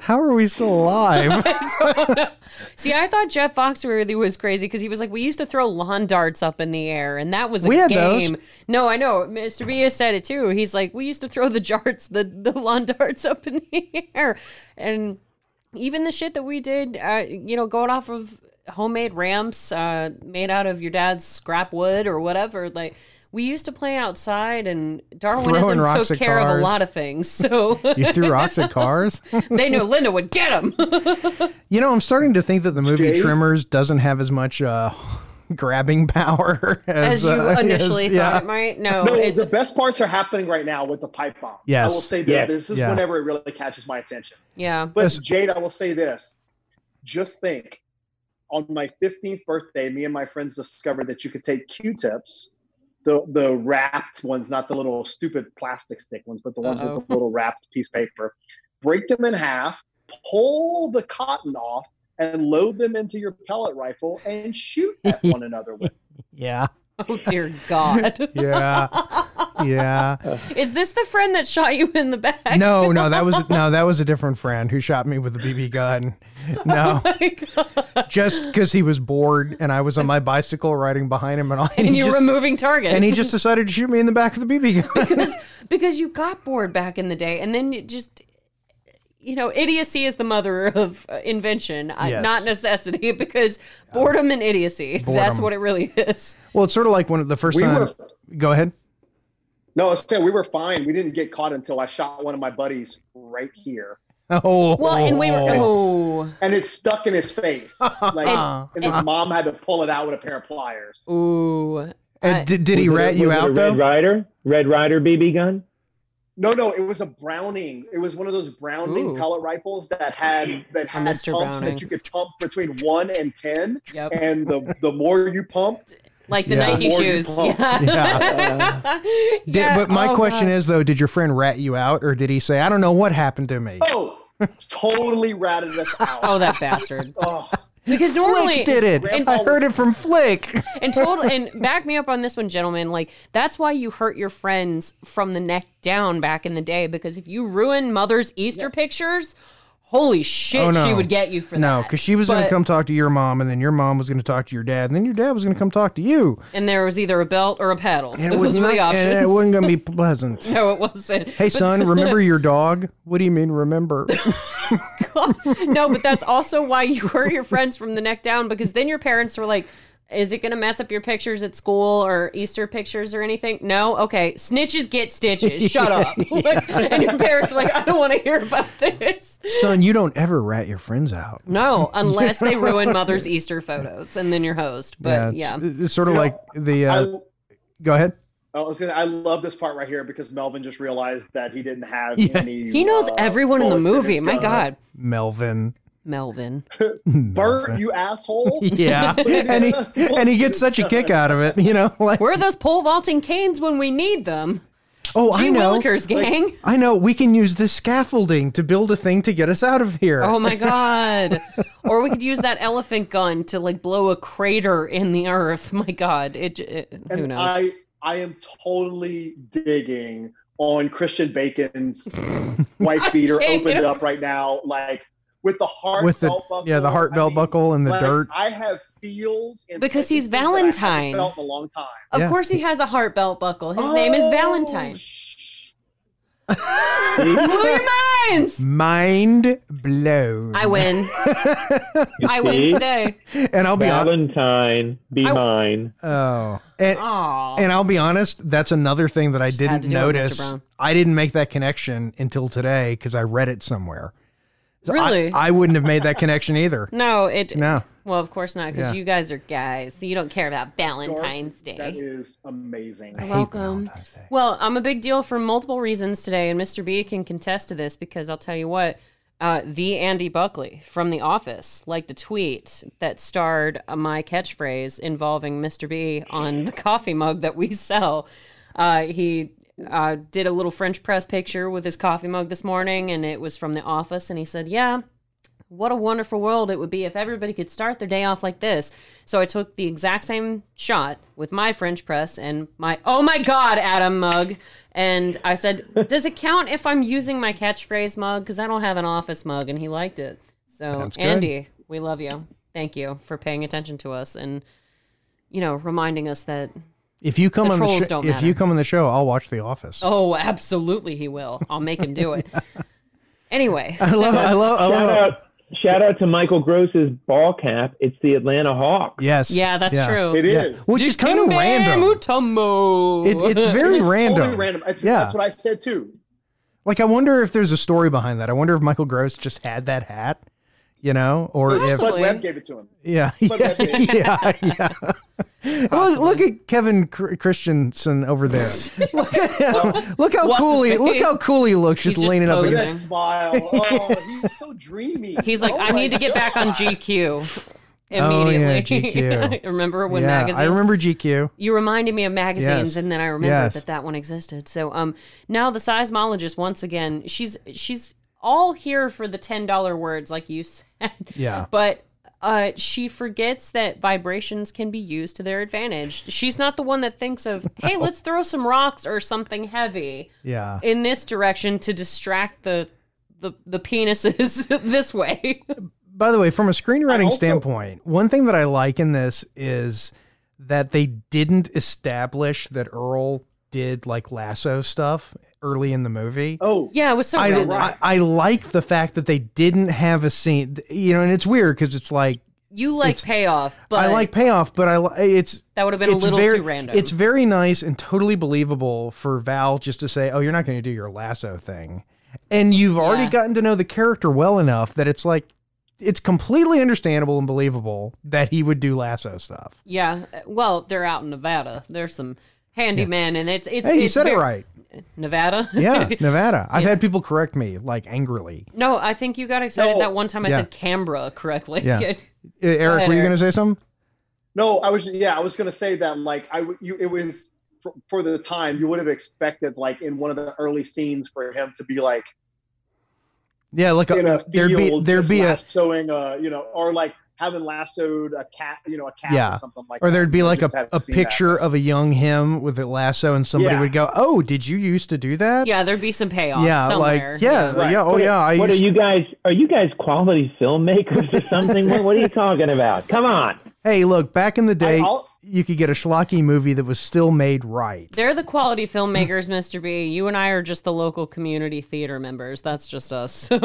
C: How are we
B: (laughs)
C: still alive?
B: See, I thought Jeff Foxworthy was crazy because he was like, we used to throw lawn darts up in the air, and that was a
C: We had those.
B: game. No, I know. Mr. Bia said it too. He's like, we used to throw the jarts, the, the lawn (laughs) darts up in the air. And even the shit that we did, uh, you know, going off of homemade ramps uh, made out of your dad's scrap wood or whatever, like, we used to play outside, and
C: Throwing
B: Darwinism
C: rocks
B: took
C: at
B: care of a
C: cars.
B: lot of things. So (laughs)
C: you threw rocks at cars.
B: they knew Linda would get them.
C: You know, I'm starting to think that the movie
E: Jay?
C: Tremors doesn't have as much uh, (laughs) grabbing power (laughs)
B: as, you
C: uh,
B: initially
C: as-
B: thought
C: yeah.
B: it might. No,
E: No,
B: it's
E: the best parts are happening right now with the pipe bomb.
C: Yes.
E: I will say that
F: Yes.
E: this is
C: Yeah.
E: whenever it really catches my attention.
B: yeah.
E: But
C: Yes.
E: Jade, I will say this. Just think on my 15th birthday, me and my friends discovered that you could take Q-tips, the the wrapped ones, not the little stupid plastic stick ones, but the ones
B: Uh-oh.
E: with the little wrapped piece of paper, break them in half, pull the cotton off, and load them into your pellet rifle and shoot at one another with.
C: Yeah.
B: Oh dear (laughs) God.
C: Yeah. Yeah.
B: Is this the friend that shot you in the back? (laughs) Oh
C: No, no, that was no, that was a different friend who shot me with a BB gun. No,
B: Oh my God.
C: just because he was bored and I was on my bicycle riding behind him and all.
B: And
C: he
B: you
C: just,
B: were moving target.
C: and
B: (laughs)
C: he just decided to shoot me in the back of the BB gun. (laughs)
B: because because you got bored back in the day, and then you just you know idiocy is the mother of uh, invention, uh,
C: Yes.
B: not necessity. (laughs) Because boredom and idiocy—that's
C: Boredom.
B: what it really is.
C: Well, it's sort of like one of the first
E: We
C: time.
E: were
C: Go ahead.
E: No, I was saying we were fine. We didn't get caught until I shot one of my buddies right here.
C: Oh,
B: Well, and we were oh
E: and it's stuck in his
C: (laughs)
E: face. Like,
B: And-
E: and, his mom had to pull it out with a pair of pliers.
B: oh, ooh.
C: And did, did he
F: Was it a-
C: rat you
F: was it a
C: out
F: Red
C: though?
F: Rider, Red Rider BB gun.
E: No, no, it was a Browning. It was one of those Browning
B: Ooh.
E: pellet rifles that had that had pumps
B: Mr. Browning.
E: that you could pump between one and ten,
B: Yep.
E: and the the more you pumped,
B: Like the
C: Yeah.
B: Nike
E: Or you
B: shoes.
E: pump.
B: Yeah. (laughs)
C: Did,
F: Yeah.
C: but my
B: Oh,
C: question is though, did your friend rat you out, or did he say, "I don't know what happened to me"?
E: oh, totally
B: (laughs)
E: ratted us out.
B: Oh, that bastard.
E: Oh,
B: Because normally
C: Flick did it.
E: and-
C: I heard it
B: (laughs)
C: from Flick.
B: and total and back me up on this one, gentlemen. Like that's why you hurt your friends from the neck down back in the day. Because if you ruin mother's Easter pictures, holy shit,
C: Oh, no.
B: she would get you for
C: No,
B: that.
C: because she was going
B: But-
C: to come talk to your mom, and then your mom was going to talk to your dad, and then your dad was going to come talk to you.
B: And there was either a belt or a paddle.
C: And it
B: (laughs)
C: was
B: Those were the
C: not-
B: options.
C: and it wasn't going to be
B: (laughs)
C: pleasant.
B: no, it wasn't. (laughs)
C: Hey, son, remember your dog? What do you mean, remember?
B: no, but that's also why you hurt your friends from the neck down because then your parents were like, is it going to mess up your pictures at school or Easter pictures or anything? No? Okay. Snitches get stitches.
C: (laughs)
B: Shut up. (laughs) Like, and your parents are like, I don't want to hear about this.
C: son, you don't ever rat your friends out.
B: No, unless they ruin mother's Easter photos and then you're host. But yeah.
C: it's, it's sort of
E: You know,
C: like the.
E: I,
C: Uh, go ahead.
E: I was gonna, I love this part right here because Melvin just realized that he didn't have
C: Yeah.
E: any.
B: He knows
E: uh,
B: everyone in the
E: bullets
B: movie.
E: his
B: My
E: gun.
B: God.
C: Melvin.
B: Melvin.
E: Bert, you
B: (laughs)
E: asshole!
C: Yeah. (laughs) and, he, and he gets
E: (laughs)
C: such a kick out of it, you know? Like,
B: Where are those pole vaulting canes when we need them?
C: oh,
B: Gee
C: I know.
B: Willikers, gang.
C: I know. We can use this scaffolding to build a thing to get us out of here.
B: Oh my god. or we could use that elephant gun to like blow a crater in the earth. (laughs) My god. It, j- it- who
E: and
B: knows.
E: I I am totally digging on
C: (laughs)
E: Christian Bacon's wife beater
B: can't
E: opened
B: get
E: up right now, like with the heart
C: With the
E: belt buckle.
C: yeah, the heart
E: I
C: belt
E: mean,
C: buckle and the
E: like,
C: dirt.
E: I have feels and
B: Because he's
E: places that I haven't
B: Valentine.
E: Felt in a long time.
B: of
C: yeah.
B: course he has a heart belt buckle. His name is
E: Oh,
B: Valentine.
E: sh-
B: Blew your minds.
C: (laughs) Mind blown.
B: I
C: (laughs)
B: win. I win
F: see?
B: today.
C: and I'll be honest.
F: Valentine, be
B: I-
F: mine.
C: Oh, and,
B: Aw.
C: and I'll be honest, that's another thing that I
B: had
C: didn't
B: to do it, Mr.
C: notice.
B: Brown.
C: I didn't make that connection until today because I read it somewhere. So I-
B: Really? Mm,
C: I, wouldn't have made that
B: (laughs)
C: connection either.
B: no, it
C: No.
B: Well, of course not, because
C: Yeah.
B: you guys are guys. So you don't care about
E: Dark,
B: Valentine's Day.
E: That is amazing.
C: I hate
B: welcome.
C: Valentine's Day.
B: Well, I'm a big deal for multiple reasons today, and Mr. B can contest to this because I'll tell you what, uh, the Andy Buckley from The Office liked a tweet that starred uh, my catchphrase involving Mr. B on the coffee mug that we sell. Uh, he uh, did a little French press picture with his coffee mug this morning, and it was from The Office, and he said, Yeah, what a wonderful world it would be if everybody could start their day off like this. So I took the exact same shot with my French press and my oh my god Adam mug, and I said, "Does it count if I'm using my catchphrase mug? Because I don't have an office mug." And he liked it. So
C: That's good.
B: Andy, we love you. Thank you for paying attention to us and you know reminding us that
C: If you come
B: the
C: on the
B: trolls
C: show,
B: don't
C: if
B: matter.
C: you come on the show, I'll watch The Office.
B: oh absolutely he will. I'll make him do it. Anyway,
C: (laughs) I love, I love, I
F: Shout
C: love.
F: out, shout out to Michael Gross's ball cap. It's the Atlanta Hawk.
C: Yes.
B: yeah, that's true.
E: It
C: Yeah.
E: is.
C: Which is kind of random.
B: Mutombo. (laughs)
C: It, it's very
E: It's
C: random.
E: Totally random. It's,
C: Yeah.
E: That's what I said too.
C: Like, I wonder if there's a story behind that. I wonder if Michael Gross just had that hat. you know, or
B: Well,
C: if
B: Possibly.
E: Spud Webb gave it to him.
C: yeah,
E: Spud
C: yeah, (laughs)
E: Webb gave it.
C: yeah, yeah. Look, look at Kevin Cr- Christensen over there. look at him. Look how
B: What's
C: cool
B: his
C: he. Look
B: face?
C: how cool he looks,
B: He's
C: just
B: just
C: leaning up
E: Look
B: posing.
E: at
C: against.
B: (laughs)
E: that smile. Oh, he's so dreamy.
B: He's like,
E: Oh
B: I
E: my
B: need to get back on
E: God.
B: GQ
C: Oh,
B: immediately.
C: yeah,
B: (laughs)
C: GQ.
B: remember when
C: yeah,
B: magazines?
C: I remember GQ.
B: You reminded me of magazines,
C: Yes.
B: and then I remembered
C: Yes.
B: that that one existed. So, um, now the seismologist once again, she's she's all here for the ten dollar words, like you said.
C: Yeah.
B: But uh, she forgets that vibrations can be used to their advantage. She's not the one that thinks
C: (laughs)
B: of, hey, let's throw some rocks or something heavy
C: Yeah.
B: in this direction to distract the the, the penises (laughs) this way.
C: By the way, from a screenwriting
E: I also-
C: standpoint, one thing that I like in this is that they didn't establish that Earl did like lasso stuff early in the movie.
E: Oh,
B: yeah, it was so
C: I,
B: random.
C: I, I like the fact that they didn't have a scene, you know, and it's weird because it's like
B: you like payoff, but
C: I like payoff, but I li- it's
B: that would have been a
C: it's
B: little
C: very-
B: too random.
C: It's very nice and totally believable for Val just to say, "Oh, you're not going to do your lasso thing," and you've already
B: Yeah.
C: gotten to know the character well enough that it's like it's completely understandable and believable that he would do lasso stuff.
B: Yeah. uh, Well, they're out in Nevada. There's some handyman, and it's it's.
C: Hey, you
B: it's
C: said it
B: very-
C: right.
B: Nevada. (laughs)
C: Yeah, Nevada. I've had people correct me like angrily.
B: no, I think you got excited
E: No.
B: that one time I
C: Yeah.
B: said Canberra correctly. (laughs)
C: Yeah. Uh, Eric, were you
B: Eric.
C: going to say something?
E: No, I was yeah, I was gonna say that like I would- you it was for, for the time you would have expected like in one of the early scenes for him to be like
C: Yeah, look,
E: in a
C: uh,
E: field
C: there'd be there'd
E: just
C: be a
E: lassoing a you know or like having lassoed a cat you know a cat
C: Yeah.
E: or something like
C: or
E: that.
C: there'd be
E: I
C: like a,
E: just haven't
C: a
E: seen that.
C: picture of a young him with a lasso, and somebody
E: Yeah.
C: would go, "Oh, did you used to do that?"
B: Yeah, there'd be some payoff.
C: yeah,
B: somewhere.
C: like yeah,
E: Right.
C: yeah, oh
E: What-
C: yeah. I
F: What are
C: used-
F: you guys? Are you guys quality filmmakers or something? what, what are you talking about? Come on.
C: hey, look, back in the day,
E: I'll-
C: you could get a schlocky movie that was still made right.
B: They're the quality filmmakers, Mr. B. You and I are just the local community theater members. That's just us. (laughs)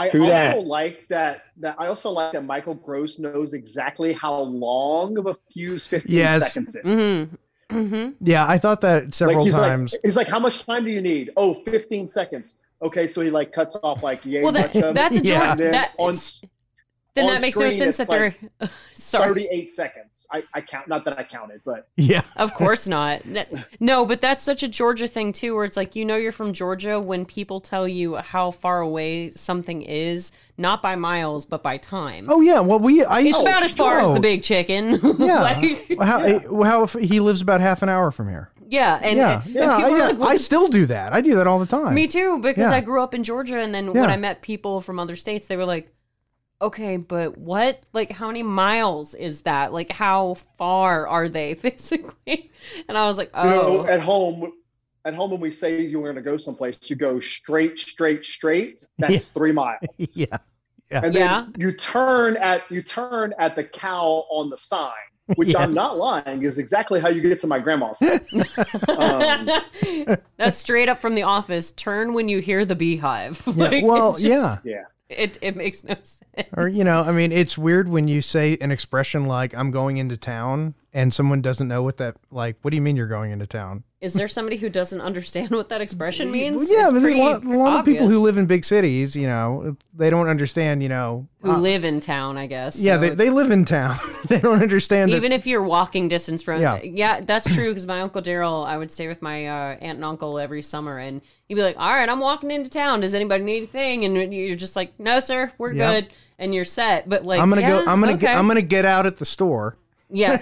B: So
E: Mm-hmm. I
F: True
E: also
F: that.
E: like that that I also like that Michael Gross knows exactly how long of a fuse fifteen
C: Yes.
E: seconds is.
B: Mhm. Mhm.
C: Yeah, I thought that several
E: like he's
C: times.
E: like he's like, how much time do you need? Oh, 15 seconds. Okay, so he like cuts off like yay.
B: Well, that-
E: much of
B: that's
E: it,
B: a joke.
E: and then
B: That-
E: on
B: then
E: On
B: that makes no
E: screen,
B: sense that
E: it's
B: they're. (laughs) Sorry.
E: 38 seconds. I, I count, not that I counted, but
C: yeah,
B: Of course not. That- No, but that's such a Georgia thing too, where it's like you know you're from Georgia when people tell you how far away something is, not by miles but by time.
C: oh yeah. Well, we I
B: it's
C: used
B: about
C: to,
B: as far as
C: Oh,
B: the Big Chicken. (laughs)
C: Yeah,
B: Like-
C: how, eh, how if he lives about half an hour from here.
B: yeah, and,
C: Yeah,
B: and
C: yeah,
B: people are
C: yeah.
B: like, "What
C: I still do that. I do that all the time.
B: Me too, because
C: Yeah.
B: I grew up in Georgia, and then
C: Yeah.
B: when I met people from other states, they were like, "Okay, but what? Like, how many miles is that? Like, how far are they (laughs) physically?" And I was like,
E: you know,
B: "Oh,
E: at home, at home, when we say you were going to go someplace, you go straight, straight, straight. That's
C: Yeah.
E: three miles.
C: (laughs) (laughs) Yeah,
E: And then
B: Yeah.
E: you turn at, you turn at the cow on the sign, which
C: (laughs) Yeah.
E: I'm not lying is exactly how you get to my grandma's. house. um,
B: (laughs) that's straight up from the office. Turn when you hear the beehive." (laughs)
C: Yeah,
B: Like,
C: well,
B: it's just-
C: yeah.
E: yeah.
B: it it makes no
C: (laughs)
B: sense.
C: Or you know, I mean, it's weird when you say an expression like "I'm going into town" and someone doesn't know what that like. What do you mean you're going into town?
B: Is there somebody who doesn't understand what that expression means?
C: Well, yeah,
B: It's
C: but there's a
B: pretty
C: lot, a lot of people
B: obvious.
C: who live in big cities. You know, they don't understand. You know,
B: who
C: uh,
B: live in town, I guess.
C: yeah,
B: so
C: they, they live in town. (laughs) they don't understand that
B: even if you're walking distance from
C: Yeah.
B: yeah, that's true because my uncle daryl i would stay with my uh, aunt and uncle every summer and he'd be like all right i'm walking into town does anybody need anything and you're just like no sir we're
C: Yeah.
B: good and you're set but like
C: I'm gonna go.
B: "Yeah,
C: I'm gonna.
B: okay.
C: Get, I'm gonna get out at the store. (laughs)
B: yeah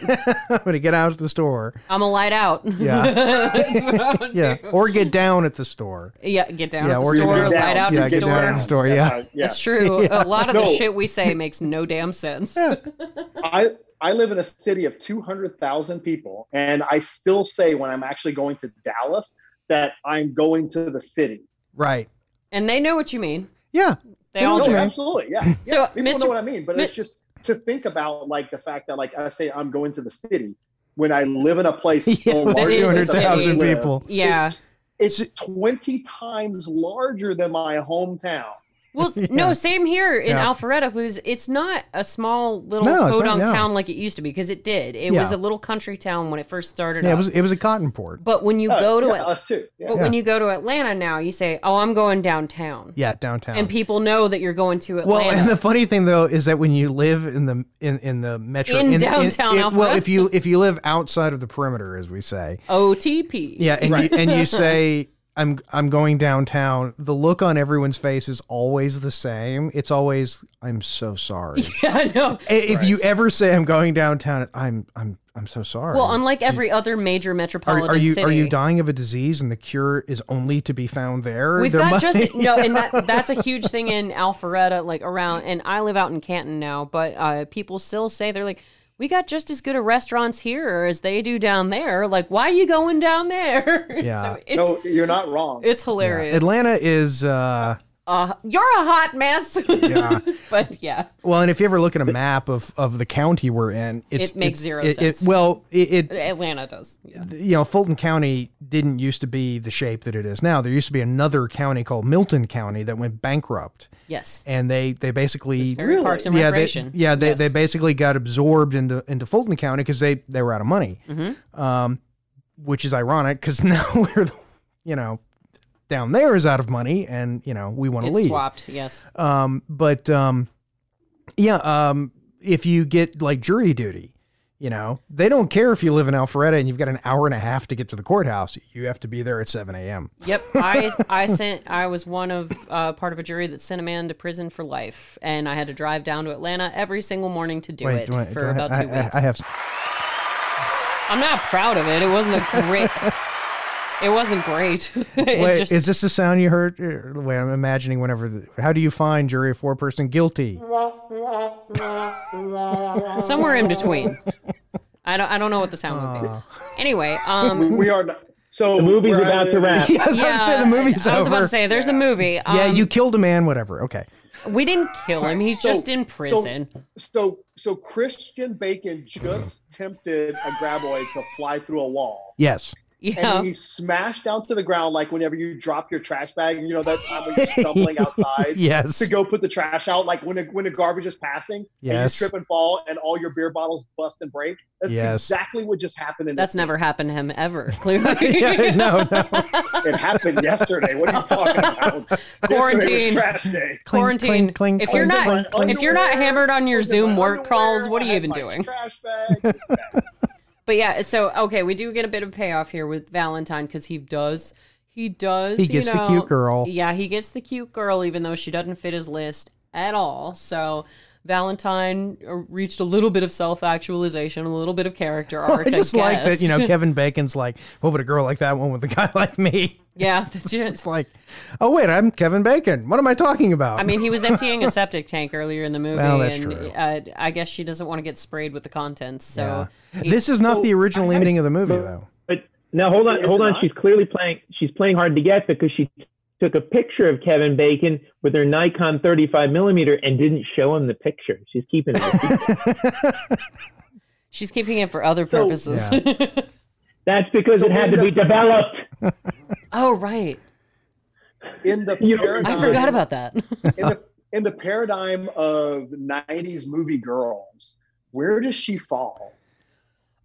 C: I'm gonna get out at the store.
B: (laughs) i'm a light out
C: Yeah.
B: (laughs) That's what I would
C: Yeah,
B: do.
C: or get down at the store.
B: yeah get down
C: Yeah,
B: at the
C: or get
B: store
C: down.
B: light out
C: Yeah,
B: at
C: get
B: the
C: down at the
B: store
C: store.
E: That's
C: yeah.
E: how- yeah.
B: that's true
C: (laughs)
B: a lot of the
E: No.
B: shit we say makes no damn sense
E: I I live in a city of 200,000 people, and I still say when I'm actually going to Dallas that I'm going to the city.
C: Right.
B: and they know what you mean
C: Yeah.
B: they all
E: no,
B: do
E: absolutely, yeah. yeah.
B: (laughs) So,
E: people
B: Mr.
E: know what I mean, but
B: Mi-
E: it's just to think about like the fact that like I say I'm going to the city when I live in a place
B: (laughs)
C: yeah.
E: so
B: That
E: large
B: is
E: as
C: Two
E: I
C: hundred thousand
E: live,
C: people.
B: yeah
E: It's, it's 20 times larger than my hometown.
C: (laughs)
B: Well, th- no, same here in Alpharetta. Who's it's not a small little
C: No, it's not
B: podunk
C: now.
B: town like it used to be because it did. It was
C: Yeah.
B: a little country town when it first started.
C: Yeah, it
B: up.
C: was it was a cotton port.
B: But when you
E: Oh,
B: go to
E: yeah,
B: it,
E: us too. Yeah.
B: but when you go to Atlanta now, you say, "Oh, I'm going downtown,"
C: Yeah, downtown.
B: and people know that you're going to Atlanta.
C: well, and the funny thing though is that when you live in the in, in the metro
B: In downtown
C: it- well,
B: Alpharetta.
C: if you if you live outside of the perimeter, as we say,
B: OTP.
C: yeah, and you, and you say I'm I'm going downtown, the look on everyone's face is always the same. It's always I'm
B: (laughs)
C: so sorry.
B: (laughs) I know.
C: I- if you ever say I'm going downtown, it's, I'm I'm I'm so sorry.
B: Well, unlike every other major
C: are,
B: metropolitan
C: are you
B: city,
C: are you dying of a disease and the cure is only to be found there?
B: We've
C: There
B: got
C: must- (laughs)
B: just no, and that that's a huge thing in Alpharetta, like around. And I live out in Canton now, but uh, people still say they're like, we got just as good a restaurants here as they do down there. Like, why are you going down there? (laughs)
C: Yeah.
B: so it's
E: No, you're not wrong.
B: it's hilarious.
C: Atlanta is uh,
B: uh, you're a hot mess.
C: Yeah.
B: (laughs) but yeah,
C: Well, and if you ever look at a map of, of the county we're in, it's,
B: It makes
C: it's-
B: zero
C: it- it-
B: sense.
C: well, it, it
B: Atlanta does. Yeah.
C: you know Fulton County didn't used to be the shape that it is now. There used to be another county called Milton County that went bankrupt,
B: Yes.
C: and they they basically
B: Very Parks and
C: yeah they,
B: Recreation.
C: yeah they,
B: Yes.
C: they basically got absorbed into into Fulton County because they they were out of money,
B: Mm-hmm.
C: um, which is ironic because (laughs) now we're the, you know down there is out of money and you know we want to
B: It's
C: leave
B: swapped. Yes.
C: um, but um, yeah, um, if you get like jury duty, you know, they don't care if you live in Alpharetta and you've got an hour and a half to get to the courthouse. You have to be there at 7 a.m.
B: Yep, I I sent I was one of uh, part of a jury that sent a man to prison for life, and I had to drive down to Atlanta every single morning to do it
C: do I-
B: for
C: do I-
B: about
C: I,
B: two
C: I-
B: weeks.
C: I
B: I,
C: have.
B: am not proud of it. It wasn't a great. it wasn't great. (laughs) it
C: Wait,
B: just,
C: is this the sound you heard? Uh, The way I'm imagining whenever. The, how do you find jury of four person
E: (laughs)
C: guilty? (laughs)
B: somewhere in between? I don't I don't know what the sound would be. Anyway, um,
E: we are not. So
F: The movie's
E: where I
F: about to
E: live-
C: (laughs)
F: wrap.
C: I was about
B: yeah,
C: to say the movie's
B: I, was about
C: over.
B: to say there's a movie. Um,
C: yeah, you killed a man. Whatever. Okay.
B: We didn't kill him. He's
E: So-
B: just in prison. (laughs)
E: So so Christian Bacon just tempted a graboid to fly through a wall.
C: Yes.
B: yeah.
E: And he smashed down to the ground like whenever you drop your trash bag, and you know that time when
B: (laughs)
E: you're stumbling outside
C: Yes.
E: (laughs) to go put the trash out, like when a, when the garbage is passing, and you
C: Yes.
E: trip and fall, and all your beer bottles bust and break. That's
C: Yes.
E: exactly what just happened. In
B: That's
E: this
B: never happened to him ever. (laughs) Clearly,
C: (laughs) Yeah, (laughs) no, no.
E: It happened yesterday. What are
B: (laughs)
E: you talking about? Yesterday
B: Quarantine.
E: was trash day.
C: Cling,
B: quarantine.
C: cling, cling,
B: if you're
C: cling,
B: not
C: cling, cling.
B: if you're not hammered on your
E: Look at
B: Zoom
E: my
B: work
E: underwear,
B: calls, what are
E: I
B: you
E: had
B: even
E: my
B: doing?
E: Trash
B: (laughs)
E: bag.
B: But yeah, so okay, we do get a bit of payoff here with Valentine because he does. He does.
C: He
B: you
C: gets the
B: know-
C: cute girl.
B: Yeah, he gets the cute girl, even though she doesn't fit his list at all. So Valentine uh, reached a little bit of self actualization, a little bit of
C: (laughs)
B: character arc.
C: I just like that, you
B: guess.
C: know, Kevin Bacon's like, what would a girl like that want with a guy (laughs) like me?
B: yeah, (laughs) that's it.
C: It's like, oh, wait, I'm Kevin Bacon. What am I talking about?
B: I mean, he was emptying
C: (laughs)
B: a septic tank earlier in the movie,
C: Well, that's
B: and
C: true.
B: Uh, I guess she doesn't want to get sprayed with the contents. So
C: this is not the original ending of the movie, though.
F: But now hold on,
E: Is it
F: hold on.
E: not?
F: She's clearly playing. She's playing hard to get because she took a picture of Kevin Bacon with her Nikon 35 millimeter and didn't show him the picture. She's keeping it. a secret.
B: she's keeping it for other
E: So-
B: purposes.
F: That's because
E: So
F: it had
E: we
F: to be
E: end up-
F: developed.
B: (laughs) oh right,
E: In the
F: You- I
E: paradigm,
B: I forgot about that.
E: in the, in the paradigm of '90s movie girls, where does she fall?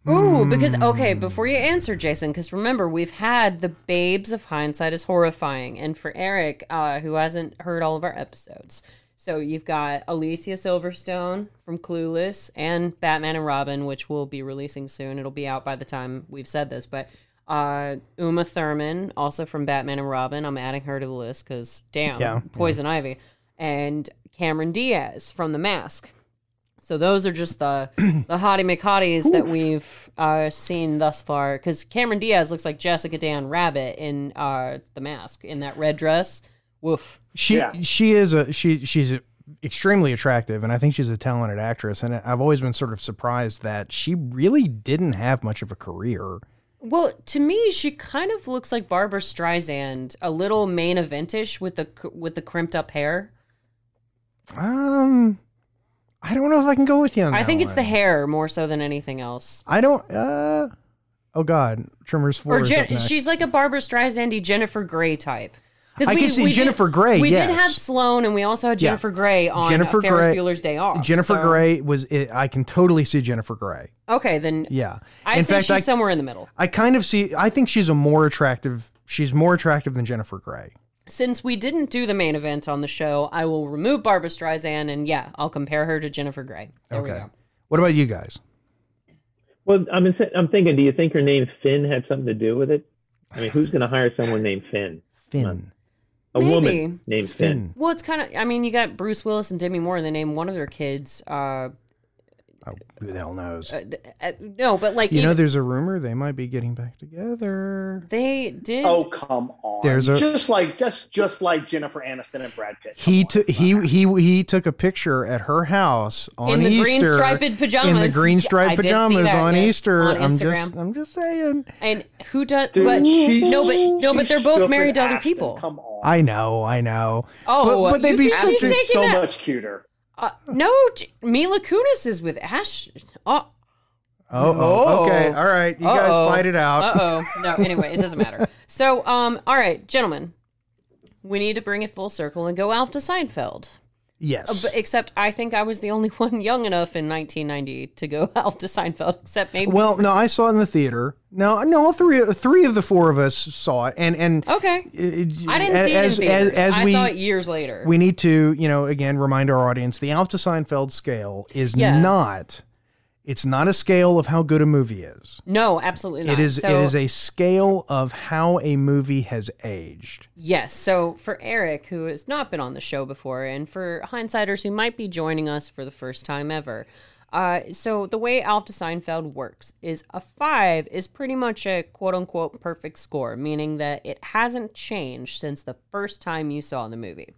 B: Ooh, because okay, before you answer, Jason, because remember we've had the babes of hindsight is horrifying, and for Eric, uh, who hasn't heard all of our episodes, so you've got Alicia Silverstone from Clueless and Batman and Robin, which we'll be releasing soon. It'll be out by the time we've said this, but uh, Uma Thurman, also from Batman and Robin, I'm adding her to the list because damn,
C: Yeah,
B: Poison Ivy, and Cameron Diaz from The Mask. So those are just the (clears throat) the hottie McHotties that we've uh, seen thus far. Because Cameron Diaz looks like Jessica Dan Rabbit in uh, The Mask in that red dress. Woof.
C: She
E: Yeah.
C: she is a she she's extremely attractive, and I think she's a talented actress. And I've always been sort of surprised that she really didn't have much of a career.
B: Well, to me, she kind of looks like Barbara Streisand, a little main eventish with the with the crimped up hair.
C: Um, I don't know if I can go with you on that.
B: I think it's
C: one.
B: the hair more so than anything else.
C: I don't. Uh, oh God, Tremors Four.
B: Or
C: is up
B: Jen-
C: next.
B: she's like a Barbara Streisandy Jennifer Grey type. 'Cause
C: I
B: we-
C: can see
B: we did-
C: Jennifer Grey.
B: We
C: yes.
B: did have Sloan, and we also had
C: Yeah.
B: Jennifer Grey on Jennifer
C: Jennifer
B: Ferris
C: Grey-
B: Bueller's Day Off.
C: Jennifer
B: so-
C: Grey was. I can totally see Jennifer Grey.
B: Okay, then
C: Yeah.
B: I'd
C: In
B: say
C: fact,
B: she's
C: I-
B: somewhere in the middle.
C: I kind of see. I think she's a more attractive. She's more attractive than Jennifer Grey.
B: Since we didn't do the main event on the show, I will remove Barbara Streisand, and yeah, I'll compare her to Jennifer Grey. There we
C: Okay.
B: go.
C: What about you guys?
F: Well, I'm in, I'm thinking, do you think her name Finn had something to do with it? I mean, who's going to hire someone named Finn?
C: Finn.
F: A
B: Maybe.
F: woman named Finn.
C: Finn.
B: Well, it's kind of. I mean, you got Bruce Willis and Demi Moore, and they named one of their kids. Uh,
C: Oh, who the hell knows?
B: uh, th- uh, no, but like
C: You know,
B: even-
C: there's a rumor they might be getting back together.
B: they did.
E: Oh come on!
C: There's a-
E: just like just just like Jennifer Aniston and Brad Pitt. Come
C: He
E: on.
C: took he he he took a picture at her house on
B: In the
C: Easter
B: green striped
C: in
B: pajamas.
C: the green striped
B: I did see
C: pajamas
B: that,
C: on
B: yes,
C: Easter.
B: on
C: I'm just
B: Instagram.
C: I'm just saying.
B: and who does?
E: Dude,
B: but
E: she's-
B: no, but no, but
E: she's
B: they're both
E: filthy
B: married to other
E: Ashton.
B: people.
E: Come on,
C: I know, I know.
B: Oh,
C: but, but they'd
B: you
C: be
B: think she's
C: such a,
B: taking
E: Ashton's so
B: that-
E: much cuter.
B: Uh, no, J- Mila Kunis is with Ash. Oh,
C: oh,
B: No.
C: oh, okay, all right. You guys
B: Uh-oh.
C: fight it
B: Uh
C: out. (laughs)
B: oh. No, anyway, it doesn't matter. So, um, all right, gentlemen, we need to bring it full circle and go out to Seinfeld. Uh,
C: Yes.
B: but- Except I think I was the only (laughs) one young enough in 1990 to go (laughs) out to Seinfeld. Except maybe.
C: well, no, I saw it in the theater. No, no, all three three of the four of us saw it, and and
B: okay.
C: it-
B: Oh, I didn't see it in theaters. I
C: we
B: saw it years later.
C: we need to you know again remind our audience the Alf to Seinfeld scale is
B: Yeah.
C: not. It's not a scale of how good a movie is.
B: no, absolutely not.
C: It is
B: So-
C: it is a scale of how a movie has aged.
B: Yes. So for Eric, who has not been on the show before, and for hindsighters who might be joining us for the first time ever, uh, so the way Alf to Seinfeld works is a five is pretty much a quote unquote perfect score, meaning that it hasn't changed since the first time you saw the movie.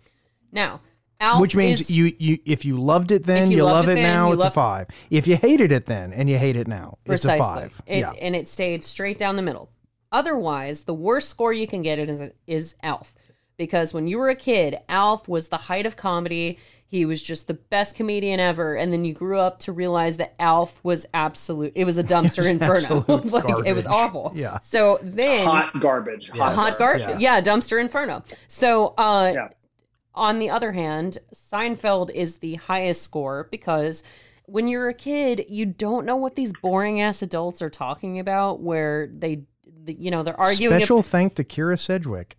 B: Now, Alf
C: Which means
B: is-
C: you, you if you loved it then,
B: you
C: you,
B: loved
C: love
B: it
C: it,
B: then,
C: now,
B: you
C: it's
B: love-
C: a five. If you hated it then and you hate it now,
B: precisely
C: it's a five.
B: It,
C: yeah.
B: and it stayed straight down the middle. Otherwise, the worst score you can get it is is Alf, because when you were a kid, Alf was the height of comedy. He was just the best comedian ever, and then you grew up to realize that Alf was absolute.
C: (laughs)
B: It was a dumpster inferno. (laughs)
C: absolute
B: like, it was
C: garbage.
B: awful.
C: Yeah.
B: So then
E: Hot garbage. Hot,
B: hot garbage. Yeah. dumpster inferno. So, uh,
E: Yeah.
B: on the other hand, Seinfeld is the highest score because when you're a kid, you don't know what these boring ass adults are talking about. Where they, the, you know, they're arguing.
C: Special thank to Kira Sedgwick.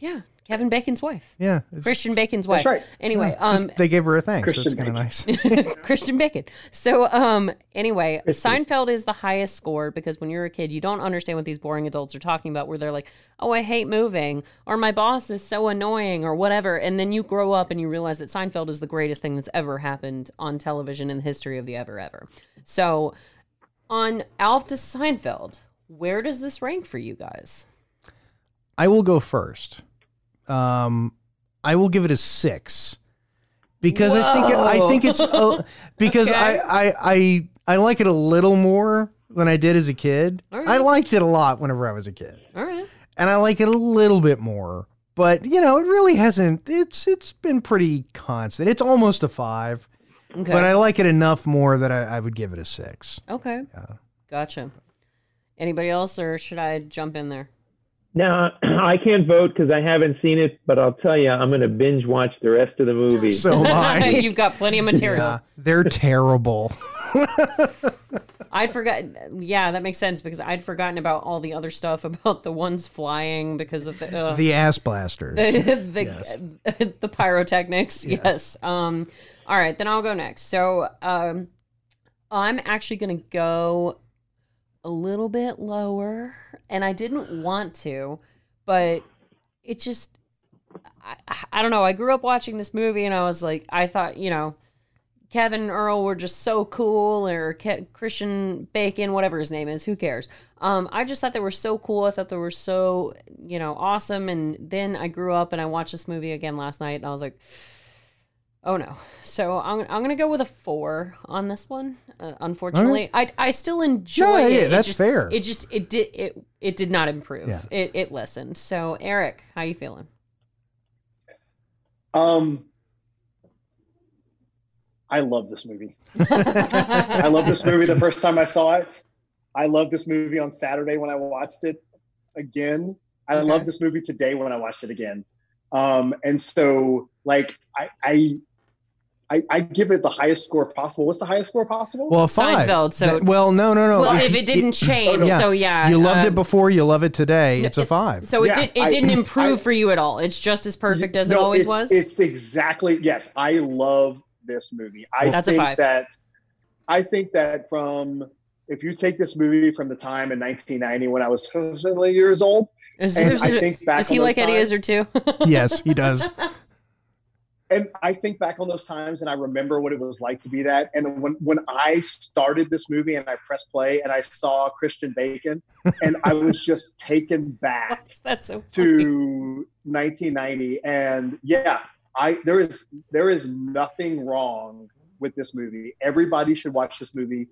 B: yeah, Kevin Bacon's wife,
C: Yeah. it's-
B: Christian Bacon's wife.
E: That's right.
B: Anyway,
C: just-
B: um,
C: they gave her a thanks.
E: Christian
C: That's kind of
E: Bacon.
C: nice. (laughs)
B: (laughs) Christian Bacon. So, um, anyway, Seinfeld is the highest score because when you're a kid, you don't understand what these boring adults are talking about, where they're like, oh, I hate moving, or my boss is so annoying, or whatever. And then you grow up and you realize that Seinfeld is the greatest thing that's ever happened on television in the history of the ever, ever. So, on Alf to Seinfeld, where does this rank for you guys?
C: I will go first. Um, I will give it a six because I think it, I think
B: (laughs)
C: it's uh, because I, I I I like it a little more than I did as a kid.
B: All right.
C: I liked it a lot whenever I was a kid,
B: All right.
C: and I like it a little bit more. But you know, it really hasn't. It's it's been pretty constant. It's almost a five,
B: Okay.
C: but I like it enough more that I, I would give it a six.
B: okay. Gotcha. Anybody else, or should I jump in there?
F: Now, (clears throat) I can't vote because I haven't seen it, but I'll tell you, I'm going to binge watch the rest of the movie.
B: (laughs)
C: So am I.
B: You've got plenty of material.
C: Yeah, they're terrible.
B: I'd forgotten. Yeah, that makes sense because I'd forgotten about all the other stuff about the ones flying because of the (laughs) uh, the
C: The ass
B: (laughs)
C: blasters.
B: the, (laughs) the pyrotechnics. Yes. Um. All right, then I'll go next. So, um, I'm actually gonna go a little bit lower, and I didn't want to, but it just. I, I don't know. I grew up watching this movie and I was like, I thought, you know, Kevin and Earl were just so cool, or Ke- Christian Bacon, whatever his name is, who cares? Um, I just thought they were so cool. I thought they were so, you know, awesome. And then I grew up and I watched this movie again last night, and I was like, oh no. So I'm, I'm gonna go with a four on this one. Uh, unfortunately, I I still enjoy
C: No, yeah,
B: it. It
C: that's
B: just-
C: fair.
B: It just it did it it did not improve. It it lessened. So Eric, how you feeling?
E: Um, I love this movie. I love this movie the first time I saw it. I loved this movie on Saturday when I watched it again. I love this movie today when I watched it again. Um, and so like I, I I I give it the highest score possible. What's the highest score possible?
C: Well, five.
B: Seinfeld, so-
C: That- well, no, no, no.
B: well, if it didn't change,
C: yeah.
B: so yeah,
C: Oh, you loved
B: uh,
C: it before, you love
B: (laughs)
C: it today. It's a
B: it-
C: five.
B: So it
E: Yeah,
B: did. It
E: I-
B: didn't improve
E: I-
B: for you at all. It's just as perfect as it
E: No,
B: always
E: it's-
B: was.
E: It's exactly yes. I love this movie. I
B: That's a
E: think
B: five.
E: that I think that from if you take this movie from the time in 1990 when I was certainly years old,
B: Is,
E: and
B: is-
E: I think back
B: is he
E: on those
B: like Eddie
E: times-
B: Izzard too?
C: (laughs) yes, he does.
E: and I think back on those times and I remember what it was like to be that. And when, when I started this movie and I pressed play and I saw Christian Bacon and I was just taken back
B: (laughs) That's so funny.
E: to 1990. And yeah, I, there is, there is nothing wrong with this movie. Everybody should watch this movie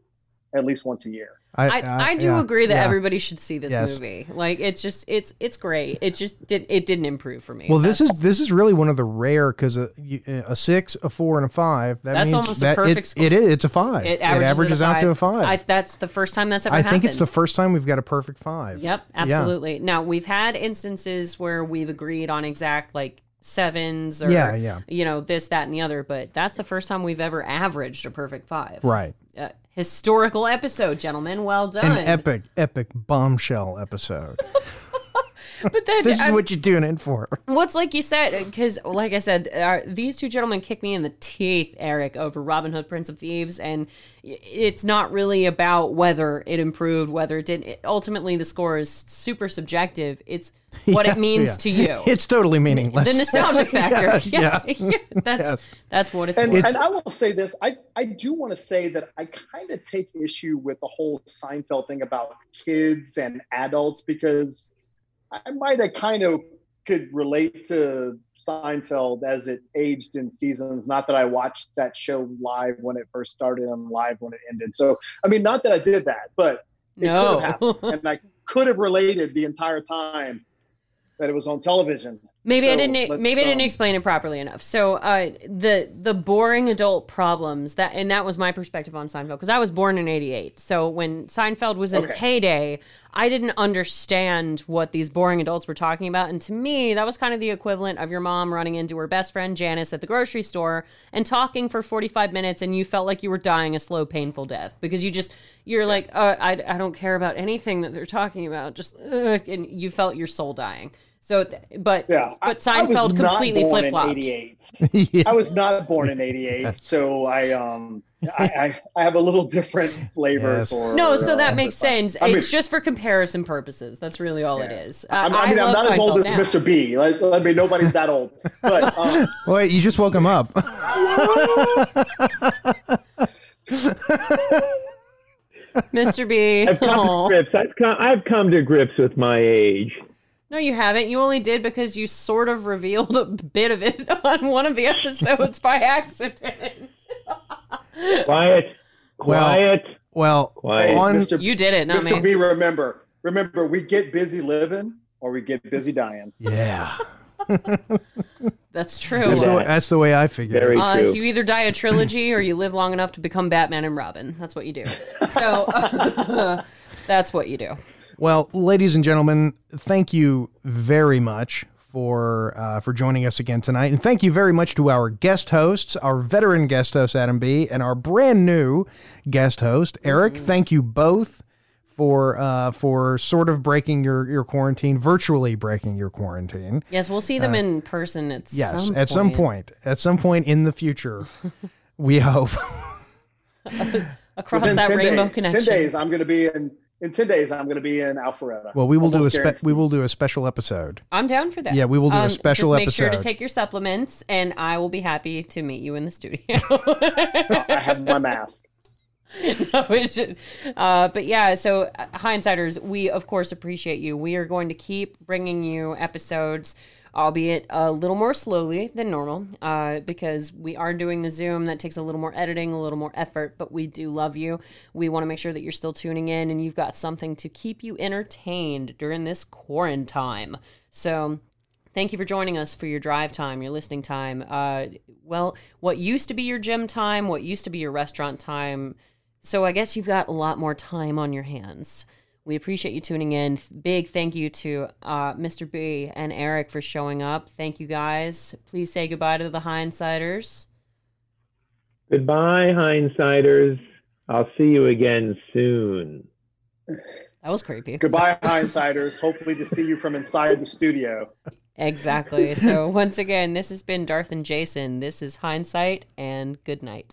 E: at least once a year.
B: I, I do
C: uh, yeah,
B: agree that
C: yeah.
B: everybody should see this
C: Yes.
B: movie. Like it's just it's it's great. It just did it didn't improve for me.
C: Well, this
B: That's-
C: is this is really one of the rare because a, you- a six, a four, and a five. That
B: That's
C: means
B: almost a
C: that
B: perfect
C: it's,
B: score.
C: It is. It's a five.
B: it averages, at a
C: out to a five.
B: I, that's the first time that's ever
C: I
B: happened.
C: think it's the first time we've got a perfect five.
B: Yep, absolutely. Now we've had instances where we've agreed on exact like sevens or
C: Yeah, yeah.
B: you know this that and the other, but that's the first time we've ever averaged a perfect five.
C: Right.
B: Uh, historical episode, gentlemen. Well done.
C: An epic, epic
B: (laughs)
C: bombshell episode.
B: but then
C: this
B: I-
C: is what you're tuning in for.
B: What's like you said, because like I said, uh, these two gentlemen kick me in the teeth, Eric, over Robin Hood, Prince of Thieves, and y- it's not really about whether it improved, whether it did. It, ultimately, the score is super subjective. It's what
C: (laughs) Yeah,
B: it means
C: yeah.
B: to you,
C: It's totally meaningless.
B: the
C: (laughs)
B: nostalgic factor.
C: yeah,
B: yeah, (laughs) that's that's what it's.
E: And,
B: worth.
E: and I will say this, I, I do want to say that I kind of take issue with the whole Seinfeld thing about kids and adults because I might have kind of could relate to Seinfeld as it aged in seasons. Not that I watched that show live when it first started and live when it ended. So I mean, not that I did that, but it could have
B: no,
E: happened, and I could have related the entire time that it was on television.
B: Maybe I
E: So
B: didn't. e-,
E: let's,
B: Maybe I didn't
E: um,
B: explain it properly enough. So uh, the the boring adult problems that and that was my perspective on Seinfeld because I was born in '88. So when Seinfeld was in its
E: Okay.
B: heyday, I didn't understand what these boring adults were talking about, and to me, that was kind of the equivalent of your mom running into her best friend Janice at the grocery store and talking for 45 minutes, and you felt like you were dying a slow, painful death because you just you're like, uh, I I don't care about anything that they're talking about, just uh, and you felt your soul dying. So, th- but
E: Yeah, I-
B: but
E: I was
B: Seinfeld
E: not
B: completely
E: born
B: flip
E: in
B: flopped.
E: 88.
C: (laughs) Yeah.
E: I was not born in '88, so I um I, I, I have a little different flavor
C: Yes.
E: for.
B: No, so
E: uh,
B: that makes
E: for Seinfeld.
B: sense.
E: I mean-
B: it's just for comparison purposes. That's really all it is. Uh,
E: I'm, I mean, I am
B: love
E: not as old
B: Seinfeld
E: as
B: now. (laughs)
E: Mr. B. Like, I mean, nobody's that old. But
C: (laughs)
E: um,
C: Wait, you just woke him up. (laughs)
B: Mr.
E: (laughs)
B: B. Oh. Aw.
F: I've come to grips. I've come, I've come to grips with my age.
B: No, you haven't. You only did because you sort of revealed a bit of it (laughs) on one of the episodes by accident.
F: Quiet,
C: (laughs) Well-
F: quiet.
C: well,
F: Why?
E: hey,
C: on
E: Mr.
B: You did it, not
E: Mr.
B: me.
E: B, remember, remember, we get busy living or we get busy dying.
C: yeah,
B: That's true.
C: that's the, way, that's the way I figured.
F: Very
C: it.
B: Uh,
F: true.
B: you either die a trilogy or you live long enough to become Batman and Robin. That's what you do. So (laughs) that's what you do.
C: Well, ladies and gentlemen, thank you very much for uh, for joining us again tonight, and thank you very much to our guest hosts, our veteran guest host Adam B, and our brand new guest host Eric. Thank you both for uh, for sort of breaking your your quarantine, virtually breaking your quarantine.
B: Yes, we'll see them in person at
C: Uh, Yes,
B: some
C: at some point, at some point in the future, we hope.
B: across
E: Within
B: that
E: 10
B: rainbow
E: days,
B: connection.
E: Ten days, I'm going to be in. In ten days, I'm going to be in Alpharetta.
C: Well, we will do a
E: Almost
C: spe-
E: guaranteed.
C: we will do a special episode.
B: I'm down for that. Um,
C: Yeah, we will do a special
B: just make sure to
C: episode.
B: take your supplements, and I will be happy to meet you in the studio.
E: I have my mask.
B: (laughs) Which, uh, but yeah, so uh, hindsiders, we of course appreciate you. We are going to keep bringing you episodes, albeit a little more slowly than normal, uh, because we are doing the Zoom. That takes a little more editing, a little more effort, but we do love you. We want to make sure that you're still tuning in and you've got something to keep you entertained during this quarantine. So Thank you for joining us for your drive time, your listening time. Uh, well, what used to be your gym time, what used to be your restaurant time. So I guess you've got a lot more time on your hands. We appreciate you tuning in. Th- Big thank you to uh, Mr. B and Eric for showing up. Thank you guys. Please say goodbye to the hindsiders.
F: Goodbye, hindsiders. I'll see you again soon.
B: That was creepy.
E: Goodbye, hindsiders. Hopefully, to see you from inside the studio.
B: (laughs) Exactly. So once again, this has been Darth and Jason. This is hindsight and good night.